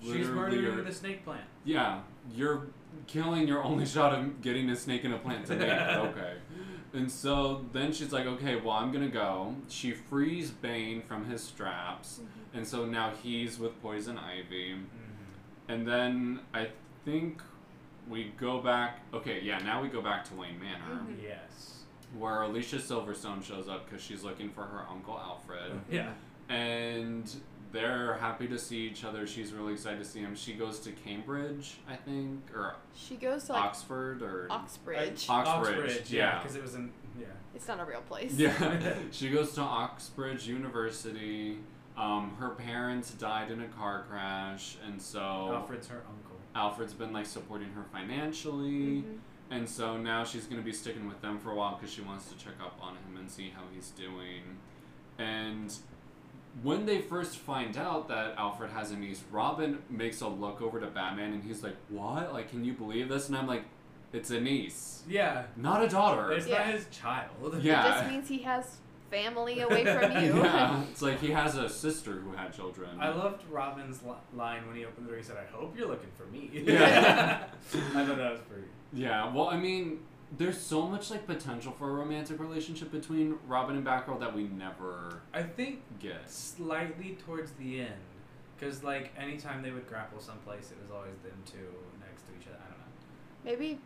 Speaker 2: She's
Speaker 1: literally
Speaker 2: murdering
Speaker 1: are,
Speaker 2: the snake plant.
Speaker 1: yeah, you're killing your only shot of getting a snake in a plant today. okay. And so then she's like, okay, well, I'm gonna go. She frees Bane from his straps,
Speaker 3: Mm-hmm.
Speaker 1: and so now he's with Poison Ivy. And then I think we go back. Okay, yeah, now we go back to Wayne Manor
Speaker 3: Mhm.
Speaker 2: Mm-hmm. Yes.
Speaker 1: where Alicia Silverstone shows up because she's looking for her uncle Alfred,
Speaker 2: Yeah.
Speaker 1: and they're happy to see each other. She's really excited to see him. She goes to Cambridge, I think, or
Speaker 3: She goes to like
Speaker 1: Oxford, or
Speaker 3: Oxbridge.
Speaker 1: Uh, Oxbridge,
Speaker 2: Oxbridge.
Speaker 1: yeah.
Speaker 2: yeah, because it was in yeah.
Speaker 3: it's not a real place. <laughs>
Speaker 1: yeah, she goes to Oxbridge University. Um, her parents died in a car crash, and so
Speaker 2: Alfred's her uncle.
Speaker 1: Alfred's been like supporting her financially.
Speaker 3: Mhm.
Speaker 1: And so now she's going to be sticking with them for a while because she wants to check up on him and see how he's doing. And when they first find out that Alfred has a niece, Robin makes a look over to Batman and he's like, What? Like, can you believe this? And I'm like, It's a niece,
Speaker 2: Yeah.
Speaker 1: not a daughter. <laughs>
Speaker 2: It's
Speaker 3: Yeah.
Speaker 2: not his child.
Speaker 1: Yeah.
Speaker 3: It just means he has family
Speaker 1: <laughs>
Speaker 3: away from you. <laughs>
Speaker 1: Yeah, it's like he has a sister who had children.
Speaker 2: I loved Robin's li- line when he opened the door. He said, "I hope you're looking for me."
Speaker 1: Yeah.
Speaker 2: <laughs> I thought that was pretty.
Speaker 1: yeah, well, I mean, there's so much like potential for a romantic relationship between Robin and Batgirl that we never
Speaker 2: I think
Speaker 1: get.
Speaker 2: slightly towards the end, because like anytime they would grapple someplace, it was always them two next to each other. I don't know.
Speaker 3: Maybe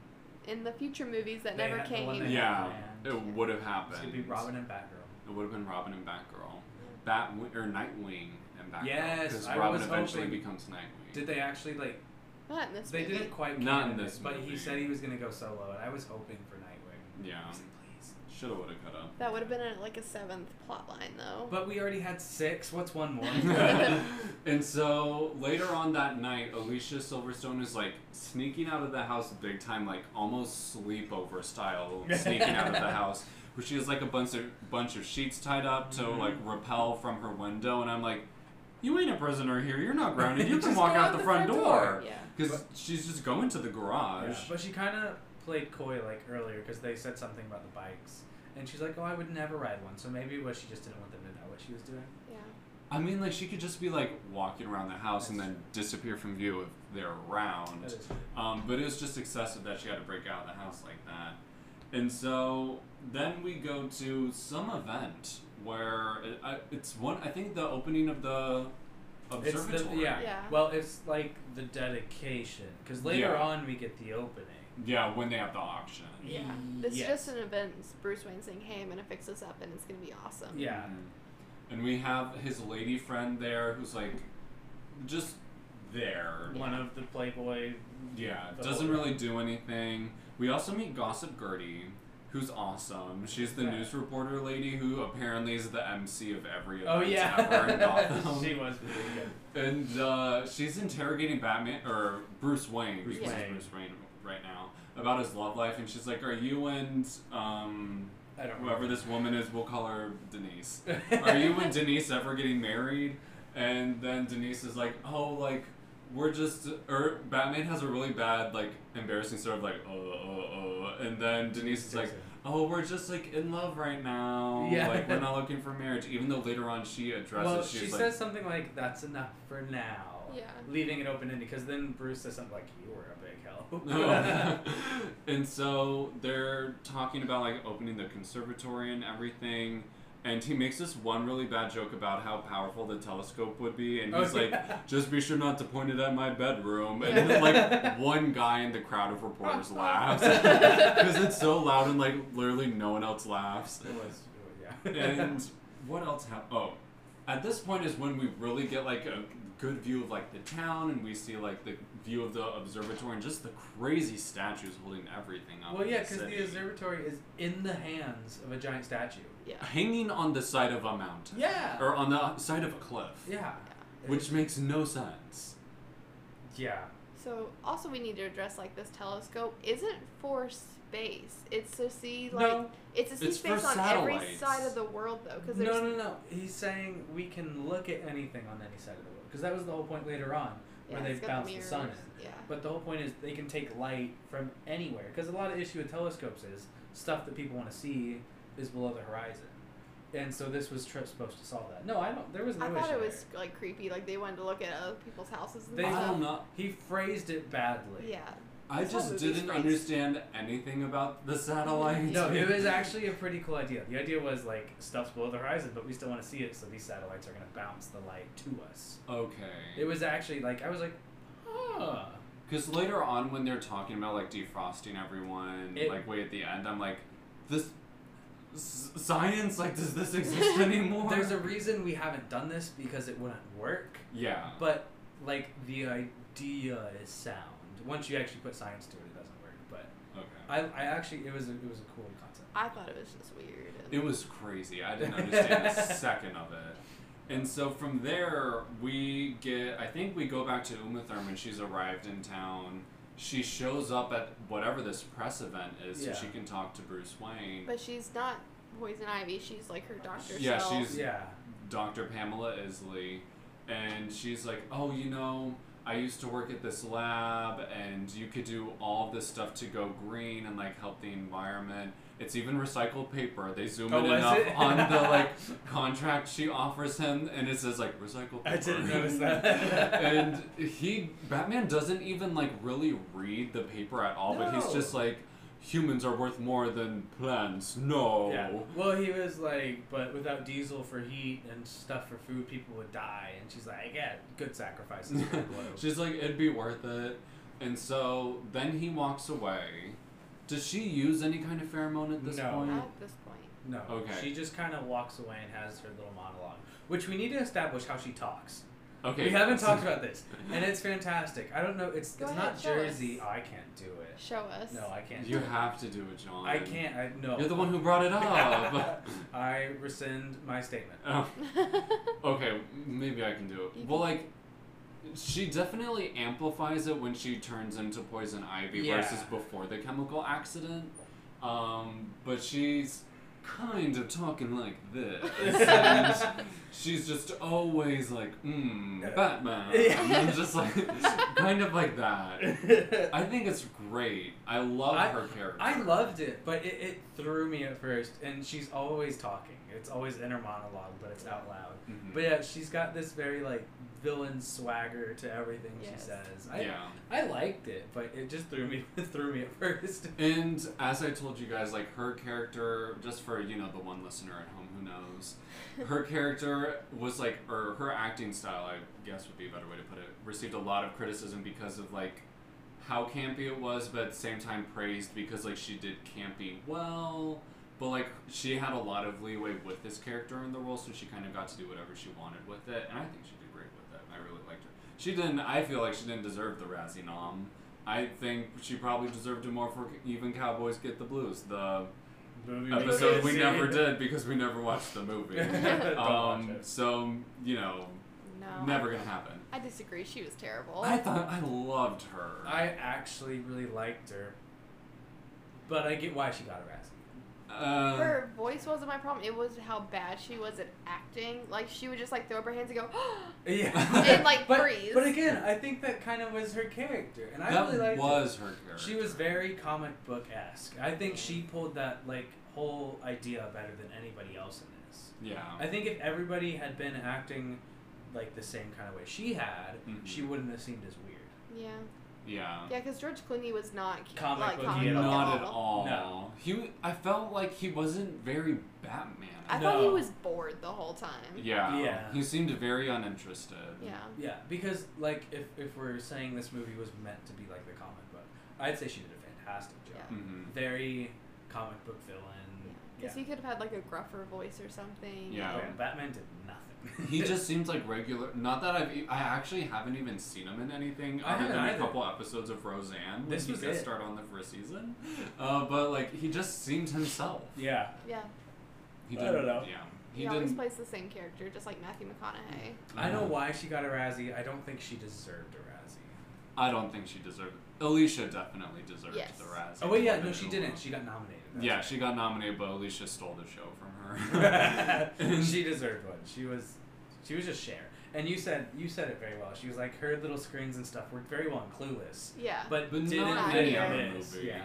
Speaker 3: in the future movies that
Speaker 2: They
Speaker 3: never
Speaker 2: had the one
Speaker 3: came.
Speaker 2: that-
Speaker 1: Yeah,
Speaker 2: Yeah.
Speaker 1: it would have happened.
Speaker 2: It's gonna be Robin and Batgirl.
Speaker 1: It would have been Robin and Batgirl, Bat or Nightwing and in background.
Speaker 2: Yes,
Speaker 1: because
Speaker 2: I
Speaker 1: Robin
Speaker 2: was
Speaker 1: eventually
Speaker 2: hoping-
Speaker 1: becomes Nightwing.
Speaker 2: Did they actually like?
Speaker 3: Not in this
Speaker 2: They
Speaker 3: movie.
Speaker 2: didn't quite.
Speaker 1: Not
Speaker 2: canon
Speaker 1: in
Speaker 2: it,
Speaker 1: this
Speaker 2: But he
Speaker 1: movie.
Speaker 2: said he was gonna go solo, and I was hoping for Nightwing.
Speaker 1: yeah,
Speaker 2: I was like, please.
Speaker 1: shoulda, woulda, coulda.
Speaker 3: That would have been a, like a seventh plot line though.
Speaker 2: But we already had six. What's
Speaker 1: <laughs>
Speaker 2: one more?
Speaker 1: and so later on that night, Alicia Silverstone is like sneaking out of the house big time, like almost sleepover
Speaker 2: <laughs>
Speaker 1: style, sneaking out of the house. Where she has like a bunch of bunch of sheets tied up to
Speaker 2: Mhm.
Speaker 1: like repel from her window, and I'm like, "You ain't a prisoner here. You're not <laughs> grounded. You can
Speaker 2: Just
Speaker 1: walk
Speaker 2: go
Speaker 1: out the, front, door."
Speaker 3: yeah.
Speaker 1: Because
Speaker 2: But-
Speaker 1: she's just going to the garage.
Speaker 2: But she kind of played coy like earlier because they said something about the bikes, and she's like, "Oh, I would never ride one." So maybe it was she just didn't want them to know what she was doing.
Speaker 3: Yeah.
Speaker 1: I mean, like she could just be like walking around the house and
Speaker 2: That's
Speaker 1: then disappear from view if they're around.
Speaker 2: That is
Speaker 1: Um, but it was just excessive that she had to break out of the house like that. And so then we go to some event where it, I, it's one. I think the opening of the
Speaker 2: It's
Speaker 1: observatory.
Speaker 2: the, yeah.
Speaker 3: Yeah.
Speaker 2: Well, it's like the dedication because later
Speaker 1: Yeah.
Speaker 2: on we get the opening.
Speaker 1: Yeah, when they have the auction.
Speaker 3: Yeah. This
Speaker 2: Yes.
Speaker 3: is just an event. It's Bruce Wayne saying, "Hey, I'm gonna fix this up, and it's gonna be awesome."
Speaker 2: Yeah.
Speaker 1: Mm-hmm. And we have his lady friend there who's like, just there.
Speaker 2: One of the Playboy.
Speaker 1: Yeah,
Speaker 2: The
Speaker 1: doesn't
Speaker 2: whole-
Speaker 1: really do anything. We also meet Gossip Gertie, who's awesome. She's the
Speaker 2: Yeah.
Speaker 1: news reporter lady who apparently is the MC of every event
Speaker 2: Oh yeah.
Speaker 1: ever
Speaker 2: <laughs>
Speaker 1: in Gotham.
Speaker 2: she was really good.
Speaker 1: and uh, she's interrogating Batman or Bruce Wayne.
Speaker 2: Bruce
Speaker 1: because it's
Speaker 2: Wayne.
Speaker 1: Bruce Wayne right now about his love life, and she's like, "Are you and um,
Speaker 2: I don't
Speaker 1: whoever
Speaker 2: remember.
Speaker 1: this woman is? We'll call her Denise."
Speaker 2: <laughs>
Speaker 1: are you and Denise ever getting married? And then Denise is like, oh, like, we're just, or Batman has a really bad, like, embarrassing sort of like, oh, oh, oh. And then Denise is like, oh, we're just, like, in love right now.
Speaker 2: Yeah.
Speaker 1: Like,
Speaker 2: <laughs>
Speaker 1: we're not looking for marriage. Even though later on she addresses,
Speaker 2: Well,
Speaker 1: she's
Speaker 2: she
Speaker 1: like,
Speaker 2: says something like, "That's enough for now."
Speaker 3: Yeah.
Speaker 2: Leaving it open ended because then Bruce says something like, "You were a
Speaker 1: <laughs>
Speaker 2: big help." <laughs> Oh,
Speaker 1: No. <laughs> and so they're talking about like opening the conservatory and everything. And he makes this one really bad joke about how powerful the telescope would be, and
Speaker 2: Oh,
Speaker 1: he's like,
Speaker 2: yeah.
Speaker 1: "Just be sure not to point it at my bedroom." And then, like one guy in the crowd of reporters laughs because it's so loud and like literally no one else laughs.
Speaker 2: <laughs> It was,
Speaker 1: <laughs>
Speaker 2: it was- yeah. <laughs>
Speaker 1: And what else happened? Oh, at this point is when we really get like a good view of like the town, and we see like the view of the observatory and just the crazy statues holding everything up.
Speaker 2: well,
Speaker 1: in
Speaker 2: yeah,
Speaker 1: the
Speaker 2: because the
Speaker 1: city.
Speaker 2: observatory is in the hands of a giant statue.
Speaker 3: Yeah.
Speaker 1: hanging on the side of a mountain
Speaker 2: Yeah.
Speaker 1: or on the side of a cliff,
Speaker 2: yeah.
Speaker 1: which makes no sense.
Speaker 2: Yeah.
Speaker 3: So also we need to address like this telescope isn't for space. It's to see like oh,
Speaker 2: no.
Speaker 3: it's to see
Speaker 1: It's for
Speaker 3: space on every
Speaker 1: satellites.
Speaker 3: side of the world though, because there's
Speaker 2: No, no, no. He's saying we can look at anything on any side of the world because that was the whole point later on where
Speaker 3: yeah,
Speaker 2: they
Speaker 3: it's got
Speaker 2: bounce
Speaker 3: the,
Speaker 2: the sun in.
Speaker 3: mirrors. Yeah.
Speaker 2: But the whole point is they can take light from anywhere. Because a lot of issue with telescopes is stuff that people want to see is below the horizon, and so this was tri- supposed to solve that. No, I don't. There was no
Speaker 3: I thought
Speaker 2: issue
Speaker 3: it
Speaker 2: there.
Speaker 3: was like creepy, like they wanted to look at other people's houses and
Speaker 2: They-
Speaker 1: I
Speaker 3: stuff.
Speaker 1: don't know.
Speaker 2: He phrased it badly.
Speaker 3: Yeah.
Speaker 1: I
Speaker 3: That's how
Speaker 1: just
Speaker 3: movies
Speaker 1: didn't
Speaker 3: phrase.
Speaker 1: understand anything about the satellites.
Speaker 2: No, it was actually a pretty cool idea. The idea was like stuff's below the horizon, but we still want to see it, so these satellites are going to bounce the light to us.
Speaker 1: <laughs>
Speaker 2: It
Speaker 1: okay.
Speaker 2: was actually like I was like, huh.
Speaker 1: Because later on, when they're talking about like defrosting everyone,
Speaker 2: It-
Speaker 1: like way at the end, I'm like, this s- science, like, does this
Speaker 2: <laughs>
Speaker 1: exist anymore?
Speaker 2: There's a reason we haven't done this because it wouldn't work.
Speaker 1: yeah,
Speaker 2: But like the idea is sound. Once you actually put science to it, it doesn't work. But
Speaker 1: okay.
Speaker 2: I, I actually it was a, it was a cool concept.
Speaker 3: I thought it was just weird. and-
Speaker 1: It was crazy. I didn't understand
Speaker 2: <laughs>
Speaker 1: a second of it. And so from there, we get. I think we go back to Uma Thurman. She's arrived in town. She shows up at whatever this press event is,
Speaker 2: Yeah.
Speaker 1: so she can talk to Bruce Wayne.
Speaker 3: But she's not poison ivy. She's like her doctor.
Speaker 1: Yeah,
Speaker 3: self.
Speaker 1: she's-
Speaker 2: Yeah.
Speaker 1: Dr. Pamela Isley, and she's like, "Oh, you know, I used to work at this lab, and you could do all this stuff to go green and like help the environment. It's even recycled paper. They zoom
Speaker 2: Oh,
Speaker 1: in
Speaker 2: was
Speaker 1: enough
Speaker 2: it?
Speaker 1: on
Speaker 2: <laughs>
Speaker 1: the like <laughs> contract she offers him, and it says like recycled paper."
Speaker 2: I didn't notice that.
Speaker 1: <laughs> and he Batman doesn't even like really read the paper at all, but he's
Speaker 2: No.
Speaker 1: just like. Humans are worth more than plants. No.
Speaker 2: Yeah. Well, he was like, but without diesel for heat and stuff for food, people would die. And she's like, yeah, good sacrifices. for
Speaker 1: <laughs>
Speaker 2: the globe."
Speaker 1: She's like, it'd be worth it. And so then he walks away. Does she use any kind of pheromone at this
Speaker 2: No.
Speaker 1: point?
Speaker 3: At this point.
Speaker 2: no.
Speaker 1: Okay.
Speaker 2: She just kind of walks away and has her little monologue, which we need to establish how she talks.
Speaker 1: Okay.
Speaker 2: We haven't
Speaker 1: so-
Speaker 2: talked
Speaker 1: <laughs>
Speaker 2: about this, and it's fantastic. I don't know. It's
Speaker 3: Go
Speaker 2: it's
Speaker 3: ahead,
Speaker 2: not
Speaker 3: show us.
Speaker 2: Jersey. I can't do it.
Speaker 3: Show us.
Speaker 2: No, I can't.
Speaker 1: You
Speaker 2: do it.
Speaker 1: have to do it, John.
Speaker 2: I can't. I no.
Speaker 1: You're the one who brought
Speaker 2: <laughs>
Speaker 1: it up. <laughs>
Speaker 2: I rescind my statement. <laughs>
Speaker 1: oh, okay, maybe I can do it.
Speaker 3: You
Speaker 1: well, like, she definitely amplifies it when she turns into Poison Ivy
Speaker 2: Yeah.
Speaker 1: versus before the chemical accident. Um, but she's kind of talking like
Speaker 2: <laughs>
Speaker 1: this. and she's just always like, mm, Batman. And I'm just like, <laughs> kind of like that. I think it's great. I love
Speaker 2: I-
Speaker 1: her character.
Speaker 2: I loved it, but it, it threw me at first. And she's always talking. It's always inner monologue, but it's out loud.
Speaker 1: Mhm.
Speaker 2: But yeah, she's got this very like villain swagger to everything she
Speaker 3: Yes.
Speaker 2: says. I,
Speaker 1: yeah.
Speaker 2: I liked it, but it just threw me <laughs> threw me at first.
Speaker 1: And as I told you guys, like her character, just for you know the one listener at home who knows, her character was like, or her acting style, I guess would be a better way to put it, received a lot of criticism because of like how campy it was, but at the same time praised because like she did campy well. But like she had a lot of leeway with this character in the role, so she kind of got to do whatever she wanted with it, and I think she did great with it. I really liked her. She didn't. I feel like she didn't deserve the Razzie nom. I think she probably deserved it more for even Cowboys Get the Blues, the episode we never did because we never watched the movie.
Speaker 2: <laughs> Don't watch
Speaker 1: um,
Speaker 2: it.
Speaker 1: so you know,
Speaker 3: <laughs> No,
Speaker 1: never gonna happen.
Speaker 3: I disagree. She was terrible.
Speaker 1: I thought I loved her.
Speaker 2: I actually really liked her, but I get why she got harassed.
Speaker 1: uh,
Speaker 3: her voice wasn't my problem. It was how bad she was at acting. Like she would just like throw up her hands and go, <gasps>
Speaker 2: Yeah, <laughs>
Speaker 1: And,
Speaker 3: like,
Speaker 2: but,
Speaker 3: breathe.
Speaker 2: But again, I think that kind of was her character, and I
Speaker 1: that
Speaker 2: really liked.
Speaker 1: was her Mm.
Speaker 2: it.
Speaker 1: character.
Speaker 2: She was very comic book esque. I think she pulled that like whole idea better than anybody else in this.
Speaker 1: Yeah.
Speaker 2: I think if everybody had been acting like the same kind of way she had,
Speaker 1: Mhm.
Speaker 2: she wouldn't have seemed as weird.
Speaker 3: yeah,
Speaker 1: Yeah.
Speaker 3: yeah, because George Clooney was not cu-
Speaker 2: Comic
Speaker 3: like
Speaker 2: book
Speaker 3: comic
Speaker 2: at
Speaker 3: book
Speaker 1: Not
Speaker 3: at
Speaker 1: at
Speaker 3: all.
Speaker 1: all.
Speaker 2: No.
Speaker 1: He. I felt like he wasn't very Batman.
Speaker 3: I thought he
Speaker 2: No.
Speaker 3: was bored the whole time.
Speaker 1: yeah.
Speaker 2: Yeah.
Speaker 1: He seemed very uninterested.
Speaker 3: Yeah.
Speaker 2: Yeah, because like if, if we're saying this movie was meant to be like the comic book, I'd say she did a fantastic job.
Speaker 1: hmm
Speaker 2: Very comic book villain. Yeah.
Speaker 3: Because he could have had like a gruffer voice or something.
Speaker 1: Yeah.
Speaker 2: Oh, Batman did <laughs> nothing.
Speaker 1: He <laughs> just seems like regular. Not that I've. e- I actually haven't even seen him in anything
Speaker 2: I
Speaker 1: other than
Speaker 2: haven't
Speaker 1: a
Speaker 2: either.
Speaker 1: couple episodes of Roseanne. when
Speaker 2: This
Speaker 1: he
Speaker 2: was
Speaker 1: guest
Speaker 2: it.
Speaker 1: starred on the first season. Uh, but like he just seemed himself.
Speaker 2: yeah.
Speaker 3: Yeah.
Speaker 1: He
Speaker 2: I
Speaker 1: didn't,
Speaker 2: don't know.
Speaker 1: Yeah.
Speaker 3: He,
Speaker 1: He
Speaker 3: always
Speaker 1: didn't. Mm.
Speaker 3: plays the same character, just like Matthew McConaughey.
Speaker 2: I know why she got a Razzie. I don't think she deserved a Razzie.
Speaker 1: I don't think she deserved. Alicia definitely deserved
Speaker 3: Yes.
Speaker 1: the Razzie.
Speaker 2: Oh wait, yeah,
Speaker 1: more
Speaker 2: no,
Speaker 1: than
Speaker 2: she
Speaker 1: anyone
Speaker 2: didn't.
Speaker 1: else.
Speaker 2: She got nominated.
Speaker 1: yeah, she got nominated, but Alicia stole the show from
Speaker 2: <laughs>
Speaker 1: her. <laughs>
Speaker 2: she she deserved one. She was she was just Cher. And you said you said it very well. She was like her little screens and stuff worked very well in Clueless.
Speaker 3: Yeah.
Speaker 2: But,
Speaker 1: But
Speaker 2: didn't
Speaker 1: not
Speaker 2: fit
Speaker 3: any
Speaker 2: in
Speaker 3: other
Speaker 2: this.
Speaker 1: movie.
Speaker 2: Yeah.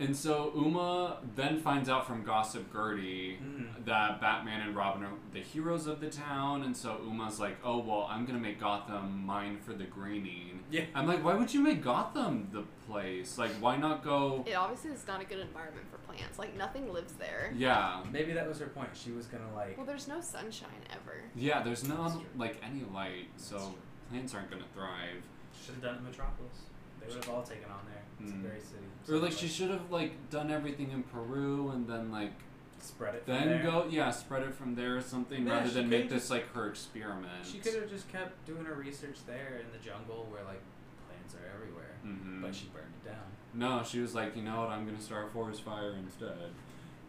Speaker 1: And so Uma then finds out from Gossip Gertie
Speaker 2: Mhm.
Speaker 1: that Batman and Robin are the heroes of the town, and so Uma's like, "Oh well, I'm gonna make Gotham mine for the greening."
Speaker 2: Yeah.
Speaker 1: I'm like, "Why would you make Gotham the place? Like, why not go?"
Speaker 3: It obviously is not a good environment for plants. Like nothing lives there.
Speaker 1: Yeah,
Speaker 2: Maybe that was her point. She was gonna like
Speaker 3: Well, there's no sunshine ever.
Speaker 1: yeah. There's
Speaker 2: That's
Speaker 1: not
Speaker 2: true.
Speaker 1: like any light,
Speaker 2: That's
Speaker 1: so
Speaker 2: true.
Speaker 1: plants aren't gonna thrive.
Speaker 2: should have done it in Metropolis. They would have all taken on there. It's
Speaker 1: Mm.
Speaker 2: a very city.
Speaker 1: Or
Speaker 2: city
Speaker 1: like
Speaker 2: life.
Speaker 1: she should have like done everything in Peru and then like
Speaker 2: spread it. from
Speaker 1: then
Speaker 2: there.
Speaker 1: go yeah spread it from there or something
Speaker 2: Yeah,
Speaker 1: rather
Speaker 2: she
Speaker 1: than make
Speaker 2: could've
Speaker 1: this like her experiment.
Speaker 2: She could have just kept doing her research there in the jungle where like plants are everywhere.
Speaker 1: Mhm.
Speaker 2: But she burned it down.
Speaker 1: No, she was like, you know what, I'm gonna start a forest fire instead.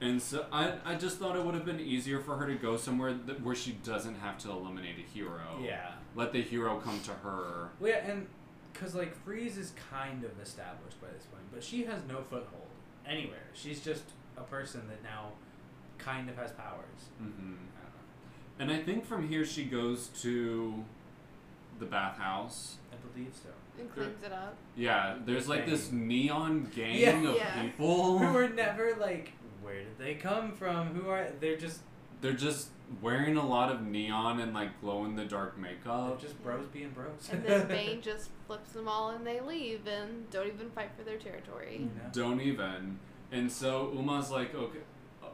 Speaker 1: And so I, I just thought it would have been easier for her to go somewhere th- where she doesn't have to eliminate a hero.
Speaker 2: Yeah.
Speaker 1: Let the hero come to her.
Speaker 2: Well, yeah, and because like Freeze is kind of established by this point, but she has no foothold anywhere. She's just a person that now kind of has powers.
Speaker 1: hmm
Speaker 2: I don't
Speaker 1: And I think from here she goes to the bathhouse.
Speaker 2: know. I believe so.
Speaker 3: And cleans
Speaker 1: <laughs>
Speaker 3: it up.
Speaker 1: Yeah, there's like this neon gang
Speaker 2: Yeah.
Speaker 1: of
Speaker 3: Yeah.
Speaker 1: people.
Speaker 2: <laughs> Who are never like, where did they come from? Who are they're just
Speaker 1: They're just wearing a lot of neon and like glow in the dark
Speaker 2: they're
Speaker 1: makeup.
Speaker 2: just bros being bros.
Speaker 3: And
Speaker 2: <laughs>
Speaker 3: then Bane just flips them all and they leave
Speaker 1: Mm.
Speaker 3: and don't even fight for their territory.
Speaker 2: No.
Speaker 1: Don't even. And so Uma's like, okay,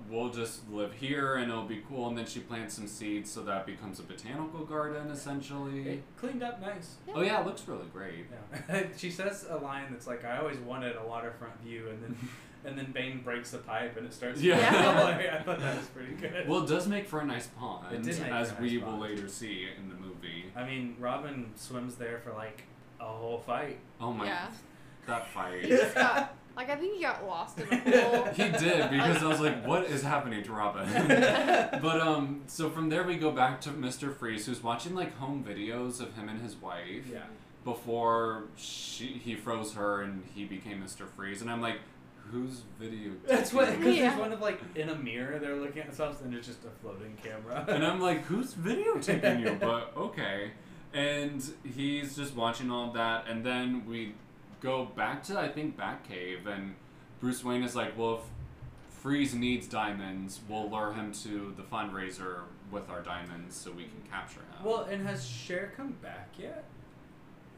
Speaker 1: we'll just live here and it'll be cool. And then she plants some seeds so that becomes a botanical garden essentially.
Speaker 2: It cleaned up nice. <laughs>
Speaker 1: Oh yeah, it looks really great.
Speaker 2: Yeah. she says a line that's like, "I always wanted a waterfront view," and then and then Bane breaks the pipe and it starts.
Speaker 1: Yeah.
Speaker 3: <laughs>
Speaker 2: <laughs>
Speaker 3: Yeah.
Speaker 2: I thought that was pretty good.
Speaker 1: Well, it does make for a nice pond,
Speaker 2: It did make
Speaker 1: as
Speaker 2: for a
Speaker 1: we
Speaker 2: nice
Speaker 1: will
Speaker 2: pond.
Speaker 1: later see in the movie.
Speaker 2: I mean, Robin swims there for like a whole
Speaker 3: <laughs>
Speaker 2: fight.
Speaker 1: Oh my,
Speaker 3: Yeah.
Speaker 1: that
Speaker 2: <laughs>
Speaker 1: fight.
Speaker 3: He
Speaker 1: <laughs>
Speaker 3: just got like I think he got lost in the pool.
Speaker 1: He did because I was like, "What is happening to Robin?"
Speaker 2: <laughs>
Speaker 1: but um, so from there we go back to Mr. Freeze, who's watching like home videos of him and his wife
Speaker 2: Yeah.
Speaker 1: before she he froze her and he became Mr. Freeze, and I'm like, "Whose video?"
Speaker 2: That's what because <laughs>
Speaker 3: Yeah.
Speaker 2: there's one of like in a mirror they're looking at something and it's just a floating camera.
Speaker 1: And I'm like, who's videotaping you? But okay. And he's just watching all of that. And then we go back to, I think, Batcave. And Bruce Wayne is like, well, if Freeze needs diamonds, we'll lure him to the fundraiser with our diamonds so we can capture him.
Speaker 2: <laughs> well, and has Cher come back yet?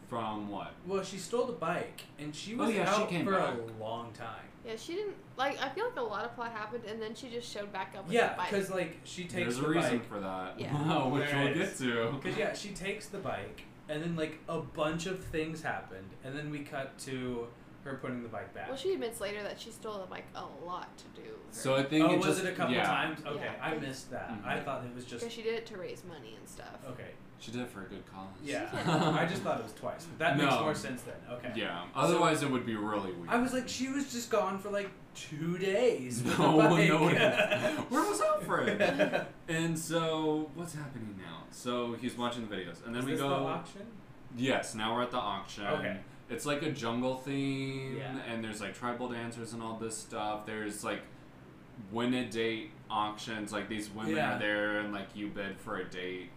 Speaker 1: From what?
Speaker 2: Well, she stole the bike and she
Speaker 1: Oh,
Speaker 2: was
Speaker 1: yeah, she
Speaker 2: out
Speaker 1: came
Speaker 2: for
Speaker 1: back.
Speaker 2: a long time.
Speaker 3: Yeah, she didn't like. I feel like a lot of plot happened, and then she just showed back up. With
Speaker 2: Yeah,
Speaker 3: the bike.
Speaker 2: because like she takes
Speaker 1: There's a
Speaker 2: the
Speaker 1: reason
Speaker 2: bike.
Speaker 1: for that. <laughs>
Speaker 3: Yeah.
Speaker 1: which
Speaker 2: There
Speaker 1: we'll
Speaker 2: it
Speaker 1: get
Speaker 2: is.
Speaker 1: to.
Speaker 2: Because yeah, she takes the bike, and then like a bunch of things happened, and then we cut to her putting the bike back.
Speaker 3: well, she admits later that she stole like a lot to do.
Speaker 1: So I think
Speaker 2: oh,
Speaker 1: it
Speaker 2: was
Speaker 1: just,
Speaker 2: it a couple
Speaker 1: yeah,
Speaker 2: times? Okay,
Speaker 3: Yeah.
Speaker 2: I missed that. I
Speaker 1: Mhm.
Speaker 2: thought it was just
Speaker 3: because she did it to raise money and stuff. <laughs>
Speaker 2: okay.
Speaker 1: She did it for a good cause.
Speaker 2: Yeah,
Speaker 3: Yeah.
Speaker 2: <laughs> I just thought it was twice, but that makes
Speaker 1: No.
Speaker 2: more sense then. Okay.
Speaker 1: Yeah. Otherwise, it would be really weird.
Speaker 2: I was like, she was just gone for like two days. With
Speaker 1: No,
Speaker 2: the
Speaker 1: no,
Speaker 2: bike. <laughs>
Speaker 1: no. Where was
Speaker 3: <laughs>
Speaker 1: Alfred? And so, what's happening now? So he's watching the videos, and then
Speaker 2: Is
Speaker 1: we
Speaker 2: this
Speaker 1: go.
Speaker 2: the auction?
Speaker 1: yes, now we're at the auction.
Speaker 2: Okay.
Speaker 1: It's like a jungle theme,
Speaker 2: Yeah.
Speaker 1: and there's like tribal dancers and all this stuff. There's like win a date auctions. Like these women
Speaker 2: Yeah.
Speaker 1: are there, and like you bid for a date,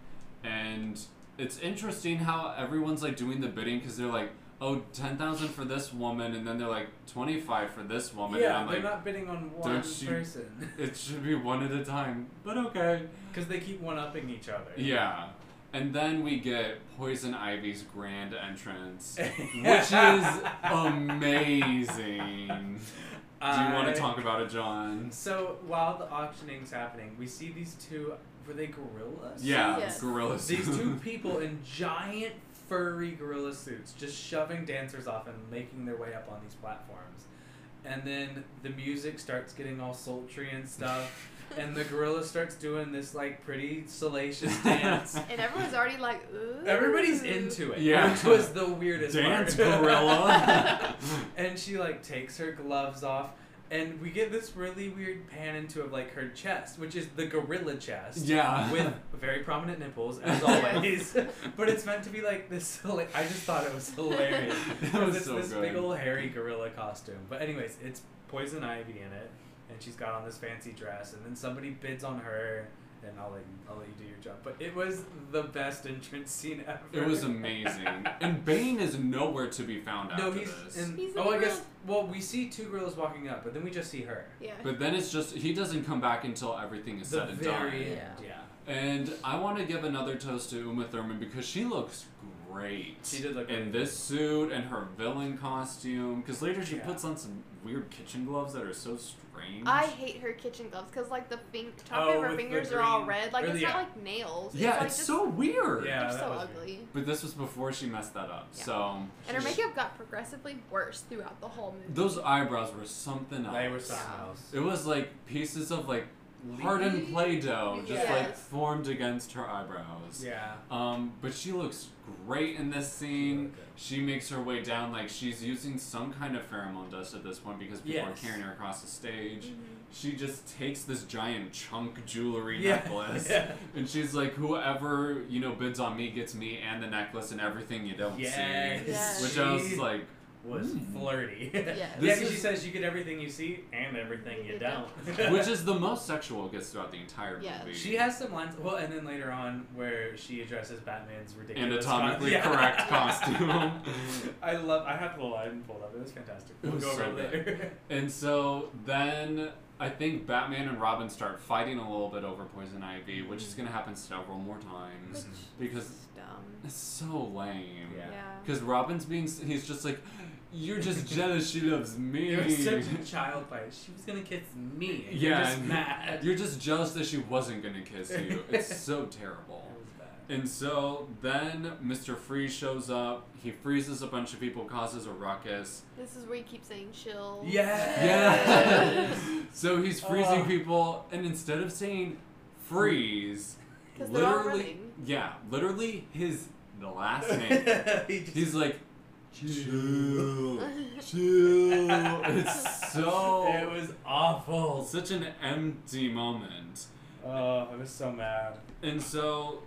Speaker 1: and it's interesting how everyone's like doing the bidding because they're like, oh, ten thousand for this woman, and then they're like twenty five for this woman, and
Speaker 2: yeah,
Speaker 1: I'm
Speaker 2: they're
Speaker 1: like,
Speaker 2: not bidding on one
Speaker 1: don't you-
Speaker 2: person
Speaker 1: it should be one at a time, but okay.
Speaker 2: <laughs> because they keep one upping each other. <laughs>
Speaker 1: Yeah. And then we get Poison Ivy's grand
Speaker 2: <laughs>
Speaker 1: entrance, which is amazing. Do you want
Speaker 2: I-
Speaker 1: to talk about it, John?
Speaker 2: So while the auctioning's happening, we see these two were they gorillas?
Speaker 1: Yeah,
Speaker 3: Yes.
Speaker 1: gorilla
Speaker 2: These
Speaker 1: <laughs>
Speaker 2: two
Speaker 1: suit.
Speaker 2: people in giant furry gorilla suits just shoving dancers off and making their way up on these platforms. And then the music starts getting all sultry and stuff, and the gorilla starts doing this like pretty
Speaker 1: <laughs>
Speaker 2: salacious dance.
Speaker 3: <laughs> And everyone's already like,
Speaker 2: <laughs>
Speaker 3: ooh.
Speaker 2: Everybody's into it,
Speaker 1: Yeah.
Speaker 2: which was the weirdest
Speaker 1: Dance
Speaker 2: part. <laughs>
Speaker 1: gorilla. <laughs>
Speaker 2: and she like takes her gloves off and we get this really weird pan into of like her chest which is the gorilla chest
Speaker 1: yeah.
Speaker 2: with very prominent nipples as always <laughs> but it's meant to be like this <laughs> hila- i just thought it was hilarious
Speaker 1: <laughs> That
Speaker 2: because
Speaker 1: was
Speaker 2: it's
Speaker 1: so
Speaker 2: this
Speaker 1: good.
Speaker 2: big old hairy gorilla costume but anyways it's poison ivy in it and she's got on this fancy dress and then somebody bids on her and I'll let you, I'll let you do your job. But it was the best entrance scene ever.
Speaker 1: It was amazing. And Bane is nowhere to be found after
Speaker 2: No, he's
Speaker 1: this.
Speaker 2: in.
Speaker 3: He's in
Speaker 2: oh,
Speaker 3: the
Speaker 2: I guess.
Speaker 3: room.
Speaker 2: Well, we see two girls walking up, but then we just see her.
Speaker 3: Yeah.
Speaker 1: But then it's just, he doesn't come back until everything is
Speaker 2: the
Speaker 1: said and done.
Speaker 2: very
Speaker 3: done.
Speaker 2: end. Yeah.
Speaker 1: And I want to give another toast to Uma Thurman because she looks great.
Speaker 2: She did look
Speaker 1: in
Speaker 2: great.
Speaker 1: this suit and her villain costume. Because later she
Speaker 2: Yeah.
Speaker 1: puts on some weird kitchen gloves that are so strange.
Speaker 3: I hate her kitchen gloves because like the fin- top
Speaker 2: Oh,
Speaker 3: of her
Speaker 2: with the
Speaker 3: fingers are all
Speaker 2: green-
Speaker 3: red. Like
Speaker 2: or
Speaker 3: it's
Speaker 2: the-
Speaker 3: not like nails.
Speaker 1: yeah,
Speaker 3: it's, like,
Speaker 1: it's
Speaker 3: just,
Speaker 1: so weird.
Speaker 2: Yeah.
Speaker 3: They're
Speaker 2: that
Speaker 3: so
Speaker 2: was weird.
Speaker 3: ugly.
Speaker 1: But this was before she messed that up.
Speaker 3: Yeah.
Speaker 1: So
Speaker 3: And her
Speaker 1: she-
Speaker 3: makeup got progressively worse throughout the whole movie.
Speaker 1: those eyebrows were something else.
Speaker 2: They were something
Speaker 3: Yeah.
Speaker 2: else.
Speaker 1: It was like pieces of like
Speaker 2: Le-
Speaker 1: hardened play-doh just like
Speaker 3: Yes.
Speaker 1: formed against her eyebrows.
Speaker 2: Yeah.
Speaker 1: Um, but she looks great in this scene.
Speaker 2: looked good.
Speaker 1: She makes her way down like she's using some kind of pheromone dust at this point because people
Speaker 2: Yes.
Speaker 1: are carrying her across the stage.
Speaker 3: Mm-hmm.
Speaker 1: She just takes this giant chunk jewelry
Speaker 2: <laughs> Yeah.
Speaker 1: necklace
Speaker 2: Yeah.
Speaker 1: and she's like, "Whoever you know bids on me gets me and the necklace and everything you don't
Speaker 2: Yes.
Speaker 1: see."
Speaker 3: Yes.
Speaker 1: Which I was
Speaker 2: She
Speaker 1: like,
Speaker 2: was
Speaker 1: Mm.
Speaker 2: flirty. <laughs> yeah,
Speaker 1: This
Speaker 2: because she
Speaker 1: is-
Speaker 2: says you get everything you see and everything you
Speaker 3: You
Speaker 2: don't. <laughs>
Speaker 1: which is the most sexual it gets throughout the entire
Speaker 3: Yeah.
Speaker 1: movie.
Speaker 2: She has some lines. Well, and then later on, where she addresses Batman's ridiculous
Speaker 1: anatomically
Speaker 2: con- <laughs> Yeah.
Speaker 1: correct costume.
Speaker 2: I love. I have the line pulled up. It was fantastic.
Speaker 1: It
Speaker 2: We'll
Speaker 1: was
Speaker 2: go over
Speaker 1: so
Speaker 2: it later. <laughs>
Speaker 1: And so then I think Batman and Robin start fighting a little bit over Poison Ivy, which is going to happen several more
Speaker 3: Which
Speaker 1: times
Speaker 3: is
Speaker 1: because
Speaker 3: dumb.
Speaker 1: it's so lame.
Speaker 2: <laughs> Yeah.
Speaker 3: Yeah.
Speaker 1: Because Robin's being, s- he's just like, You're
Speaker 2: <laughs>
Speaker 1: just jealous she loves me.
Speaker 2: You're such a child by it. She was gonna kiss me. and
Speaker 1: Yeah,
Speaker 2: You're just
Speaker 1: and-
Speaker 2: mad.
Speaker 1: You're just jealous that she wasn't gonna kiss you. It's so terrible.
Speaker 2: <laughs> That was bad.
Speaker 1: And so then Mr. Freeze shows up. He freezes a bunch of people, causes a ruckus.
Speaker 3: This is where you keep saying chill.
Speaker 1: Yeah. <laughs>
Speaker 2: Yes.
Speaker 1: so he's freezing
Speaker 2: Ugh.
Speaker 1: people, and instead of saying freeze,
Speaker 3: <laughs> 'Cause they're all
Speaker 1: literally,
Speaker 3: running.
Speaker 1: yeah, literally his the last name.
Speaker 2: <laughs> He just-
Speaker 1: He's like, chill,
Speaker 2: <laughs>
Speaker 3: <laughs>
Speaker 1: chill. It's so
Speaker 2: It was awful.
Speaker 1: such an empty moment.
Speaker 2: Oh, I was so mad.
Speaker 1: And so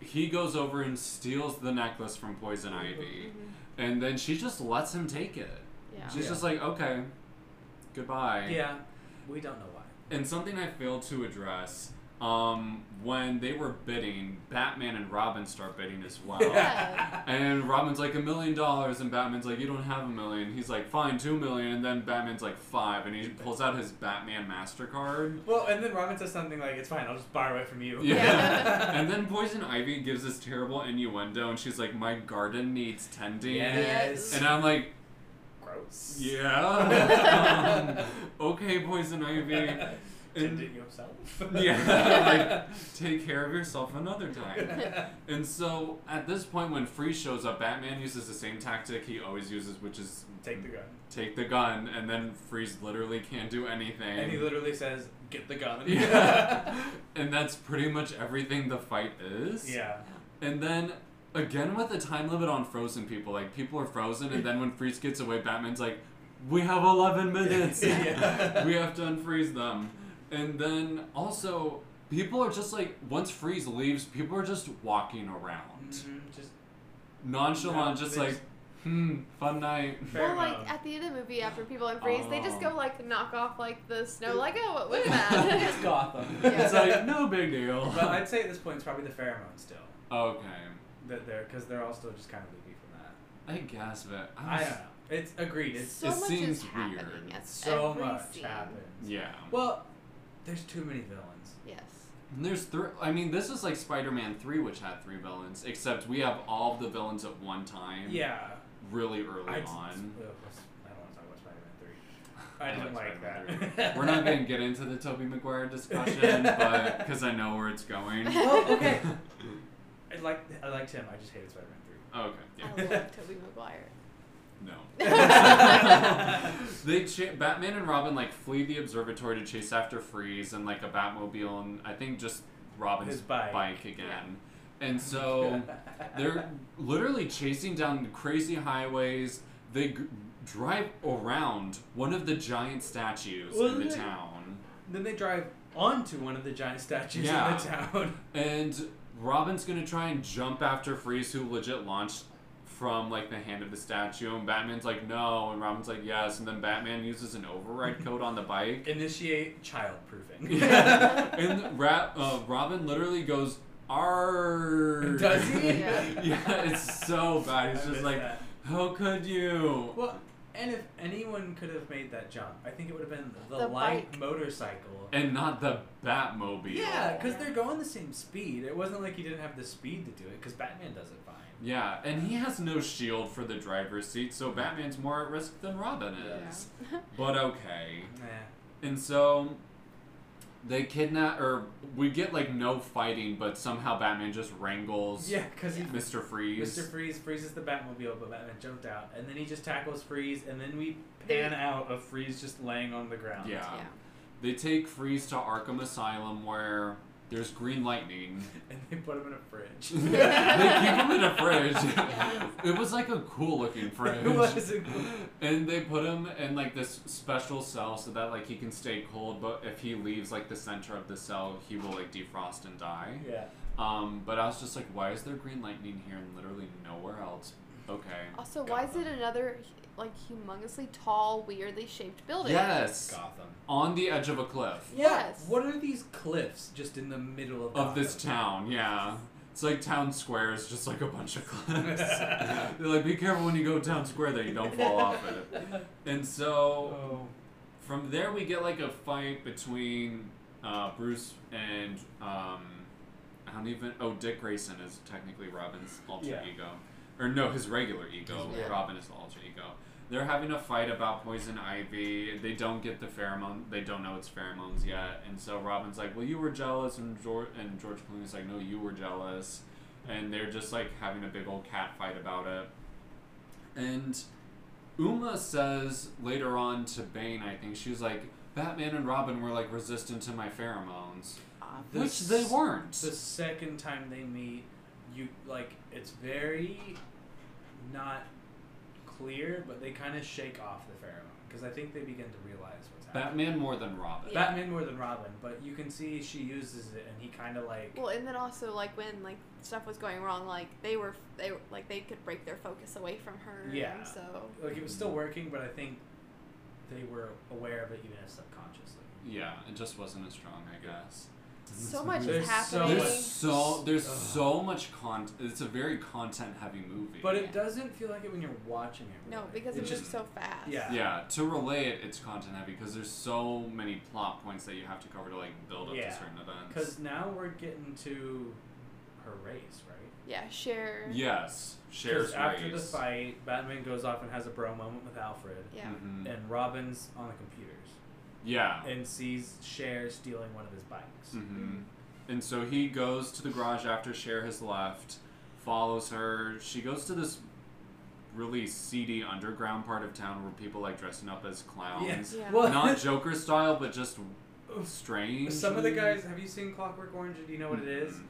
Speaker 1: he goes over and steals the necklace from Poison Ivy,
Speaker 3: Mhm.
Speaker 1: and then she just lets him take it.
Speaker 3: Yeah.
Speaker 1: She's
Speaker 2: Yeah.
Speaker 1: just like, okay, goodbye.
Speaker 2: Yeah, we don't know why.
Speaker 1: And something I failed to address um, when they were bidding, Batman and Robin start bidding as well.
Speaker 3: Yeah.
Speaker 1: And Robin's like, a million dollars, and Batman's like, you don't have a million. He's like, fine, two million. And then Batman's like, five. And he pulls out his Batman MasterCard.
Speaker 2: <laughs> Well, and then Robin says something like, "It's fine, I'll just borrow it from you."
Speaker 1: Yeah.
Speaker 3: Yeah.
Speaker 2: <laughs>
Speaker 1: and then Poison Ivy gives this terrible innuendo, and she's like, my garden needs tending.
Speaker 2: yes.
Speaker 1: And I'm like,
Speaker 2: Gross. <laughs>
Speaker 1: yeah. um, okay, Poison Ivy.
Speaker 2: Did it yourself? <laughs>
Speaker 1: Yeah, <laughs> like take care of yourself another time. And so at this point, when Free shows up, Batman uses the same tactic he always uses, which is
Speaker 2: Take the gun.
Speaker 1: take the gun, and then Freeze literally can't do anything. <laughs>
Speaker 2: And he literally says, "Get the gun."
Speaker 1: yeah, and that's pretty much everything the fight is.
Speaker 2: <laughs> Yeah.
Speaker 1: and then again with the time limit on frozen people, like people are frozen, and then when Freeze gets away, Batman's like, "We have eleven minutes.
Speaker 2: <laughs> Yeah.
Speaker 1: we have to unfreeze them." And then also, people are just like, once Freeze leaves, people are just walking around,
Speaker 2: Mhm, Just
Speaker 1: nonchalant,
Speaker 2: Yeah,
Speaker 1: just
Speaker 2: they
Speaker 1: like,
Speaker 2: just-
Speaker 1: "Hmm, fun night."
Speaker 2: <laughs> fair
Speaker 3: Well, like
Speaker 2: enough.
Speaker 3: at the end of the movie, after people in freeze, they just
Speaker 1: Oh.
Speaker 3: go like knock off like the snow, like oh,
Speaker 2: <laughs>
Speaker 3: what was
Speaker 2: it's
Speaker 3: that?
Speaker 2: Gotham.
Speaker 3: Yeah.
Speaker 1: It's like no big deal. <laughs>
Speaker 2: But I'd say at this point, it's probably the pheromone still
Speaker 1: okay,
Speaker 2: that they're because they're all still just kind of leaky from that.
Speaker 1: I guess, but
Speaker 2: I
Speaker 1: I,
Speaker 2: don't
Speaker 1: was,
Speaker 2: know. It's
Speaker 3: <laughs>
Speaker 2: agreed. It's
Speaker 3: so
Speaker 1: it
Speaker 3: much
Speaker 1: seems
Speaker 3: is happening
Speaker 1: weird.
Speaker 3: at
Speaker 2: so
Speaker 3: every
Speaker 2: much
Speaker 3: scene.
Speaker 2: happens.
Speaker 1: yeah.
Speaker 2: Well, there's too many villains.
Speaker 3: Yes.
Speaker 1: And There's three. I mean, this is like Spider-Man Three, which had three villains, except we have all of the villains at one time.
Speaker 2: Yeah.
Speaker 1: Really early
Speaker 2: I just,
Speaker 1: on.
Speaker 2: ugh, I don't want to talk about Spider-Man three. I didn't like
Speaker 1: Spider-Man
Speaker 2: that. <laughs>
Speaker 1: 3. We're not going to get into the Tobey Maguire discussion, but because I know where it's going.
Speaker 3: <laughs>
Speaker 2: Well, okay. I liked I liked him. I just hated Spider-Man three.
Speaker 1: <laughs> okay. Yeah.
Speaker 3: I love Toby Maguire.
Speaker 2: <laughs>
Speaker 1: No. they cha- Batman and Robin like flee the observatory to chase after Freeze and like a Batmobile and I think just Robin's
Speaker 2: His bike.
Speaker 1: again. And
Speaker 2: <laughs>
Speaker 1: so They're literally chasing down crazy highways. They g- drive around one of the giant statues
Speaker 2: Well,
Speaker 1: in the
Speaker 2: they-
Speaker 1: town.
Speaker 2: then they drive onto one of the giant statues
Speaker 1: Yeah.
Speaker 2: in the town.
Speaker 1: And Robin's gonna try and jump after Freeze, who legit launched from like the hand of the statue. And Batman's like, no. And Robin's like, yes. And then Batman uses an override code on the
Speaker 2: <laughs>
Speaker 1: bike. <laughs>
Speaker 2: Initiate child proofing.
Speaker 1: Yeah. and Ra- uh, Robin literally goes, "Arr."
Speaker 2: Does he?
Speaker 1: <laughs>
Speaker 3: Yeah.
Speaker 1: yeah, it's so bad. He's
Speaker 2: I
Speaker 1: just
Speaker 2: miss
Speaker 1: like,
Speaker 2: that.
Speaker 1: how could you?
Speaker 2: Well, and if anyone could have made that jump, I think it would have been the,
Speaker 3: The
Speaker 2: light
Speaker 3: bike.
Speaker 2: motorcycle.
Speaker 1: And not the Batmobile.
Speaker 2: Yeah, because
Speaker 3: Yeah.
Speaker 2: they're going the same speed. It wasn't like he didn't have the speed to do it, because Batman does it fine.
Speaker 1: Yeah, and he has no shield for the driver's seat, so Batman's more at risk than Robin is.
Speaker 3: <laughs>
Speaker 1: But okay.
Speaker 2: Nah.
Speaker 1: And so they kidnap, or we get like no fighting, but somehow Batman just wrangles
Speaker 2: Yeah, because he.
Speaker 1: Mr. Freeze.
Speaker 2: Mr. Freeze freezes the Batmobile, but Batman jumped out, and then he just tackles Freeze, and then we
Speaker 3: They-
Speaker 2: pan out of Freeze just laying on the ground.
Speaker 1: Yeah.
Speaker 3: Yeah.
Speaker 1: They take Freeze to Arkham Asylum where there's green
Speaker 2: <laughs>
Speaker 1: lightning.
Speaker 2: And they put him in a fridge.
Speaker 1: <laughs> they keep him in a
Speaker 2: <laughs>
Speaker 1: fridge. it was like a cool looking fridge.
Speaker 2: It was a-
Speaker 1: And they put him in like this special cell so that like he can stay cold, but if he leaves like the center of the cell, he will like defrost and die.
Speaker 2: yeah.
Speaker 1: Um, but I was just like, why is there green lightning here and literally nowhere else? Okay.
Speaker 3: Also, why is it another like humongously tall, weirdly shaped building?
Speaker 1: Yes,
Speaker 2: Gotham.
Speaker 1: on the edge of a cliff
Speaker 3: Yes.
Speaker 2: What are these cliffs just in the middle
Speaker 1: of
Speaker 2: of Gotham?
Speaker 1: this town. Yeah, it's like town square is just like a bunch of cliffs. They're like, be careful when you go town square that you don't fall off it. And so
Speaker 2: <laughs> Oh.
Speaker 1: From there, we get like a fight between uh, Bruce and um, I don't even. Oh, Dick Grayson is technically Robin's alter
Speaker 2: Yeah.
Speaker 1: ego, or no, his regular ego.
Speaker 3: His- yeah.
Speaker 1: Robin is the alter ego, They're having a fight about poison ivy. They don't get the pheromone. They don't know it's pheromones yet. And so Robin's like, "Well, you were jealous," and George and George Clooney's like, "No, you were jealous." And they're just like having a big old cat fight about it. And Uma says later on to Bane, I think she's like, "Batman and Robin were like resistant to my pheromones," which
Speaker 2: This-
Speaker 1: they weren't.
Speaker 2: The second time they meet, you like it's very not clear, but they kind of shake off the pheromone because I think they begin to realize what's happening.
Speaker 1: Batman more than Robin.
Speaker 3: Yeah.
Speaker 2: Batman more than Robin, but you can see she uses it, and he kind of like
Speaker 3: Well, and then also like when like stuff was going wrong, like they were they were- like they could break their focus away from her. and
Speaker 2: Yeah.
Speaker 3: So
Speaker 2: like it was still working, but I think they were aware of it even if subconsciously.
Speaker 1: Yeah, it just wasn't as strong, I guess.
Speaker 3: so much
Speaker 2: There's
Speaker 3: is
Speaker 2: so
Speaker 3: happening.
Speaker 1: There's so there's
Speaker 2: Ugh.
Speaker 1: so much content. It's a very content heavy movie.
Speaker 2: But it
Speaker 3: Yeah.
Speaker 2: doesn't feel like it when you're watching it.
Speaker 3: no,
Speaker 2: really.
Speaker 3: because
Speaker 1: It
Speaker 3: it moves
Speaker 1: just-
Speaker 3: so fast.
Speaker 2: Yeah.
Speaker 1: yeah, to relay it, it's content heavy because there's so many plot points that you have to cover to like build up
Speaker 2: Yeah,
Speaker 1: to certain events.
Speaker 2: because now we're getting to her race, right?
Speaker 3: Yeah. Share.
Speaker 1: Yes, shares
Speaker 2: Because after the
Speaker 1: race.
Speaker 2: fight, Batman goes off and has a bro moment with Alfred,
Speaker 3: Yeah.
Speaker 1: Mhm.
Speaker 2: and Robin's on the computers
Speaker 1: Yeah.
Speaker 2: and sees Cher stealing one of his bikes. <laughs>
Speaker 1: hmm And so he goes to the garage after Cher has left, follows her. She goes to this really seedy underground part of town where people like dressing up as clowns.
Speaker 3: Yeah.
Speaker 2: Well, <laughs>
Speaker 1: Not Joker style, but just strange.
Speaker 2: some of the guys. Have you seen Clockwork Orange? Do you know what it is?
Speaker 1: Mhm.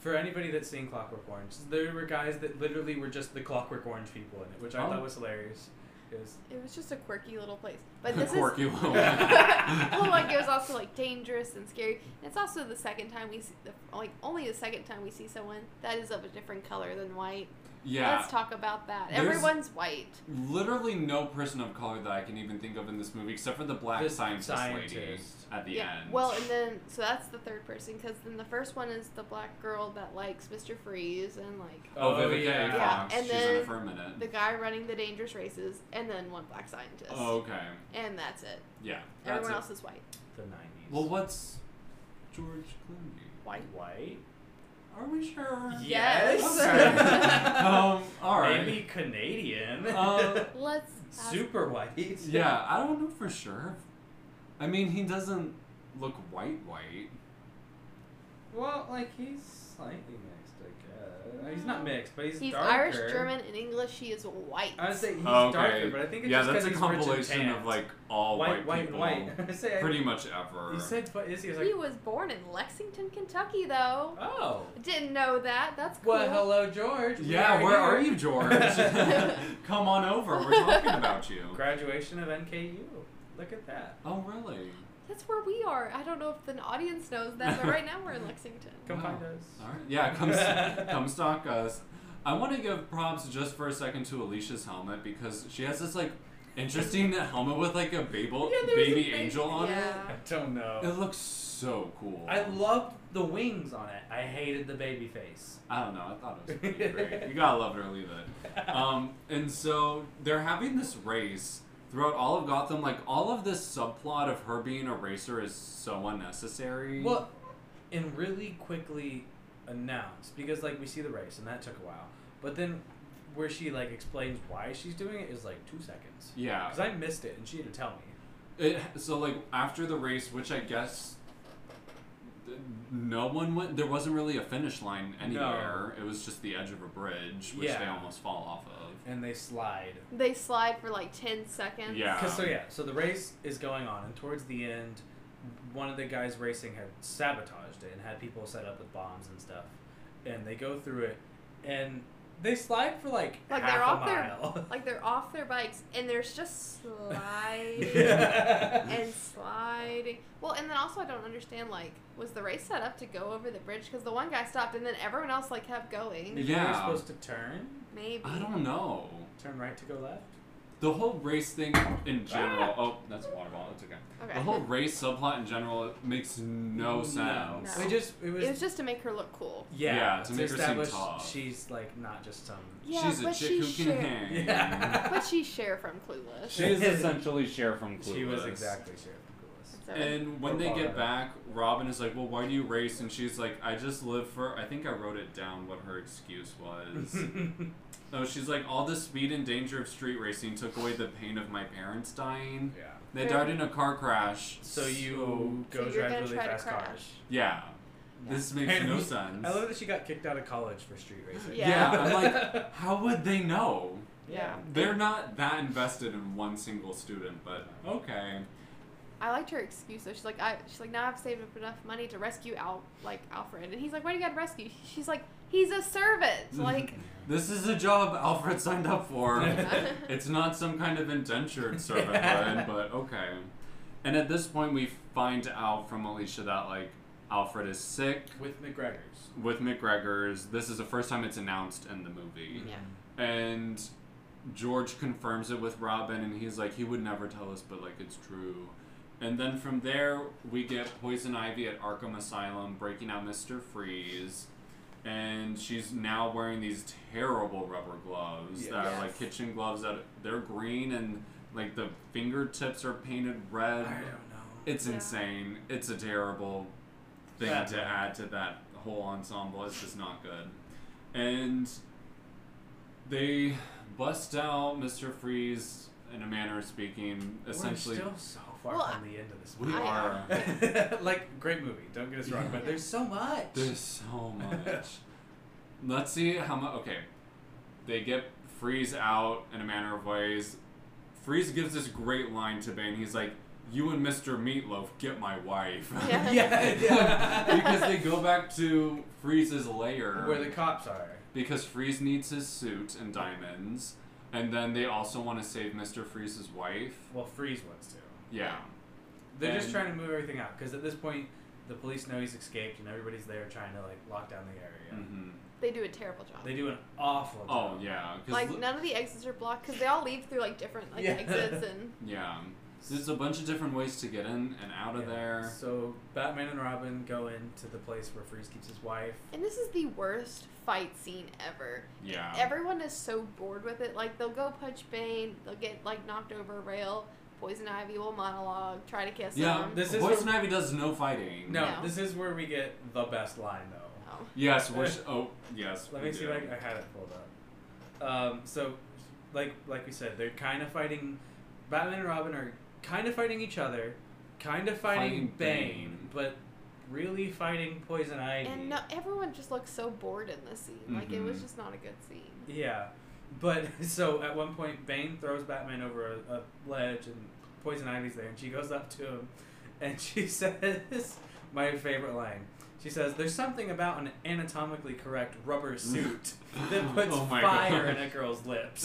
Speaker 2: For anybody that's seen Clockwork Orange, there were guys that literally were just the Clockwork Orange people in it, which I
Speaker 1: Oh.
Speaker 2: thought was hilarious. 'cause-
Speaker 3: It was just a quirky
Speaker 1: <laughs>
Speaker 3: little place, but this is Oh
Speaker 1: Quirky little.
Speaker 3: <laughs> well,
Speaker 1: <laughs>
Speaker 3: like it was also like dangerous and scary. And it's also the second time we see, the, like only the second time we see someone that is of a different color than white.
Speaker 1: yeah.
Speaker 3: Let's talk about that.
Speaker 1: There's-
Speaker 3: Everyone's white.
Speaker 1: Literally no person of color that I can even think of in this movie, except for the black
Speaker 2: The
Speaker 1: scientist, lady
Speaker 2: scientist.
Speaker 1: at the
Speaker 3: yeah.
Speaker 1: end.
Speaker 3: Well, and then so that's the third person because then the first one is the black girl that likes Mr. Freeze and like
Speaker 1: oh, Vivica A.
Speaker 2: yeah.
Speaker 3: Yeah,
Speaker 1: Fox.
Speaker 3: and
Speaker 1: She's in
Speaker 3: then
Speaker 1: it for a minute.
Speaker 3: the guy running the dangerous races, and then one black scientist.
Speaker 1: oh, okay.
Speaker 3: And that's it.
Speaker 1: Yeah. That's
Speaker 3: Everyone
Speaker 1: it.
Speaker 3: else is white.
Speaker 2: The nineties.
Speaker 1: Well, what's George Clooney?
Speaker 3: White.
Speaker 2: white.
Speaker 1: Are we sure?
Speaker 3: Yes. <laughs>
Speaker 2: <laughs>
Speaker 1: Okay. <laughs> um, all right.
Speaker 2: Maybe Canadian.
Speaker 1: Uh,
Speaker 3: Let's ask-
Speaker 2: Super white.
Speaker 1: Yeah, I don't know for sure. I mean, he doesn't look white white.
Speaker 2: Well, like he's slightly mixed, I guess. Uh, He's not mixed, but he's,
Speaker 3: He's
Speaker 2: darker.
Speaker 3: Irish, German, and English. He is white.
Speaker 2: I would say he's darker, but I think it's
Speaker 1: yeah,
Speaker 2: just 'cause
Speaker 1: that's a
Speaker 2: he's rich and
Speaker 1: compilation of
Speaker 2: tanned.
Speaker 1: like all
Speaker 2: white, white,
Speaker 1: people,
Speaker 2: white. <laughs> I say I-
Speaker 1: pretty much ever.
Speaker 2: He said, "But is he?" I was like,
Speaker 3: He was born in Lexington, Kentucky, though.
Speaker 2: "Oh,
Speaker 3: Didn't know that. That's cool.
Speaker 2: well, hello, George. we
Speaker 1: yeah, where are
Speaker 2: here."
Speaker 1: you,
Speaker 2: <laughs>
Speaker 1: George? <laughs> Come on over. We're talking about you.
Speaker 2: Graduation of NKU. Look at that.
Speaker 1: Oh, really?
Speaker 3: That's where we are. I don't know if the audience knows that, but right now
Speaker 2: <laughs>
Speaker 3: we're in Lexington.
Speaker 2: Come
Speaker 1: Wow.
Speaker 2: find us.
Speaker 1: All right. Yeah, come
Speaker 2: <laughs>
Speaker 1: s- come stalk us. I want to give props just for a second to Alicia's helmet because she has this like interesting helmet with like a babel,
Speaker 2: Yeah, there was a
Speaker 1: baby
Speaker 2: baby-
Speaker 1: angel on
Speaker 3: yeah.
Speaker 2: I don't know.
Speaker 1: it. It looks so cool.
Speaker 2: I loved the wings on it. I hated the baby face.
Speaker 1: I don't know. I thought it was pretty great. You gotta love it or leave it. um, and so they're having this race throughout all of Gotham. Like all of this subplot of her being a racer is so unnecessary.
Speaker 2: Well, and really quickly announced because like we see the race and that took a while, but then where she like explains why she's doing it is like two seconds.
Speaker 1: yeah.
Speaker 2: Because I missed it and she had to tell me.
Speaker 1: It, so like after the race, which I guess th- no one went. There wasn't really a finish line anywhere. It was just the edge of a bridge, which they
Speaker 2: Yeah.
Speaker 1: almost fall off of.
Speaker 2: And they slide.
Speaker 3: They slide for like 10 seconds.
Speaker 1: Yeah.
Speaker 2: 'Cause- so yeah, so the race is going on and towards the end, one of the guys racing had sabotaged it and had people set up with bombs and stuff, and they go through it, and they slide for like
Speaker 3: Like,
Speaker 2: half
Speaker 3: they're
Speaker 2: a
Speaker 3: off their-
Speaker 2: mile.
Speaker 3: <laughs> Like they're off their bikes and there's just slide
Speaker 2: <laughs> Yeah.
Speaker 3: and sliding. Well, and then also I don't understand like was the race set up to go over the bridge because the one guy stopped and then everyone else like kept going.
Speaker 2: Maybe you're
Speaker 1: Yeah.
Speaker 2: supposed to turn,
Speaker 3: Maybe.
Speaker 1: I don't know.
Speaker 2: turn right to go left.
Speaker 1: The whole race thing in general. Oh, that's a water bottle. It's okay.
Speaker 3: Okay.
Speaker 1: The whole race subplot in general makes no sense.
Speaker 3: No.
Speaker 2: It just it was,
Speaker 3: It was just to make her look cool.
Speaker 2: yeah,
Speaker 1: Yeah, to make her seem
Speaker 2: establish
Speaker 1: tough.
Speaker 2: she's like not just some
Speaker 3: Yeah,
Speaker 1: She's a
Speaker 3: but
Speaker 1: chick
Speaker 3: she
Speaker 1: who can
Speaker 3: share-
Speaker 1: hang.
Speaker 2: <laughs> Yeah.
Speaker 3: But she's Cher from
Speaker 2: <laughs>
Speaker 3: Clueless.
Speaker 1: She is essentially Cher from Clueless.
Speaker 2: She was exactly Sheriff Nicholas.
Speaker 3: So-
Speaker 1: And when
Speaker 2: Or
Speaker 1: they
Speaker 2: Colorado.
Speaker 1: get back, Robin is like, "Well, why do you race?" And she's like, "I just live for." I think I wrote it down what her excuse
Speaker 2: <laughs>
Speaker 1: was. no, she's like, "All the speed and danger of street racing took away the pain of my parents dying.
Speaker 2: yeah.
Speaker 1: They
Speaker 3: Fair.
Speaker 1: died in a car crash."
Speaker 2: So you
Speaker 3: So
Speaker 2: go
Speaker 3: you're
Speaker 2: drive
Speaker 3: gonna
Speaker 2: really
Speaker 3: try to
Speaker 2: fast
Speaker 3: crash.
Speaker 2: cars.
Speaker 1: Yeah, this makes
Speaker 2: And
Speaker 1: no
Speaker 2: we-
Speaker 1: sense.
Speaker 2: I love that she got kicked out of college for street racing.
Speaker 3: Yeah.
Speaker 1: yeah, I'm
Speaker 2: <laughs>
Speaker 1: like, how would they know?
Speaker 3: Yeah.
Speaker 1: They're not that invested in one single student, but okay.
Speaker 3: I liked her excuse though. She's like, I, she's like, now I've saved up enough money to rescue Al, like Alfred, and he's like, why do you got to rescue? She's like, he's a servant. Like,
Speaker 1: This is a job Alfred signed up for.
Speaker 3: Yeah.
Speaker 1: <laughs> it's not some kind of <laughs> indentured servanthood, but okay. And at this point, we find out from Alicia that like Alfred is sick
Speaker 2: With McGregor's.
Speaker 1: with McGregor's. This is the first time it's announced in the movie,
Speaker 3: Yeah.
Speaker 1: and George confirms it with Robin, and he's like, he would never tell us, but like it's true. And then from there, we get Poison Ivy at Arkham Asylum breaking out Mister Freeze. And she's now wearing these terrible rubber gloves that are like
Speaker 3: Yes.
Speaker 1: kitchen gloves that they're green and like the fingertips are painted
Speaker 2: I
Speaker 1: red.
Speaker 2: don't know.
Speaker 1: It's
Speaker 3: Yeah.
Speaker 1: insane. It's a terrible thing
Speaker 2: Bad
Speaker 1: to
Speaker 2: one.
Speaker 1: add to that whole ensemble. It's just not good. And they bust out Mr. Freeze in a manner of speaking, essentially.
Speaker 2: We're still so far
Speaker 3: Well,
Speaker 2: from the end of this
Speaker 1: We
Speaker 3: I-
Speaker 1: are.
Speaker 2: movie. <laughs> like, great movie. Don't get us wrong, but there's so much.
Speaker 1: There's so much. Let's see how much. Okay. They get Freeze out in a manner of ways. Freeze gives this great line to Bane. He's like, You and Mr. Meatloaf get my wife. <laughs>
Speaker 3: Yeah.
Speaker 2: yeah, yeah.
Speaker 1: because they go back to Freeze's lair
Speaker 2: Where the cops are.
Speaker 1: because Freeze needs his suit and diamonds, and then they also want to save Mister Freeze's wife.
Speaker 2: Well, Freeze wants to.
Speaker 1: Yeah,
Speaker 2: They're just
Speaker 1: And-
Speaker 2: trying to move everything out because at this point, the police know he's escaped and everybody's there trying to like lock down the area.
Speaker 1: hmm
Speaker 3: they do a terrible job.
Speaker 2: They do an awful
Speaker 1: Oh
Speaker 2: job.
Speaker 1: yeah, 'cause
Speaker 3: like
Speaker 1: l-
Speaker 3: none of the exits are blocked because they all leave through like different like
Speaker 2: Yeah.
Speaker 3: exits and
Speaker 1: <laughs> yeah, there's a bunch of different ways to get in and out of
Speaker 2: Yeah.
Speaker 1: there.
Speaker 2: So Batman and Robin go into the place where Freeze keeps his wife.
Speaker 3: and this is the worst fight scene ever.
Speaker 1: Yeah,
Speaker 3: Everyone is so bored with it. Like they'll go punch Bane, they'll get like knocked over a rail. Poison Ivy will monologue, try to kiss
Speaker 1: yeah.
Speaker 3: him.
Speaker 2: This is
Speaker 1: Poison Ivy does no fighting.
Speaker 2: No,
Speaker 3: No.
Speaker 2: this is where we get the best line though.
Speaker 3: Oh.
Speaker 1: Yes, which oh yes.
Speaker 2: Let
Speaker 1: we
Speaker 2: me see
Speaker 1: do.
Speaker 2: if I, I had it pulled up. Um, so, like like we said, they're kind of fighting. Batman and Robin are kind of fighting each other, kind of fighting,
Speaker 1: Fighting
Speaker 2: Bane,
Speaker 1: Bane.
Speaker 2: but really fighting Poison Ivy.
Speaker 3: And no, everyone just looked so bored in this scene. Like it was
Speaker 1: Mhm.
Speaker 3: just not a good scene.
Speaker 2: Yeah, but <laughs> so at one point, Bane throws Batman over a, a ledge, and Poison Ivy's there, and she goes up to him, and she <laughs> says, "My favorite line." She says, "There's something about an anatomically correct
Speaker 1: <laughs>
Speaker 2: rubber suit that puts
Speaker 1: Oh my
Speaker 2: fire
Speaker 1: God.
Speaker 2: in a girl's
Speaker 1: <laughs>
Speaker 2: lips."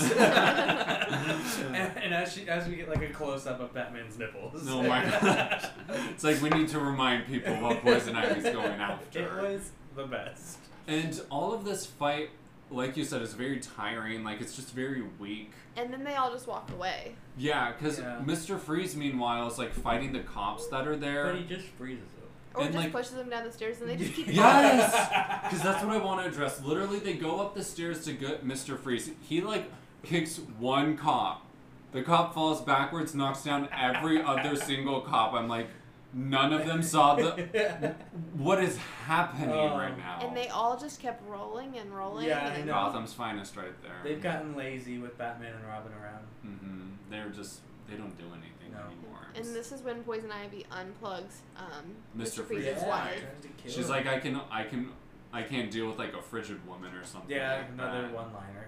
Speaker 2: and, and as she, as we get like a close up of Batman's nipples.
Speaker 1: Oh
Speaker 2: <laughs>
Speaker 1: my gosh. It's like we need to remind people what Poison Ivy's going after.
Speaker 2: It was the best.
Speaker 1: And all of this fight, like you said, is very tiring. Like it's just very weak.
Speaker 3: And then they all just walked away.
Speaker 1: Yeah, because
Speaker 2: Yeah.
Speaker 1: Mr. Freeze, meanwhile, is like fighting the cops that are there.
Speaker 2: just freezes it.
Speaker 3: Or
Speaker 1: And,
Speaker 3: just
Speaker 1: like-
Speaker 3: pushes them down the stairs and they
Speaker 2: <laughs>
Speaker 3: just keep
Speaker 1: Yes! Because that's what I want to address. Literally, they go up the stairs to get Mr. Freeze. He like kicks one cop. The cop falls backwards, knocks down every other single cop. I'm like, none of them saw the. <laughs> What is happening
Speaker 2: Oh.
Speaker 1: right now?
Speaker 3: And they all just kept rolling and rolling.
Speaker 2: Yeah, I
Speaker 3: and
Speaker 2: know.
Speaker 1: Gotham's finest right there.
Speaker 2: <laughs> They've gotten lazy with Batman and Robin around.
Speaker 1: hmm They're just. They don't do anything
Speaker 2: No.
Speaker 1: anymore.
Speaker 3: And this is when Poison Ivy unplugs um,
Speaker 1: Mr.
Speaker 3: Mr. Freeze's
Speaker 1: Freeze's
Speaker 3: wife.
Speaker 1: wife. She's like, I can, I can, I can't deal with like a frigid woman or something.
Speaker 2: yeah,
Speaker 1: like
Speaker 2: another
Speaker 1: that.
Speaker 2: one liner.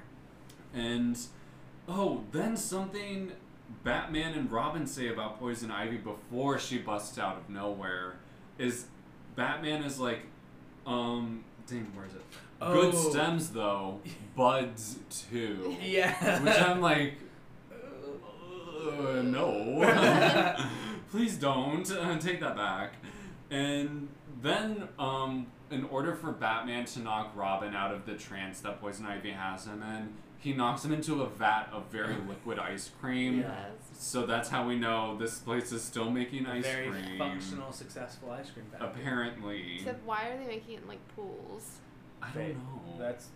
Speaker 1: And oh, then something Batman and Robin say about Poison Ivy before she busts out of nowhere is Batman is like, um, dang, where's it? Good
Speaker 2: Oh.
Speaker 1: stems though, buds too.
Speaker 2: Yeah.
Speaker 1: Which um, <laughs> I'm like, uh, no. <laughs> Please don't. Uh, take that back. And then, um, in order for Batman to knock Robin out of the trance that Poison Ivy has him in, he knocks him into a vat of
Speaker 2: <laughs>
Speaker 1: very liquid ice cream.
Speaker 2: Yeah.
Speaker 1: So that's how we know this place is still making ice
Speaker 2: very
Speaker 1: cream.
Speaker 2: functional, successful ice cream factory.
Speaker 1: Apparently.
Speaker 3: Except why are they making it in like pools?
Speaker 1: I don't know.
Speaker 2: That's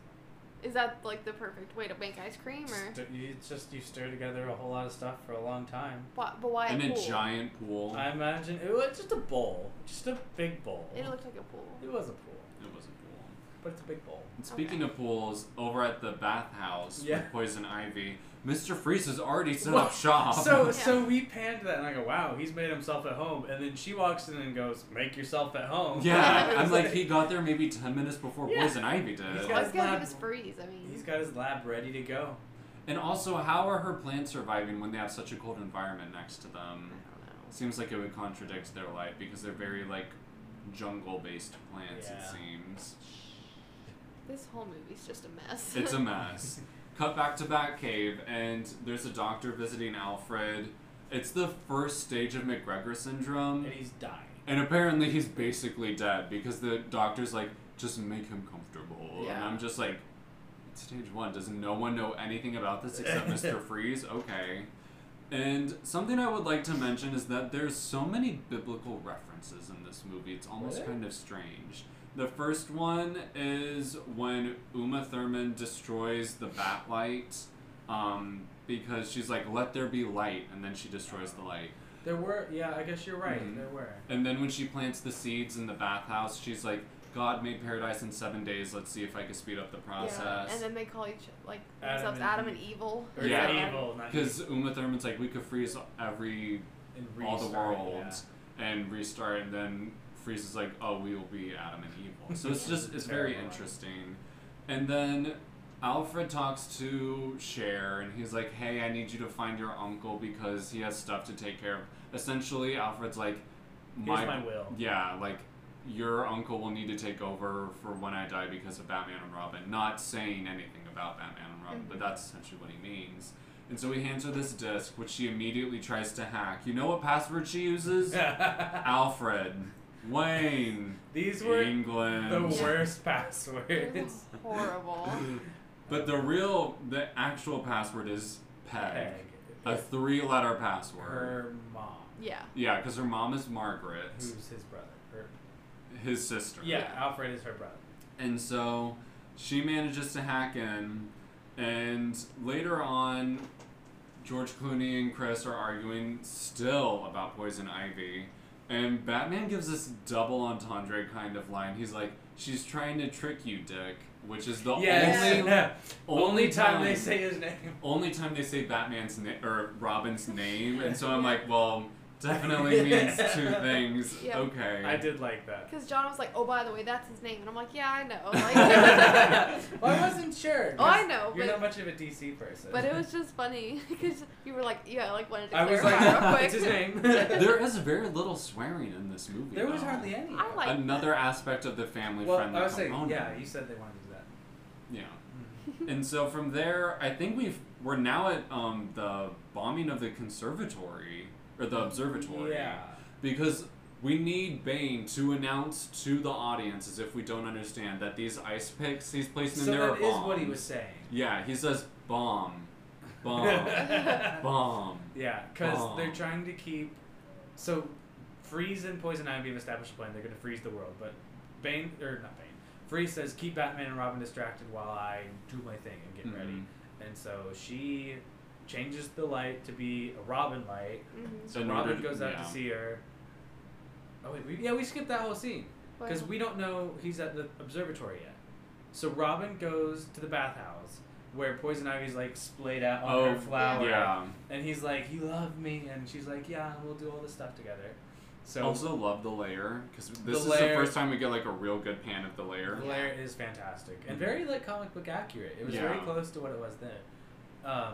Speaker 3: Is that like the perfect way to make ice cream, or
Speaker 2: St- you just you stir together a whole lot of stuff for a long time.
Speaker 3: why, but why
Speaker 1: in
Speaker 3: a
Speaker 1: a
Speaker 3: pool?
Speaker 1: giant pool.
Speaker 2: I imagine it was just a bowl, just a big bowl.
Speaker 3: It looked like a pool.
Speaker 2: It was a pool,
Speaker 1: It was a pool.
Speaker 2: but it's a big bowl.
Speaker 1: And speaking of pools, over at the bathhouse
Speaker 2: Yeah.
Speaker 1: with Poison Ivy, Mr. Freeze has already set
Speaker 2: Well,
Speaker 1: up shop.
Speaker 2: So
Speaker 3: Yeah.
Speaker 2: so we panned that and I go, wow, he's made himself at home. And then she walks in and goes, make yourself at
Speaker 1: <laughs>
Speaker 2: home. <laughs>
Speaker 1: yeah,
Speaker 2: It's
Speaker 1: I'm like he got there maybe ten minutes before
Speaker 2: Yeah.
Speaker 1: Poison Ivy did.
Speaker 2: He's
Speaker 3: Well,
Speaker 2: got
Speaker 3: it's gotta
Speaker 2: lab-
Speaker 3: give us freeze. I mean,
Speaker 2: He's got his lab ready to go.
Speaker 1: And also, how are her plants surviving when they have such a cold environment next to them?
Speaker 3: I don't know.
Speaker 1: Seems like it would contradict their life because they're very like jungle-based plants. It
Speaker 2: Yeah.
Speaker 1: seems
Speaker 3: This whole movie's just a mess.
Speaker 1: it's a
Speaker 2: <laughs>
Speaker 1: mess. Cut back to Batcave, and there's a doctor visiting Alfred. It's the first stage of McGregor syndrome.
Speaker 2: And he's dying.
Speaker 1: And apparently he's basically dead because the doctor's like, just make him comfortable. And
Speaker 3: Yeah.
Speaker 1: I'm just like, it's stage one. Does no one know anything about this except Mr. Freeze? Okay. And something I would like to mention is that there's so many biblical references in this movie. It's almost
Speaker 2: Really?
Speaker 1: kind of strange. The first one is when Uma Thurman destroys the Batlight um, because she's like, let there be light, and then she destroys the light.
Speaker 2: There were, yeah, I guess you're right.
Speaker 1: Mhm.
Speaker 2: There were.
Speaker 1: And then when she plants the seeds in the bathhouse, she's like, God made paradise in seven days. Let's see if I can speed up the
Speaker 3: Yeah. And
Speaker 1: process.
Speaker 3: then they call each like
Speaker 2: Adam
Speaker 3: themselves
Speaker 2: and
Speaker 3: Adam
Speaker 2: Eve.
Speaker 3: and Evil.
Speaker 2: Or
Speaker 1: Yeah.
Speaker 2: not evil, not
Speaker 1: Because Uma Thurman's like, we could freeze every
Speaker 2: and
Speaker 1: all the
Speaker 2: restart,
Speaker 1: worlds and restart, and then Freeze is like, oh, we will be Adam and Evil. So it's just it's very
Speaker 2: Terrible.
Speaker 1: interesting. And then Alfred talks to Cher, and he's like, hey, I need you to find your uncle because he has stuff to take care of. Essentially, Alfred's like,
Speaker 2: Yeah. Here's my will.
Speaker 1: <laughs> yeah, like your uncle will need to take over for when I die because of Batman and Robin. Not saying anything about Batman and Robin, but that's essentially what he means. And so he hands her this disc, which she immediately tries to hack. You know what password she uses? Alfred, Wayne,
Speaker 2: These were
Speaker 1: England.
Speaker 2: the
Speaker 3: Yeah.
Speaker 2: worst
Speaker 3: <laughs> It
Speaker 1: <laughs>
Speaker 2: passwords.
Speaker 3: was horrible.
Speaker 1: But the real, the actual password is Peg,
Speaker 2: Peg.
Speaker 1: a three-letter password.
Speaker 2: Her mom,
Speaker 3: yeah.
Speaker 2: <laughs>
Speaker 1: Yeah, because her mom is Margaret,
Speaker 2: who's his brother. Her,
Speaker 1: his sister.
Speaker 2: Mm-hmm. yeah, Alfred is her brother.
Speaker 1: And so she manages to hack in, and later on, George Clooney and Chris are arguing still about Poison Ivy. And Batman gives this double entendre kind of line. He's like, She's trying to trick you, Dick. Which is the
Speaker 2: yes.
Speaker 1: only,
Speaker 2: <laughs> only,
Speaker 1: only
Speaker 2: time they say his name.
Speaker 1: only time they say Batman's na- or Robin's name, and so I'm like, well,
Speaker 2: <laughs>
Speaker 1: definitely means two things.
Speaker 3: Yeah.
Speaker 1: Okay.
Speaker 2: I did like
Speaker 3: <laughs>
Speaker 2: that.
Speaker 3: Because John was like, "Oh, by the way, that's his name," and I'm like, "Yeah, I know." Like,
Speaker 2: <laughs>
Speaker 3: <laughs>
Speaker 2: well,
Speaker 1: <laughs>
Speaker 2: I wasn't sure.
Speaker 3: oh, I know,
Speaker 2: You're not much
Speaker 3: but
Speaker 2: of a DC person.
Speaker 3: but it
Speaker 2: <laughs>
Speaker 3: was just funny <laughs> because you were like, "Yeah," like wanted to
Speaker 2: I was
Speaker 3: clarify
Speaker 2: like,
Speaker 3: real quick.
Speaker 2: it's his
Speaker 3: <laughs>
Speaker 2: name.
Speaker 1: There is very little swearing in this movie.
Speaker 2: There was
Speaker 1: though.
Speaker 2: hardly any.
Speaker 3: I like
Speaker 1: another aspect of the family
Speaker 2: well,
Speaker 1: friendly
Speaker 2: I was saying,
Speaker 1: component.
Speaker 2: yeah, you said they wanted to do that.
Speaker 1: yeah. and so from there, I think we've we're now at um, the bombing of the conservatory or the <laughs> observatory.
Speaker 2: Yeah.
Speaker 1: Because we need Bane to announce to the audience, as if we don't understand, that these ice picks he's placing
Speaker 2: so
Speaker 1: in there
Speaker 2: that
Speaker 1: are
Speaker 2: is
Speaker 1: bombs.
Speaker 2: what he was saying.
Speaker 1: Yeah, he says bomb,
Speaker 2: <laughs>
Speaker 1: bomb,
Speaker 3: <laughs>
Speaker 1: bomb.
Speaker 2: Yeah, because
Speaker 1: Aw.
Speaker 2: they're trying to keep. So, Freeze and Poison Ivy have established a plan. They're going to freeze the world, but Bane or not Bane. Freeze says, "Keep Batman and Robin distracted while I do my thing and
Speaker 1: Mm-hmm.
Speaker 2: get ready." And so she changes the light to be a Robin light.
Speaker 3: Mhm.
Speaker 2: So
Speaker 1: In
Speaker 2: Robin
Speaker 1: order to-
Speaker 2: goes out
Speaker 1: yeah.
Speaker 2: to see her. Oh wait, we, yeah, we skipped that whole scene because we don't know he's at the observatory yet. So Robin goes to the bathhouse where Poison Ivy's like splayed out on
Speaker 1: Oh,
Speaker 2: her flower.
Speaker 1: Yeah.
Speaker 2: And he's like, "You love me," and she's like, "Yeah, we'll do all this stuff together." So
Speaker 1: also love the layer because this is the
Speaker 2: layer-
Speaker 1: first time we get like a real good pan of the layer.
Speaker 2: Blair is fantastic and very like comic book accurate. It was very
Speaker 1: Yeah.
Speaker 2: close to what it was then. Um,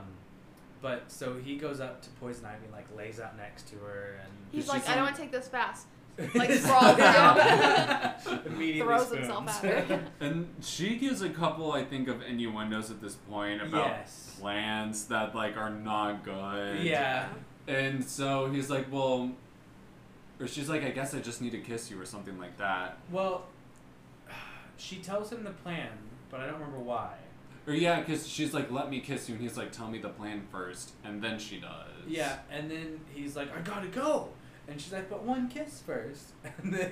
Speaker 2: but so he goes up to Poison Ivy and like lays out next to her and
Speaker 3: He's
Speaker 1: It's
Speaker 3: like,
Speaker 1: just
Speaker 3: "I
Speaker 1: some-
Speaker 3: don't want to take this fast."
Speaker 2: <laughs> Yeah.
Speaker 3: sprawls
Speaker 1: out.
Speaker 2: Immediately
Speaker 3: Throws himself
Speaker 2: spoons.
Speaker 3: at her.
Speaker 2: <laughs>
Speaker 1: And she gives a couple, I think, of innuendos at this point about
Speaker 2: Yes.
Speaker 1: plans that like are not good.
Speaker 2: yeah.
Speaker 1: And so he's like, well, or she's like, I guess I just need to kiss you or something like that.
Speaker 2: Well, she tells him the plan, but I don't remember why.
Speaker 1: Or yeah, because she's like, let me kiss you, and he's like, tell me the plan first, and then she does.
Speaker 2: Yeah, and then he's like, "I gotta go," and she's like, "But one kiss first. <laughs> And then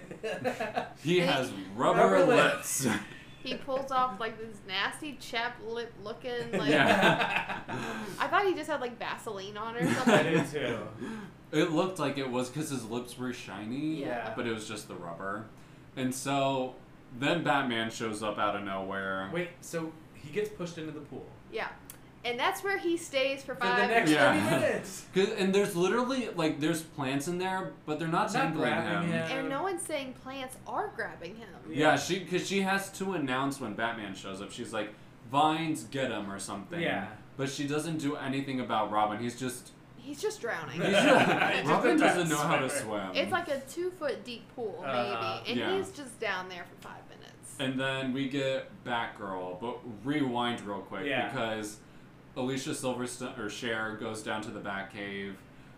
Speaker 1: He
Speaker 3: And
Speaker 1: has
Speaker 3: he-
Speaker 1: rubber,
Speaker 2: Rubber
Speaker 1: lips. <laughs>
Speaker 2: <laughs> lips.
Speaker 3: <laughs> He pulls off like this nasty chap lip
Speaker 2: <laughs>
Speaker 3: looking like <laughs>
Speaker 1: Yeah.
Speaker 3: I thought he just had like Vaseline on or
Speaker 2: <laughs> I
Speaker 3: something.
Speaker 2: did too.
Speaker 1: It looked like it was because his lips were shiny,
Speaker 3: Yeah.
Speaker 1: but it was just the rubber. And so then Batman shows up out of nowhere.
Speaker 2: Wait, so he gets pushed into the pool
Speaker 3: yeah. And that's where he stays for
Speaker 2: for the
Speaker 3: five
Speaker 2: next
Speaker 1: Yeah.
Speaker 2: thirty minutes.
Speaker 1: 'Cause- and there's literally like there's plants in there, but they're not
Speaker 2: Not
Speaker 1: dangling
Speaker 2: grabbing
Speaker 1: him.
Speaker 2: him.
Speaker 3: and no one's saying plants are grabbing him.
Speaker 1: Yeah, she because she has to announce when Batman shows up. She's like, "Vines, get him" or something.
Speaker 2: Yeah.
Speaker 1: But she doesn't do anything about Robin. He's
Speaker 2: <laughs>
Speaker 1: just,
Speaker 3: He's just drowning.
Speaker 1: he's
Speaker 2: He's
Speaker 3: <laughs>
Speaker 1: just Robin
Speaker 2: a
Speaker 1: doesn't know how to
Speaker 2: swimmer.
Speaker 1: swim.
Speaker 3: It's like a two foot deep pool, maybe.
Speaker 2: Uh-huh.
Speaker 3: and
Speaker 1: Uh, Yeah.
Speaker 3: he's just down there for five minutes.
Speaker 1: And then we get Batgirl, but rewind real quick
Speaker 2: Yeah.
Speaker 1: because Alicia Silverstone or Cher goes down to the Batcave,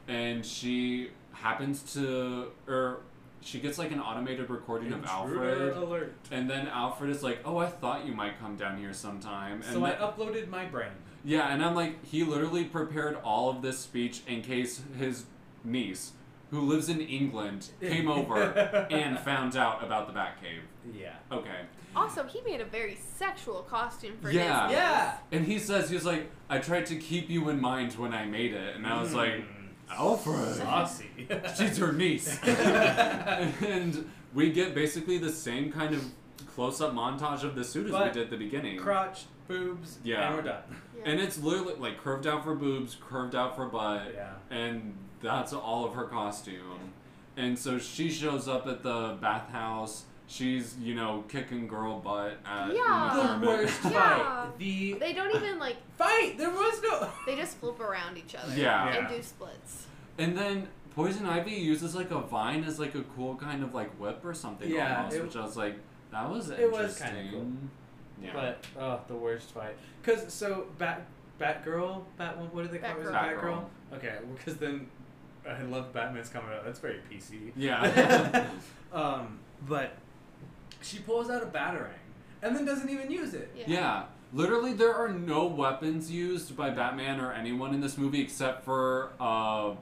Speaker 1: and she happens to or she gets like an automated recording of
Speaker 2: Intruder
Speaker 1: Alfred,
Speaker 2: alert.
Speaker 1: and then Alfred is like, "Oh, I thought you might come down here sometime." And
Speaker 2: So I
Speaker 1: then-
Speaker 2: uploaded my brain.
Speaker 1: yeah, and I'm like, he literally prepared all of this speech in case his niece, who lives in England,
Speaker 2: <laughs>
Speaker 1: came over and found out about the Batcave.
Speaker 2: Yeah.
Speaker 1: Okay.
Speaker 3: Also, he made a very sexual costume for
Speaker 1: Yeah.
Speaker 3: his.
Speaker 2: Yeah.
Speaker 1: And he says, he was like, I tried to keep you in mind when I made it. And I
Speaker 2: Hmm.
Speaker 1: was like, Alfred.
Speaker 2: Saucy.
Speaker 1: she's your niece. <laughs> and we get basically the same kind of close up montage of the suit as we
Speaker 2: But
Speaker 1: did at the beginning.
Speaker 2: <laughs> Crotch, boobs,
Speaker 1: Yeah.
Speaker 2: and we're done.
Speaker 3: Yeah.
Speaker 1: and it's literally like curved out for boobs, curved out for butt.
Speaker 2: Yeah.
Speaker 1: And that's all of her costume. And so she shows up at the bathhouse. She's, you know, kicking girl butt at Uma
Speaker 3: Yeah. The
Speaker 1: Thurman. <laughs>
Speaker 3: worst
Speaker 2: <laughs>
Speaker 3: Yeah.
Speaker 2: fight. The
Speaker 3: they don't even like.
Speaker 2: fight. There was no.
Speaker 3: They just flip around each other.
Speaker 1: Yeah.
Speaker 3: And
Speaker 2: Yeah.
Speaker 3: do splits.
Speaker 1: And then Poison Ivy uses like a vine as like a cool kind of like whip or something
Speaker 2: Yeah,
Speaker 1: almost,
Speaker 2: it-
Speaker 1: which I was like, that was
Speaker 2: it
Speaker 1: interesting.
Speaker 2: was kinda
Speaker 1: Yeah.
Speaker 2: But oh, the worst fight. Cause so Bat Batgirl, Bat what do they call her? Is it?
Speaker 1: Batgirl.
Speaker 2: Batgirl. Okay, because then I love Batman's comment. That's very PC.
Speaker 1: yeah.
Speaker 2: <laughs> um, but she pulls out a batarang and then doesn't even use it.
Speaker 3: Yeah.
Speaker 1: yeah. Literally there are no weapons used by Batman or anyone in this movie except for uh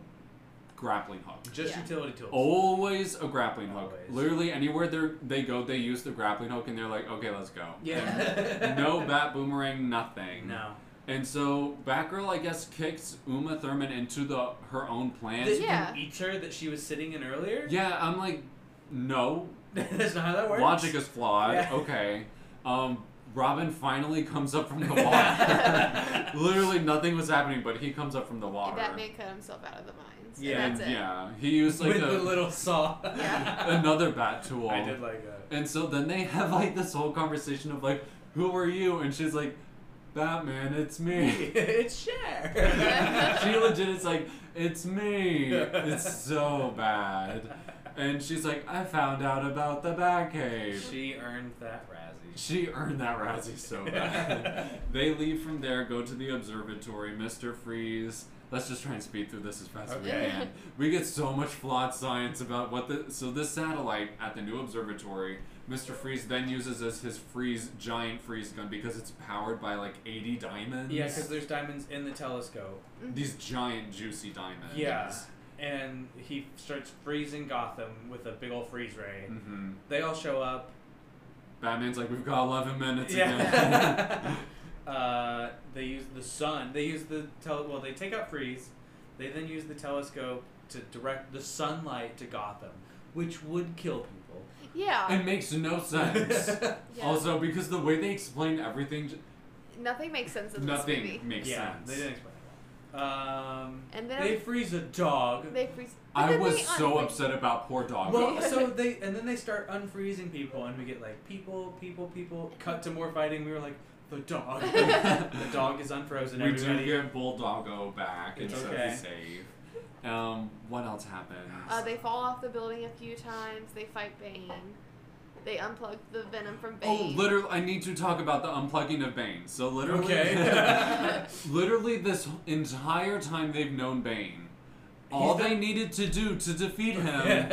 Speaker 1: grappling hook.
Speaker 2: Just
Speaker 3: Yeah.
Speaker 2: utility tools.
Speaker 1: Oh. Always a grappling hook.
Speaker 2: Always.
Speaker 1: Literally anywhere they they go, they use the grappling hook and they're like, okay, let's go.
Speaker 2: Yeah.
Speaker 1: <laughs> No bat boomerang, nothing.
Speaker 2: No.
Speaker 1: And so Batgirl, I guess, kicks Uma Thurman into the her own
Speaker 2: This
Speaker 1: plant.
Speaker 3: Yeah.
Speaker 2: each her that she was sitting in earlier.
Speaker 1: Yeah, I'm like, no.
Speaker 2: <laughs> That's not how <laughs> that works.
Speaker 1: Logic is flawed.
Speaker 2: Yeah.
Speaker 1: Okay. Um, Robin finally comes up
Speaker 2: <laughs>
Speaker 1: from the water. Literally nothing was happening, but he comes up from the water.
Speaker 3: And Batman cut himself out of the mines. and
Speaker 2: Yeah.
Speaker 3: that's it.
Speaker 1: Yeah, he used like
Speaker 2: with the
Speaker 1: a,
Speaker 2: little saw.
Speaker 1: <laughs>
Speaker 3: Yeah.
Speaker 1: another bat tool.
Speaker 2: I did like that.
Speaker 1: And so then they <laughs> have like this whole conversation of like, who are you? And she's like, Batman, it's me.
Speaker 2: <laughs> it's Cher.
Speaker 1: <laughs>
Speaker 3: <laughs>
Speaker 2: <laughs>
Speaker 1: she legit is like, it's me. It's so bad. And she's like, I found out about the Batcave.
Speaker 2: She earned that Razzie.
Speaker 1: She earned that Razzie so
Speaker 2: <laughs>
Speaker 1: bad. they leave from there, go to the observatory. Mr. Freeze. Let's just try and speed through this as fast as we
Speaker 3: Okay.
Speaker 1: can. We get so much flawed science about what the so this satellite at the new observatory. Mr. Freeze then uses as his freeze giant freeze gun because it's powered by like 80 diamonds.
Speaker 2: Yeah, because there's diamonds in the telescope.
Speaker 1: these giant juicy diamonds.
Speaker 2: Yeah. And he starts freezing Gotham with a big old freeze ray.
Speaker 1: hmm
Speaker 2: They all show up.
Speaker 1: Batman's like, we've got 11 minutes again.
Speaker 2: <laughs> yeah. uh, they use the sun. They use the tele. Well, they take out freeze. They then use the telescope to direct the sunlight to Gotham, which would kill people.
Speaker 3: Yeah.
Speaker 1: it makes no sense.
Speaker 2: <laughs>
Speaker 3: Yeah.
Speaker 1: Also, because the way they explain everything, j-
Speaker 3: Nothing makes sense in this movie.
Speaker 1: nothing makes
Speaker 2: yeah,
Speaker 1: sense.
Speaker 2: they didn't explain it. well. Um,
Speaker 3: And then
Speaker 2: they freeze a dog.
Speaker 3: they freeze. but
Speaker 1: I
Speaker 3: then
Speaker 1: was
Speaker 3: they
Speaker 1: so
Speaker 3: unfreeze-
Speaker 1: upset about poor dog. <laughs>
Speaker 2: Well, so they and then they start unfreezing people, and we get like people, people, people. Cut to more fighting. We were like,
Speaker 1: <laughs>
Speaker 2: the dog, the dog is unfrozen.
Speaker 1: we do
Speaker 2: everybody.
Speaker 1: get Bulldoggo back, and
Speaker 2: It's
Speaker 1: so
Speaker 2: okay.
Speaker 1: he's safe. Um, what else happens?
Speaker 3: Uh, they fall off the building a few times. They fight Bane. They unplug the venom from
Speaker 1: oh,
Speaker 3: Bane.
Speaker 1: literally, I need to talk about the unplugging of Bane. So literally,
Speaker 2: Okay.
Speaker 1: <laughs>
Speaker 2: <laughs>
Speaker 1: literally, this entire time they've known Bane, all
Speaker 2: He's
Speaker 1: they
Speaker 2: the-
Speaker 1: needed to do to
Speaker 2: <laughs>
Speaker 1: defeat him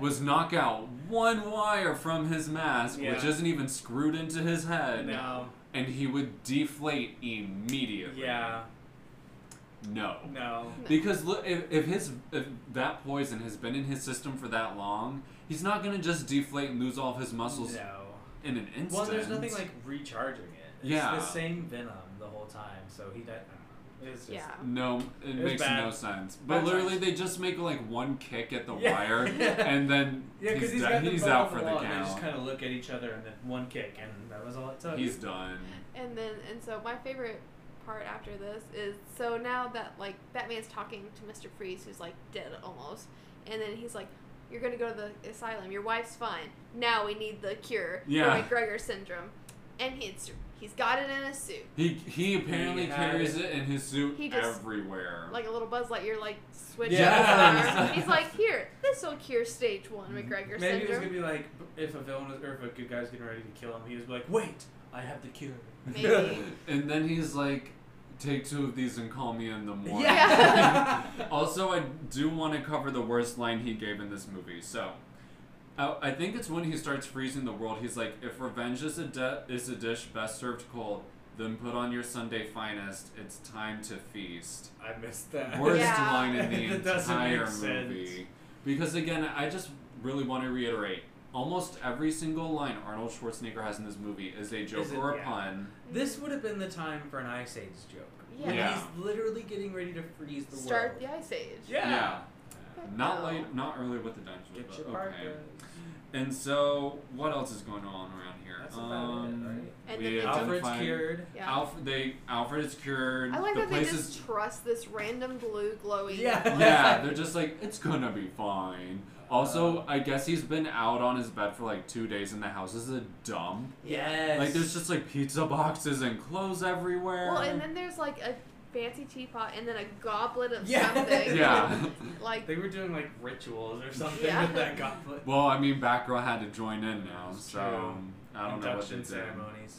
Speaker 1: was knock out one wire from his mask, which
Speaker 2: Yeah.
Speaker 1: isn't even screwed into his head,
Speaker 2: no.
Speaker 1: and he would deflate immediately.
Speaker 2: Yeah.
Speaker 1: No.
Speaker 2: No.
Speaker 1: Because look, if, if his if that poison has been in his system for that long, he's not gonna just deflate and lose all of his muscles
Speaker 2: No.
Speaker 1: in an instant.
Speaker 2: Well, there's nothing like recharging it. It's
Speaker 1: Yeah.
Speaker 2: the same venom the whole time, so he died. I don't know. It's just.
Speaker 3: Yeah.
Speaker 1: No, it
Speaker 2: was
Speaker 1: makes
Speaker 2: bad.
Speaker 1: no sense. But
Speaker 2: Bad
Speaker 1: literally,
Speaker 2: times.
Speaker 1: they just make like one kick at the
Speaker 2: <laughs> Yeah.
Speaker 1: wire, and then
Speaker 2: Yeah,
Speaker 1: he's,
Speaker 2: because he's
Speaker 1: done-
Speaker 2: got the
Speaker 1: he's
Speaker 2: butt
Speaker 1: out
Speaker 2: on
Speaker 1: for
Speaker 2: the
Speaker 1: the
Speaker 2: wall, and They
Speaker 1: count.
Speaker 2: just kind of look at each other, and then one kick, and that was all it took.
Speaker 1: He's done.
Speaker 3: And then and so my favorite part after this is so now that like Batman's talking to Mr. Freeze who's like dead almost and then he's like you're going to go to the asylum. Your wife's fine. Now we need the cure
Speaker 1: Yeah.
Speaker 3: for McGregor syndrome. And he's he's got it in a suit.
Speaker 1: He he apparently
Speaker 2: had
Speaker 1: carries
Speaker 2: it.
Speaker 1: it in his suit
Speaker 3: He just-
Speaker 1: everywhere.
Speaker 3: Like a little Buzz Lightyear like switch
Speaker 1: Yeah.
Speaker 3: over. he's like here. This will cure stage 1 McGregor
Speaker 2: Maybe it was
Speaker 3: syndrome.
Speaker 2: gonna be like if a villain was, or if a good guy's getting ready to kill him, he was like, "Wait, I have the cure."
Speaker 3: Maybe.
Speaker 1: and then he's like, "Take two of these and call me in the morning."
Speaker 3: Yeah.
Speaker 1: <laughs> also, I do want to cover the worst line he gave in this movie. So, I, I think it's when he starts freezing the world. He's like, "If revenge is a de- is a dish best served cold, then put on your Sunday finest. It's time to feast."
Speaker 2: <laughs> I missed that.
Speaker 1: worst
Speaker 3: Yeah.
Speaker 1: line in the
Speaker 2: <laughs> That doesn't make
Speaker 1: entire
Speaker 2: sense.
Speaker 1: movie. Because again, I just really want to reiterate: almost every single line Arnold Schwarzenegger has in this movie is a joke
Speaker 2: Is it-
Speaker 1: or a
Speaker 2: yeah.
Speaker 1: pun.
Speaker 2: This would have been the time for an Ice Age joke. When
Speaker 1: Yeah.
Speaker 2: He's literally getting ready to freeze the
Speaker 3: Start
Speaker 2: world.
Speaker 3: the ice age. Oh.
Speaker 2: Yeah.
Speaker 1: Not
Speaker 3: No.
Speaker 1: late, not early with the dinosaurs,
Speaker 2: Get
Speaker 1: but
Speaker 2: your
Speaker 1: okay.
Speaker 2: parkas.
Speaker 1: And so, what else is going on around here?
Speaker 2: That's about
Speaker 1: um,
Speaker 3: it, right? And
Speaker 1: we
Speaker 3: then they
Speaker 2: Alfred's
Speaker 1: identify-
Speaker 2: cured.
Speaker 3: Yeah.
Speaker 1: Alfred, they Alfred is cured.
Speaker 3: I like
Speaker 1: the
Speaker 3: that they
Speaker 1: place
Speaker 3: just <laughs>
Speaker 1: is
Speaker 3: trust this random blue glowy.
Speaker 2: Yeah.
Speaker 1: yeah, they're just like it's gonna be fine.
Speaker 2: Um, Uh,
Speaker 1: Also, I guess he's been out on his bed for like two days, and the house is a dump.
Speaker 2: Yes.
Speaker 1: Like there's just like pizza boxes and clothes everywhere.
Speaker 3: Well, and then there's like a fancy teapot and then a goblet of
Speaker 2: Yeah.
Speaker 1: <laughs>
Speaker 3: something.
Speaker 1: yeah.
Speaker 3: <laughs> Like
Speaker 2: They were doing like rituals or something
Speaker 3: Yeah.
Speaker 2: with that
Speaker 3: <laughs>
Speaker 2: goblet.
Speaker 1: well, I mean, Batgirl had to join in now,
Speaker 2: That's
Speaker 1: so I don't know what they
Speaker 2: Induction
Speaker 1: did.
Speaker 2: ceremonies.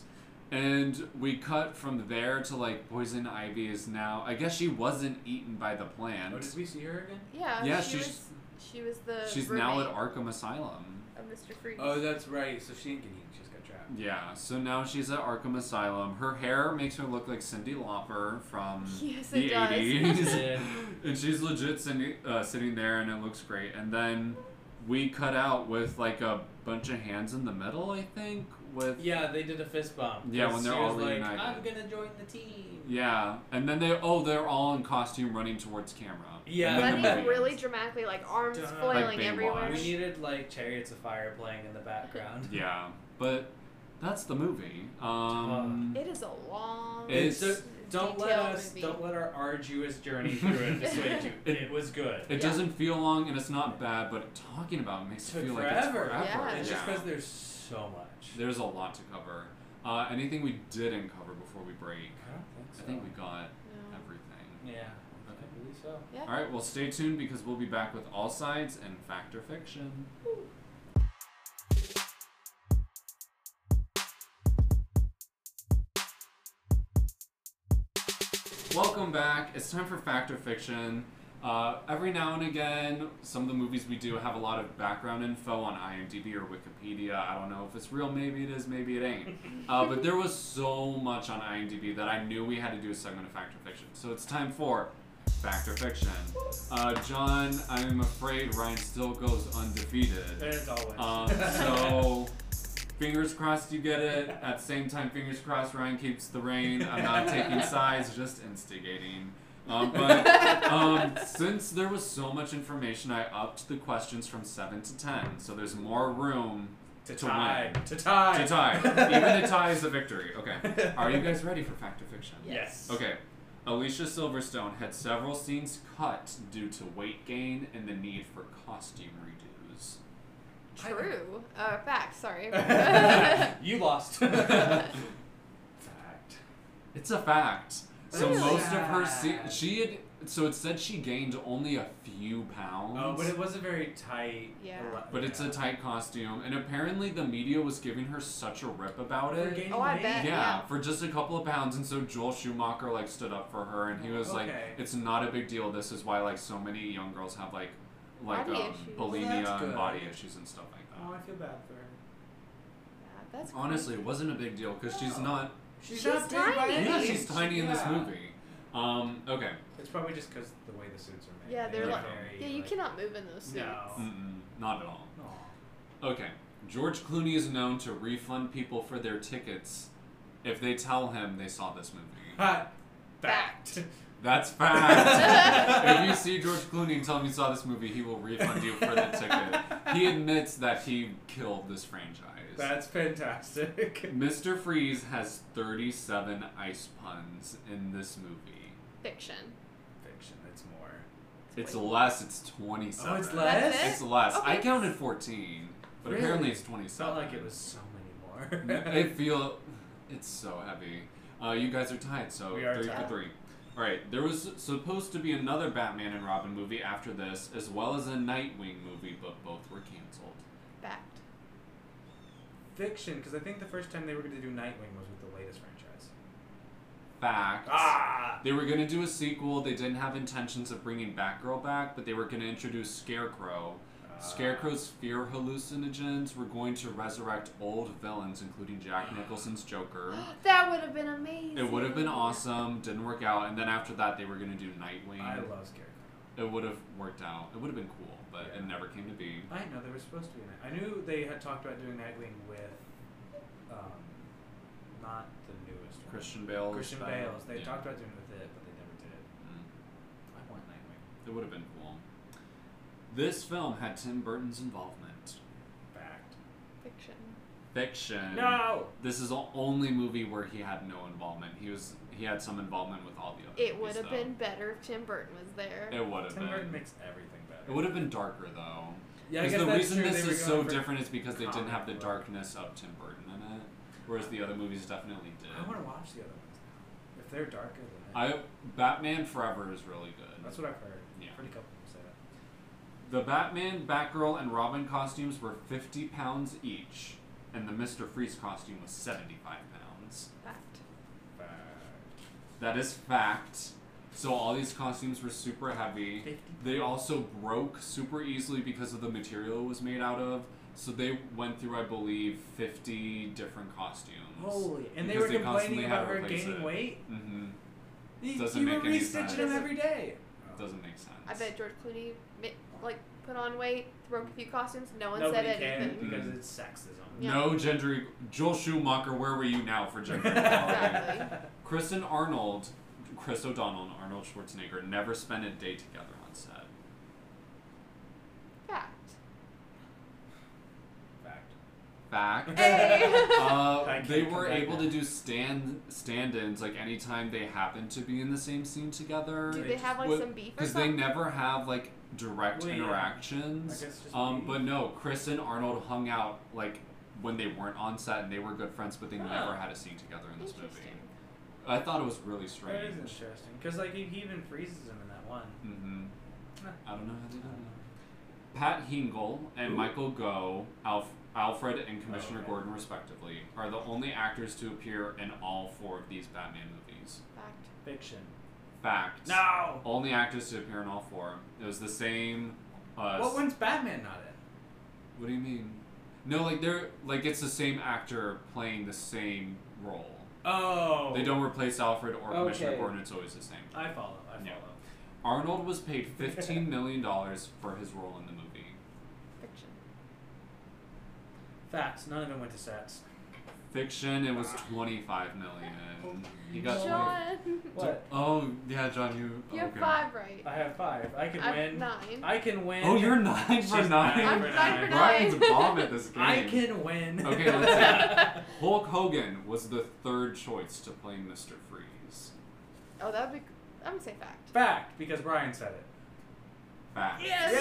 Speaker 1: And we cut from there to like Poison Ivy is now. I guess she wasn't eaten by the
Speaker 2: Oh,
Speaker 1: plant.
Speaker 2: did we see her again?
Speaker 3: yeah,
Speaker 1: Yeah,
Speaker 3: she was
Speaker 1: she's-
Speaker 3: she was the
Speaker 1: She's
Speaker 3: roommate
Speaker 1: now at Arkham Asylum.
Speaker 3: of Mr. Freeze.
Speaker 2: Oh, that's right. So she didn't get eaten. She just got trapped.
Speaker 1: Yeah, so now she's at Arkham Asylum. Her hair makes her look like Cindy Lauper from
Speaker 3: <laughs> Yes,
Speaker 1: the
Speaker 3: it
Speaker 1: <laughs>
Speaker 3: does. <laughs>
Speaker 1: 80s.
Speaker 2: Yeah.
Speaker 1: and she's legit sitting, uh, sitting there, and it looks great. And then we cut out with like a bunch of hands in the middle, I think. With
Speaker 2: Yeah, they did a fist bump.
Speaker 1: Yeah, when
Speaker 2: She
Speaker 1: they're
Speaker 2: was
Speaker 1: all
Speaker 2: like,
Speaker 1: reunited.
Speaker 2: I'm gonna join the team.
Speaker 1: yeah, and then they oh they're all in costume running towards camera.
Speaker 2: Yeah.
Speaker 1: And then
Speaker 3: Running
Speaker 1: the
Speaker 2: Lenny
Speaker 1: movie
Speaker 3: really
Speaker 1: ends.
Speaker 3: dramatically, like arms
Speaker 2: Dun.
Speaker 3: flailing
Speaker 1: Like Baywatch.
Speaker 3: everywhere.
Speaker 2: We needed like chariots of fire playing in the background.
Speaker 1: <laughs> Yeah, but that's the movie. Um,
Speaker 3: It is a long.
Speaker 1: It's-
Speaker 2: So don't let
Speaker 3: detailed
Speaker 2: us
Speaker 3: movie.
Speaker 2: don't let our arduous journey through it
Speaker 1: <laughs>
Speaker 2: dissuade you. It,
Speaker 1: It-
Speaker 2: was good.
Speaker 1: it
Speaker 3: Yeah.
Speaker 1: doesn't feel long and it's not bad, but talking about it makes it
Speaker 2: took
Speaker 1: feel like it's
Speaker 2: forever.
Speaker 1: forever. <laughs>
Speaker 3: Yeah.
Speaker 2: It's just
Speaker 1: Yeah.
Speaker 2: because there's so much.
Speaker 1: There's a lot to cover. Uh, anything we didn't cover before we break?
Speaker 2: I don't think so.
Speaker 1: I think we got
Speaker 3: No.
Speaker 1: everything.
Speaker 2: Yeah. I believe so.
Speaker 3: Yeah.
Speaker 1: All right, well, stay tuned because we'll be back with all sides and fact or fiction. Welcome back. It's time for fact or fiction. Uh, every now and again, some of the movies we do have a lot of background info on IMDb or Wikipedia. I don't know if it's real, maybe it is, maybe it ain't. Uh, but there was so much on IMDb that I knew we had to do a segment of fact or fiction. So it's time for fact or fiction. Uh, John, I'm afraid Ryan still goes undefeated.
Speaker 2: There's always. <laughs>
Speaker 1: Um, so fingers crossed you get it. At the same time, fingers crossed Ryan keeps the reign. I'm not
Speaker 2: <laughs>
Speaker 1: taking sides, just instigating. Um,
Speaker 2: <laughs>
Speaker 1: but um, since there was so much information, I upped the questions from seven to ten. So there's more room
Speaker 2: to,
Speaker 1: to
Speaker 2: tie.
Speaker 1: win.
Speaker 2: To tie.
Speaker 1: to tie.
Speaker 2: <laughs>
Speaker 1: Even a tie is a victory. Okay. Are you guys ready for fact or fiction?
Speaker 2: Yes.
Speaker 1: Okay. Alicia Silverstone had several scenes cut due to weight gain and the need for costume redos.
Speaker 2: <laughs>
Speaker 3: True. Uh,
Speaker 1: <laughs>
Speaker 3: fact. Sorry. <laughs>
Speaker 2: <laughs> you lost. Fact.
Speaker 1: It's a fact. So
Speaker 3: Really?
Speaker 1: most of her
Speaker 2: Yeah.
Speaker 1: scenes, she had. So it said she gained only a few pounds.
Speaker 2: Oh, but it was a very tight.
Speaker 3: Yeah.
Speaker 2: ele-
Speaker 1: But it's a
Speaker 2: yeah.
Speaker 1: tight costume, and apparently the media was giving her such a rip about
Speaker 2: For
Speaker 1: it.
Speaker 2: gaining
Speaker 3: Oh, I
Speaker 2: weight?
Speaker 1: yeah,
Speaker 3: bet. yeah.
Speaker 1: for just a couple of pounds, and so Joel Schumacher like stood up for her, and he was like,
Speaker 2: Okay.
Speaker 1: "It's not a big deal. This is why like so many young girls have like, like
Speaker 3: Body
Speaker 1: um,
Speaker 3: issues.
Speaker 1: bulimia
Speaker 2: Well, that's
Speaker 1: and
Speaker 2: good.
Speaker 1: body issues and stuff like
Speaker 2: Oh,
Speaker 1: that."
Speaker 2: I feel bad for her.
Speaker 3: Yeah, that's cool.
Speaker 1: Honestly, it wasn't a big deal because she's
Speaker 2: Oh. No.
Speaker 1: not.
Speaker 3: She's not big by tiny. any
Speaker 1: Yeah,
Speaker 3: She-
Speaker 1: she's tiny in this
Speaker 2: Yeah.
Speaker 1: movie. Um, okay.
Speaker 2: It's probably just because the way the suits are made.
Speaker 3: Yeah, they're
Speaker 1: like-
Speaker 2: very,
Speaker 3: Yeah, you
Speaker 2: like,
Speaker 1: Mm.
Speaker 3: cannot move in those suits.
Speaker 2: No.
Speaker 3: <laughs>
Speaker 1: Mm-mm, not at all.
Speaker 2: Aw.
Speaker 1: Okay. George Clooney is known to refund people for their tickets if they tell him they saw this movie.
Speaker 2: Ha!
Speaker 3: Fact.
Speaker 2: Fact.
Speaker 1: That's fact. if you see George Clooney and tell him you saw this movie, he will refund you for the ticket.
Speaker 2: <laughs>
Speaker 1: He <laughs> admits that he killed this franchise.
Speaker 2: That's fantastic. <laughs>
Speaker 1: Mr. Freeze has 37 ice puns in this movie.
Speaker 3: Fiction.
Speaker 2: Fiction. It's more.
Speaker 1: It's
Speaker 3: way-
Speaker 1: less, it's 27.
Speaker 2: Oh, it's
Speaker 3: That's
Speaker 2: less.
Speaker 3: it?
Speaker 1: It's less. I
Speaker 3: Okay.
Speaker 1: counted 14, but
Speaker 2: Really?
Speaker 1: apparently it's
Speaker 2: It
Speaker 1: 27.
Speaker 2: felt like it was so
Speaker 1: <laughs>
Speaker 2: many more. <laughs>
Speaker 1: it feel it's so heavy. Uh, you guys are tied, so
Speaker 2: We are
Speaker 1: three
Speaker 3: tied.
Speaker 1: for three. All right, there was supposed to be another Batman and Robin movie after this, as well as a Nightwing movie, but both were canceled.
Speaker 3: Fact.
Speaker 2: Fiction, because I think the first time they were going to do Nightwing was with the latest franchise.
Speaker 1: Fact.
Speaker 2: Ah!
Speaker 1: They were gonna do a sequel. They didn't have intentions of bringing Batgirl back, but they were gonna introduce Scarecrow.
Speaker 2: Ah. Uh,
Speaker 1: Scarecrow's fear hallucinogens were going to resurrect old villains, including
Speaker 2: Ah.
Speaker 1: Jack Nicholson's
Speaker 2: <gasps>
Speaker 1: Joker.
Speaker 3: that would have been amazing.
Speaker 1: It would have been awesome. Didn't work out, and then after that, they were gonna do Nightwing.
Speaker 2: I love Scarecrow.
Speaker 1: it would have worked out. It would have been cool, but
Speaker 2: Yeah.
Speaker 1: it never came to be.
Speaker 2: I didn't know they were supposed to be in it. I knew they had talked about doing Nightwing with, um, not the newest one.
Speaker 1: Christian Bale.
Speaker 2: Christian
Speaker 1: Bale.
Speaker 2: Bale's. They
Speaker 1: Yeah.
Speaker 2: talked about doing it with it, but they never did.
Speaker 1: Mm.
Speaker 2: I want Nightwing
Speaker 1: It would have been cool. This film had Tim Burton's involvement.
Speaker 2: back.
Speaker 3: Fiction.
Speaker 1: Fiction.
Speaker 2: No.
Speaker 1: This is the only movie where he had no involvement. He was he had some involvement with all the other.
Speaker 3: It
Speaker 1: movies,
Speaker 3: would have
Speaker 1: though.
Speaker 3: been better if Tim Burton was there.
Speaker 1: It would have
Speaker 2: Tim Burton
Speaker 1: been.
Speaker 2: makes everything
Speaker 1: It
Speaker 2: better.
Speaker 1: would have been darker though.
Speaker 2: Yeah, I
Speaker 1: 'Cause
Speaker 2: guess
Speaker 1: the
Speaker 2: that's
Speaker 1: reason
Speaker 2: true.
Speaker 1: this
Speaker 2: they were
Speaker 1: is so
Speaker 2: going for-
Speaker 1: different is because they didn't
Speaker 2: comic
Speaker 1: have the
Speaker 2: book.
Speaker 1: darkness of Tim Burton in it, whereas the other movies definitely did.
Speaker 2: I want to watch the other ones now. If they're darker than that.
Speaker 1: I Batman Forever is really good.
Speaker 2: That's what I've heard.
Speaker 1: Yeah.
Speaker 2: Pretty couple people say that.
Speaker 1: The Batman, Batgirl, and Robin costumes were 50 pounds each, and the Mr. Freeze costume was 75 pounds.
Speaker 3: Fact.
Speaker 2: Fact.
Speaker 1: That is fact. So all these costumes were super heavy.
Speaker 2: 50
Speaker 1: They also broke super easily because of the material it was made out of. So they went through, I believe, 50 different costumes.
Speaker 2: Holy. And they
Speaker 1: Because
Speaker 2: were
Speaker 1: they constantly
Speaker 2: complaining
Speaker 1: had to
Speaker 2: about her
Speaker 1: replace
Speaker 2: gaining
Speaker 1: it.
Speaker 2: weight.
Speaker 1: Mm-hmm.
Speaker 2: You,
Speaker 1: Doesn't
Speaker 2: you
Speaker 1: make
Speaker 2: were
Speaker 1: any
Speaker 2: restitching
Speaker 1: sense.
Speaker 2: them every day.
Speaker 1: Doesn't make sense.
Speaker 3: I bet George Clooney mi- like put on weight, broke a few costumes. No one
Speaker 2: Nobody
Speaker 3: said
Speaker 2: can
Speaker 3: anything.
Speaker 2: because
Speaker 1: Mhm.
Speaker 2: it's sexism.
Speaker 3: Yeah.
Speaker 1: No gender. e- Joel Schumacher, where were you now for
Speaker 2: <laughs>
Speaker 1: gender equality?
Speaker 3: Exactly.
Speaker 1: Kristen Arnold, Chris O'Donnell, and Arnold Schwarzenegger never spent a day together on set.
Speaker 3: Fact.
Speaker 1: <laughs>
Speaker 2: Fact. <laughs>
Speaker 1: Fact.
Speaker 3: Hey.
Speaker 1: Uh,
Speaker 2: I
Speaker 1: they
Speaker 2: can't
Speaker 1: were
Speaker 2: come back
Speaker 1: able
Speaker 2: now.
Speaker 1: to do stand stand-ins like anytime they happened to be in the same scene together.
Speaker 3: Do
Speaker 2: They
Speaker 3: they have like
Speaker 1: Well,
Speaker 3: some beef or
Speaker 1: because they
Speaker 3: something?
Speaker 1: never have like direct
Speaker 2: Well, yeah.
Speaker 1: interactions.
Speaker 2: I guess just
Speaker 1: um,
Speaker 2: be-
Speaker 1: but no, Chris and Arnold hung out like when they weren't on set and they were good friends, but they
Speaker 2: Huh.
Speaker 1: never had a scene together in this movie.
Speaker 3: Interesting.
Speaker 1: I thought it was really
Speaker 2: That is
Speaker 1: strange.
Speaker 2: interesting. Because, like, he, he even freezes him in that one.
Speaker 1: hmm
Speaker 2: Huh.
Speaker 1: I don't know how they did that. Pat Hingle and
Speaker 2: Ooh.
Speaker 1: Michael Goh, Alf- Alfred and Commissioner
Speaker 2: Oh, okay.
Speaker 1: Gordon, respectively, are the only actors to appear in all four of these Batman movies.
Speaker 3: Fact.
Speaker 2: Fiction.
Speaker 1: Fact.
Speaker 2: No!
Speaker 1: Only actors to appear in all four. It was the same. Uh,
Speaker 2: What one's Batman not in?
Speaker 1: What do you mean? No, like they're like it's the same actor playing the same role.
Speaker 2: Oh!
Speaker 1: They don't replace Alfred or Commissioner
Speaker 2: Okay.
Speaker 1: Gordon. It's always the same.
Speaker 2: I follow. I follow.
Speaker 1: Yeah. Arnold was paid fifteen
Speaker 2: <laughs>
Speaker 1: million dollars for his role in the movie.
Speaker 3: Fiction.
Speaker 2: Facts. None of them went to sets.
Speaker 1: Fiction, it was twenty-five million. He got. twenty-
Speaker 3: John,
Speaker 2: What?
Speaker 1: Oh yeah, John, you.
Speaker 3: <laughs> you have
Speaker 1: okay.
Speaker 3: five right.
Speaker 2: I have five. I can
Speaker 3: I'm
Speaker 2: win.
Speaker 3: nine.
Speaker 2: I can win.
Speaker 1: Oh, you're nine for
Speaker 2: She's
Speaker 1: nine.
Speaker 3: I'm
Speaker 2: for
Speaker 3: nine
Speaker 2: nine.
Speaker 3: for
Speaker 1: Brian's a
Speaker 3: nine.
Speaker 1: bomb at this game.
Speaker 2: <laughs> I can win.
Speaker 1: Okay, let's Hulk Hogan was the third choice to play Mr. Freeze.
Speaker 3: Oh, that would be. I'm gonna say
Speaker 2: <laughs>
Speaker 3: fact.
Speaker 2: Fact, because Brian said it.
Speaker 1: Fact.
Speaker 3: Yes.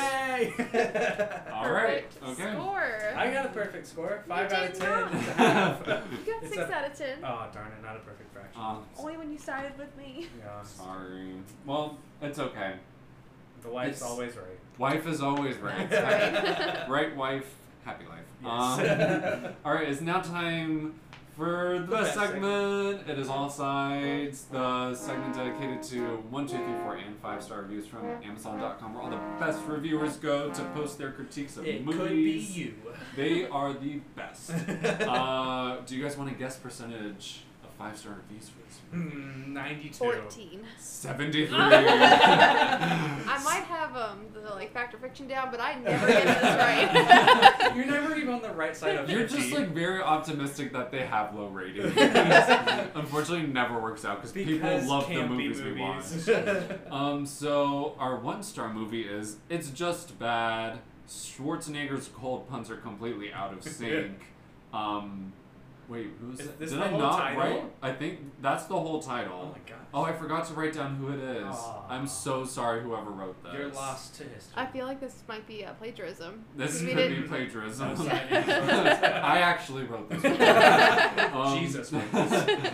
Speaker 1: <laughs>
Speaker 2: Yay! <laughs>
Speaker 1: All right.
Speaker 3: Perfect
Speaker 1: Okay.
Speaker 3: Score.
Speaker 2: I got a perfect score. Five
Speaker 3: You
Speaker 2: out of
Speaker 3: did
Speaker 2: ten.
Speaker 3: not.
Speaker 2: <laughs>
Speaker 3: you got
Speaker 2: It's
Speaker 3: six
Speaker 2: a-
Speaker 3: out of ten.
Speaker 2: Oh darn it! Not a perfect fraction.
Speaker 1: Uh,
Speaker 3: Only when you sided with me.
Speaker 2: yeah.
Speaker 1: sorry. Well, it's okay.
Speaker 2: The wife's
Speaker 1: It's-
Speaker 2: always right.
Speaker 1: Wife is always right. <laughs>
Speaker 3: Right.
Speaker 1: right wife, happy life.
Speaker 2: Yes. <laughs>
Speaker 1: Um, all right, it's now time for the,
Speaker 2: The best
Speaker 1: segment. It is all sides. The segment dedicated to one, two, three, four, and five star reviews from Amazon.com, where all the best reviewers go to post their critiques of
Speaker 2: it
Speaker 1: movies.
Speaker 2: could be you.
Speaker 1: They are the
Speaker 2: <laughs>
Speaker 1: best. <laughs> uh, do you guys want to guess percentage of five star reviews for this? movie?
Speaker 2: Hmm, Ninety-two.
Speaker 3: Fourteen.
Speaker 1: Seventy-three. <laughs>
Speaker 2: <laughs>
Speaker 3: I might have um the like fact or fiction down, but I never get
Speaker 1: <laughs>
Speaker 3: this
Speaker 2: <laughs>
Speaker 3: right. <laughs>
Speaker 2: You're never even on the right side of
Speaker 1: You're just
Speaker 2: 50.
Speaker 1: like very optimistic that they have low
Speaker 2: <laughs>
Speaker 1: ratings. Unfortunately, never works out because people
Speaker 2: Because
Speaker 1: love the
Speaker 2: campy
Speaker 1: movies, we watch.
Speaker 2: movies. <laughs>
Speaker 1: Um, so our one star movie is It's Just Bad. Schwarzenegger's cold puns are completely out of sync.
Speaker 2: <laughs>
Speaker 1: um, wait, who's
Speaker 2: Is
Speaker 1: that?
Speaker 2: this
Speaker 1: Did
Speaker 2: the
Speaker 1: I
Speaker 2: whole
Speaker 1: not
Speaker 2: title?
Speaker 1: write? I think that's the whole
Speaker 2: oh
Speaker 1: title.
Speaker 2: my god.
Speaker 1: Oh, I forgot to write down who it is.
Speaker 2: Aw.
Speaker 1: I'm so sorry, whoever wrote this.
Speaker 2: You're lost to history. <laughs>
Speaker 3: I feel <laughs> like this might be a plagiarism.
Speaker 1: This
Speaker 3: We
Speaker 1: could
Speaker 3: didn't-
Speaker 1: be plagiarism. <laughs>
Speaker 2: I'm
Speaker 3: sorry.
Speaker 1: I actually wrote
Speaker 2: <laughs>
Speaker 1: this. Um,
Speaker 2: Jesus
Speaker 1: <laughs>
Speaker 2: wrote this.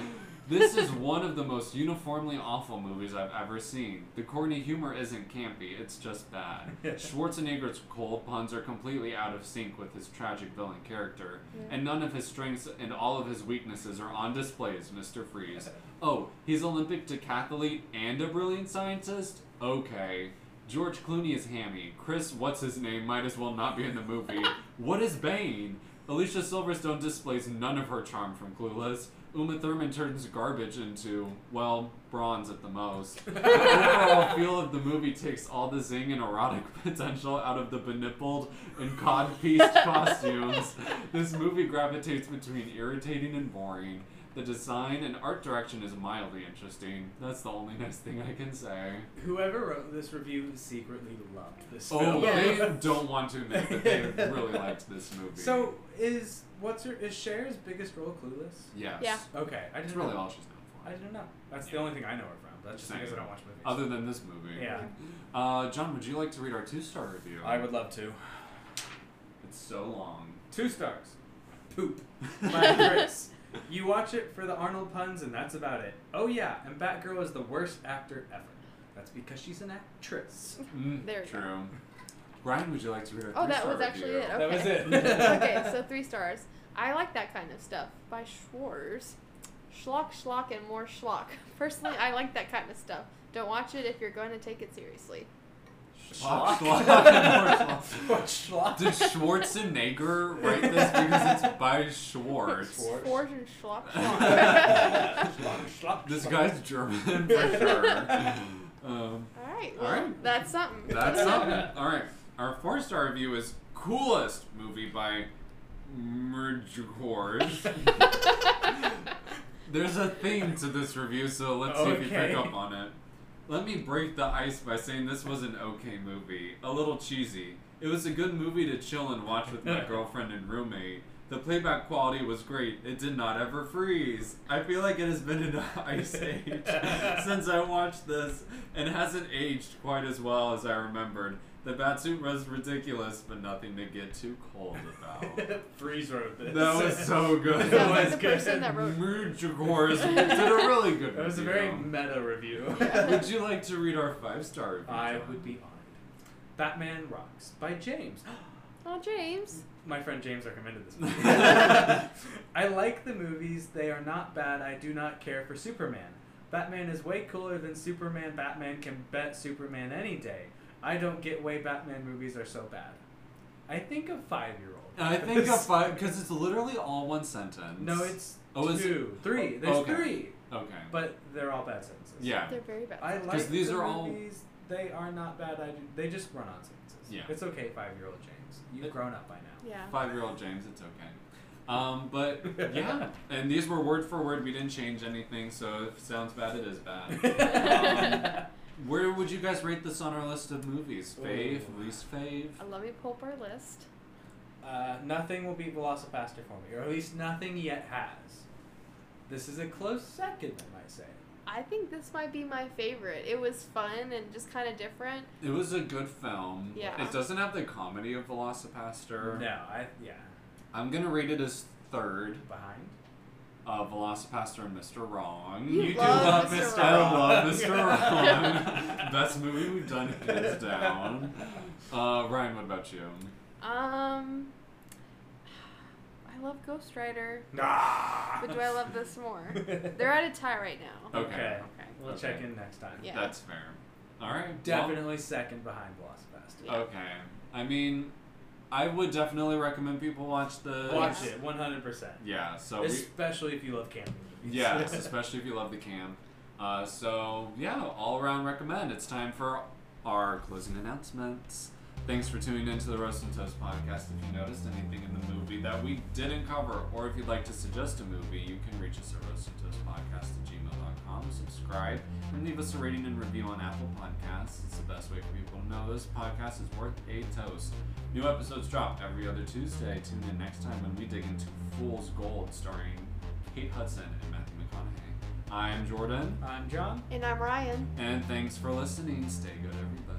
Speaker 1: this is one of the most uniformly awful movies I've ever seen. The corny humor isn't campy, it's just bad. Schwarzenegger's cold puns are completely out of sync with his tragic villain character, and none of his strengths and all of his weaknesses are on display as Mr. Freeze. Oh, he's Olympic decathlete and a brilliant scientist? Okay. George Clooney is hammy. Chris, what's his name, might as well not be in the movie. what is Bane? Alicia Silverstone displays none of her charm from Clueless. Uma Thurman turns garbage into, well, bronze at the most. the overall feel of the movie takes all the zing and erotic <laughs> potential out of the benippled and cod-pieced costumes. This movie gravitates between irritating and boring. The design and art direction is mildly interesting. That's the only nice thing I can say.
Speaker 2: Whoever wrote this review secretly loved this
Speaker 1: Oh,
Speaker 2: film. <laughs>
Speaker 1: they don't want to admit that they really liked this movie.
Speaker 2: So is what's her is Cher's biggest role Clueless?
Speaker 1: yes,
Speaker 3: Yeah.
Speaker 2: Okay, I
Speaker 1: that's
Speaker 2: didn't
Speaker 1: really
Speaker 2: know.
Speaker 1: all she's
Speaker 2: I
Speaker 1: known for.
Speaker 2: didn't know. That's the only thing I know her from. That's just
Speaker 1: Same.
Speaker 2: because I don't watch movies.
Speaker 1: Other than this movie,
Speaker 2: yeah,
Speaker 1: Uh, John, would you like to read our two-star review?
Speaker 2: love to.
Speaker 1: It's so
Speaker 2: <laughs>
Speaker 1: long.
Speaker 2: Two stars. Poop. By
Speaker 1: <laughs>
Speaker 2: Chris. You watch it for the Arnold puns, and that's about it. Oh yeah, and Batgirl is the worst actor ever. That's because she's an actress.
Speaker 1: Mm,
Speaker 3: There we go.
Speaker 1: True. Brian, would you like to read our
Speaker 3: Oh, that
Speaker 1: three-star
Speaker 3: was actually
Speaker 1: review?
Speaker 3: it.
Speaker 2: That was
Speaker 3: Okay.
Speaker 2: it.
Speaker 3: <laughs> okay, so three stars. I like that kind of stuff by Schwarz. Schlock, schlock, and more schlock. <laughs> Personally, I like that kind of stuff. Don't watch it if you're going to take it seriously.
Speaker 1: Schlock.
Speaker 2: Schlock.
Speaker 1: Schlock.
Speaker 2: What <laughs> schlock?
Speaker 1: Did Schwarzenegger write this because it's by Schwartz?
Speaker 2: Schwarz.
Speaker 3: <laughs> Schwarz and schlock,
Speaker 1: <laughs>
Speaker 3: schlock. <laughs>
Speaker 2: Schlock, schlock,
Speaker 1: This
Speaker 2: schlock.
Speaker 1: guy's German for sure. Um,
Speaker 3: All right,
Speaker 1: All
Speaker 3: well,
Speaker 1: right.
Speaker 3: that's something. <laughs>
Speaker 1: that's something. All right, our four-star review is coolest movie by Mergeorge. There's a theme to this review, so let's see if you
Speaker 2: Okay.
Speaker 1: pick up on it. Let me break the ice by saying this was an okay movie. A little cheesy. It was a good movie to chill and watch with my girlfriend and roommate. The playback quality was great. It did not ever freeze. I feel like it has been an <laughs> ice age since I watched this and hasn't aged quite as well as I remembered. The batsuit was ridiculous, but nothing to get too cold about.
Speaker 2: Freeze wrote this.
Speaker 1: That was
Speaker 3: <laughs>
Speaker 1: so good.
Speaker 3: Sounds
Speaker 2: That
Speaker 3: like
Speaker 2: was
Speaker 3: the person
Speaker 2: good.
Speaker 3: that wrote. <laughs>
Speaker 1: Murjagors did a really good
Speaker 2: <laughs> That was a very
Speaker 1: review.
Speaker 2: meta review. <laughs>
Speaker 1: Would you like to read our five star review?
Speaker 2: I
Speaker 1: John?
Speaker 2: would be honored. Batman Rocks by James. <gasps>
Speaker 3: Oh, James.
Speaker 2: My friend James recommended this
Speaker 1: <laughs>
Speaker 2: movie. I like the movies. They are not bad. I do not care for Superman. Batman is way cooler than Superman. Batman can bet Superman any day. I don't get why Batman movies are so bad. I think a five year old.
Speaker 1: I think a five because it's literally all one sentence.
Speaker 2: No, it's
Speaker 1: Oh, is it-
Speaker 2: two, three. There's
Speaker 1: okay.
Speaker 2: three,
Speaker 1: okay.
Speaker 2: but they're all bad sentences.
Speaker 1: yeah,
Speaker 3: They're very bad.
Speaker 2: I like
Speaker 1: these
Speaker 2: the
Speaker 1: are all-
Speaker 2: movies. They are not bad. I do. They just run on sentences.
Speaker 1: Yeah.
Speaker 2: It's okay, five year old James. You've
Speaker 1: It-
Speaker 2: grown up by
Speaker 3: <laughs>
Speaker 2: now.
Speaker 3: yeah.
Speaker 1: five year old James, it's okay. Um, but
Speaker 2: <laughs>
Speaker 1: yeah, and these were word for word. We didn't change anything, so if it sounds bad, it is
Speaker 2: <laughs>
Speaker 1: bad. Um, where would you guys rate this on our list of movies? Fave,
Speaker 2: Ooh.
Speaker 1: least fave.
Speaker 3: Uh, Let me pull up our list.
Speaker 2: Uh, nothing will beat Velocipaster for me, or at least nothing yet has. This is a close second, I might say.
Speaker 3: I think this might be my favorite. It was fun and just kind of different.
Speaker 1: It was a good film.
Speaker 3: Yeah.
Speaker 1: It doesn't have the comedy of Velocipaster.
Speaker 2: No, I yeah.
Speaker 1: I'm gonna rate it as third.
Speaker 2: Behind.
Speaker 1: Uh, Velocipaster and Mr. Wrong.
Speaker 3: You You do love love Mr. Mr.
Speaker 1: I
Speaker 3: Wrong.
Speaker 1: love
Speaker 2: <laughs>
Speaker 1: Mr.
Speaker 2: Wrong.
Speaker 3: <laughs>
Speaker 1: Wrong. Best movie we've done, hands down. Uh, Ryan, what about you?
Speaker 3: Um, I love Ghost Rider,
Speaker 2: Nah.
Speaker 3: but do I love
Speaker 2: <laughs>
Speaker 3: this more? They're at a tie right
Speaker 2: Oh,
Speaker 3: now.
Speaker 1: Okay.
Speaker 3: Okay.
Speaker 2: We'll
Speaker 1: Okay.
Speaker 2: check in next time.
Speaker 3: Yeah.
Speaker 1: That's fair. All right.
Speaker 2: Definitely second behind Velocipaster.
Speaker 3: Yeah.
Speaker 1: Well, okay. I mean, I would definitely recommend people watch the.
Speaker 2: Watch it, one hundred percent.
Speaker 1: Yeah. So
Speaker 3: <laughs>
Speaker 1: we.
Speaker 2: Especially if you love camping. movies.
Speaker 1: Yes, especially if you love the camp. Uh, so yeah, all around recommend. It's time for our closing announcements. Thanks for tuning in to the Roast and Toast podcast. If you noticed anything in the movie that we didn't cover, or if you'd like to suggest a movie, you can reach us at roastandtoastpodcast at gmail.com. Subscribe and leave us a rating and review on Apple Podcasts. It's the best way for people to know this podcast is worth a toast. New episodes drop every other Tuesday. Tune in next time when we dig into Fool's Gold starring Kate Hudson and Matthew McConaughey. I'm Jordan,
Speaker 2: <laughs> I'm John.
Speaker 3: And I'm Ryan.
Speaker 1: and thanks for listening. Stay good, everybody.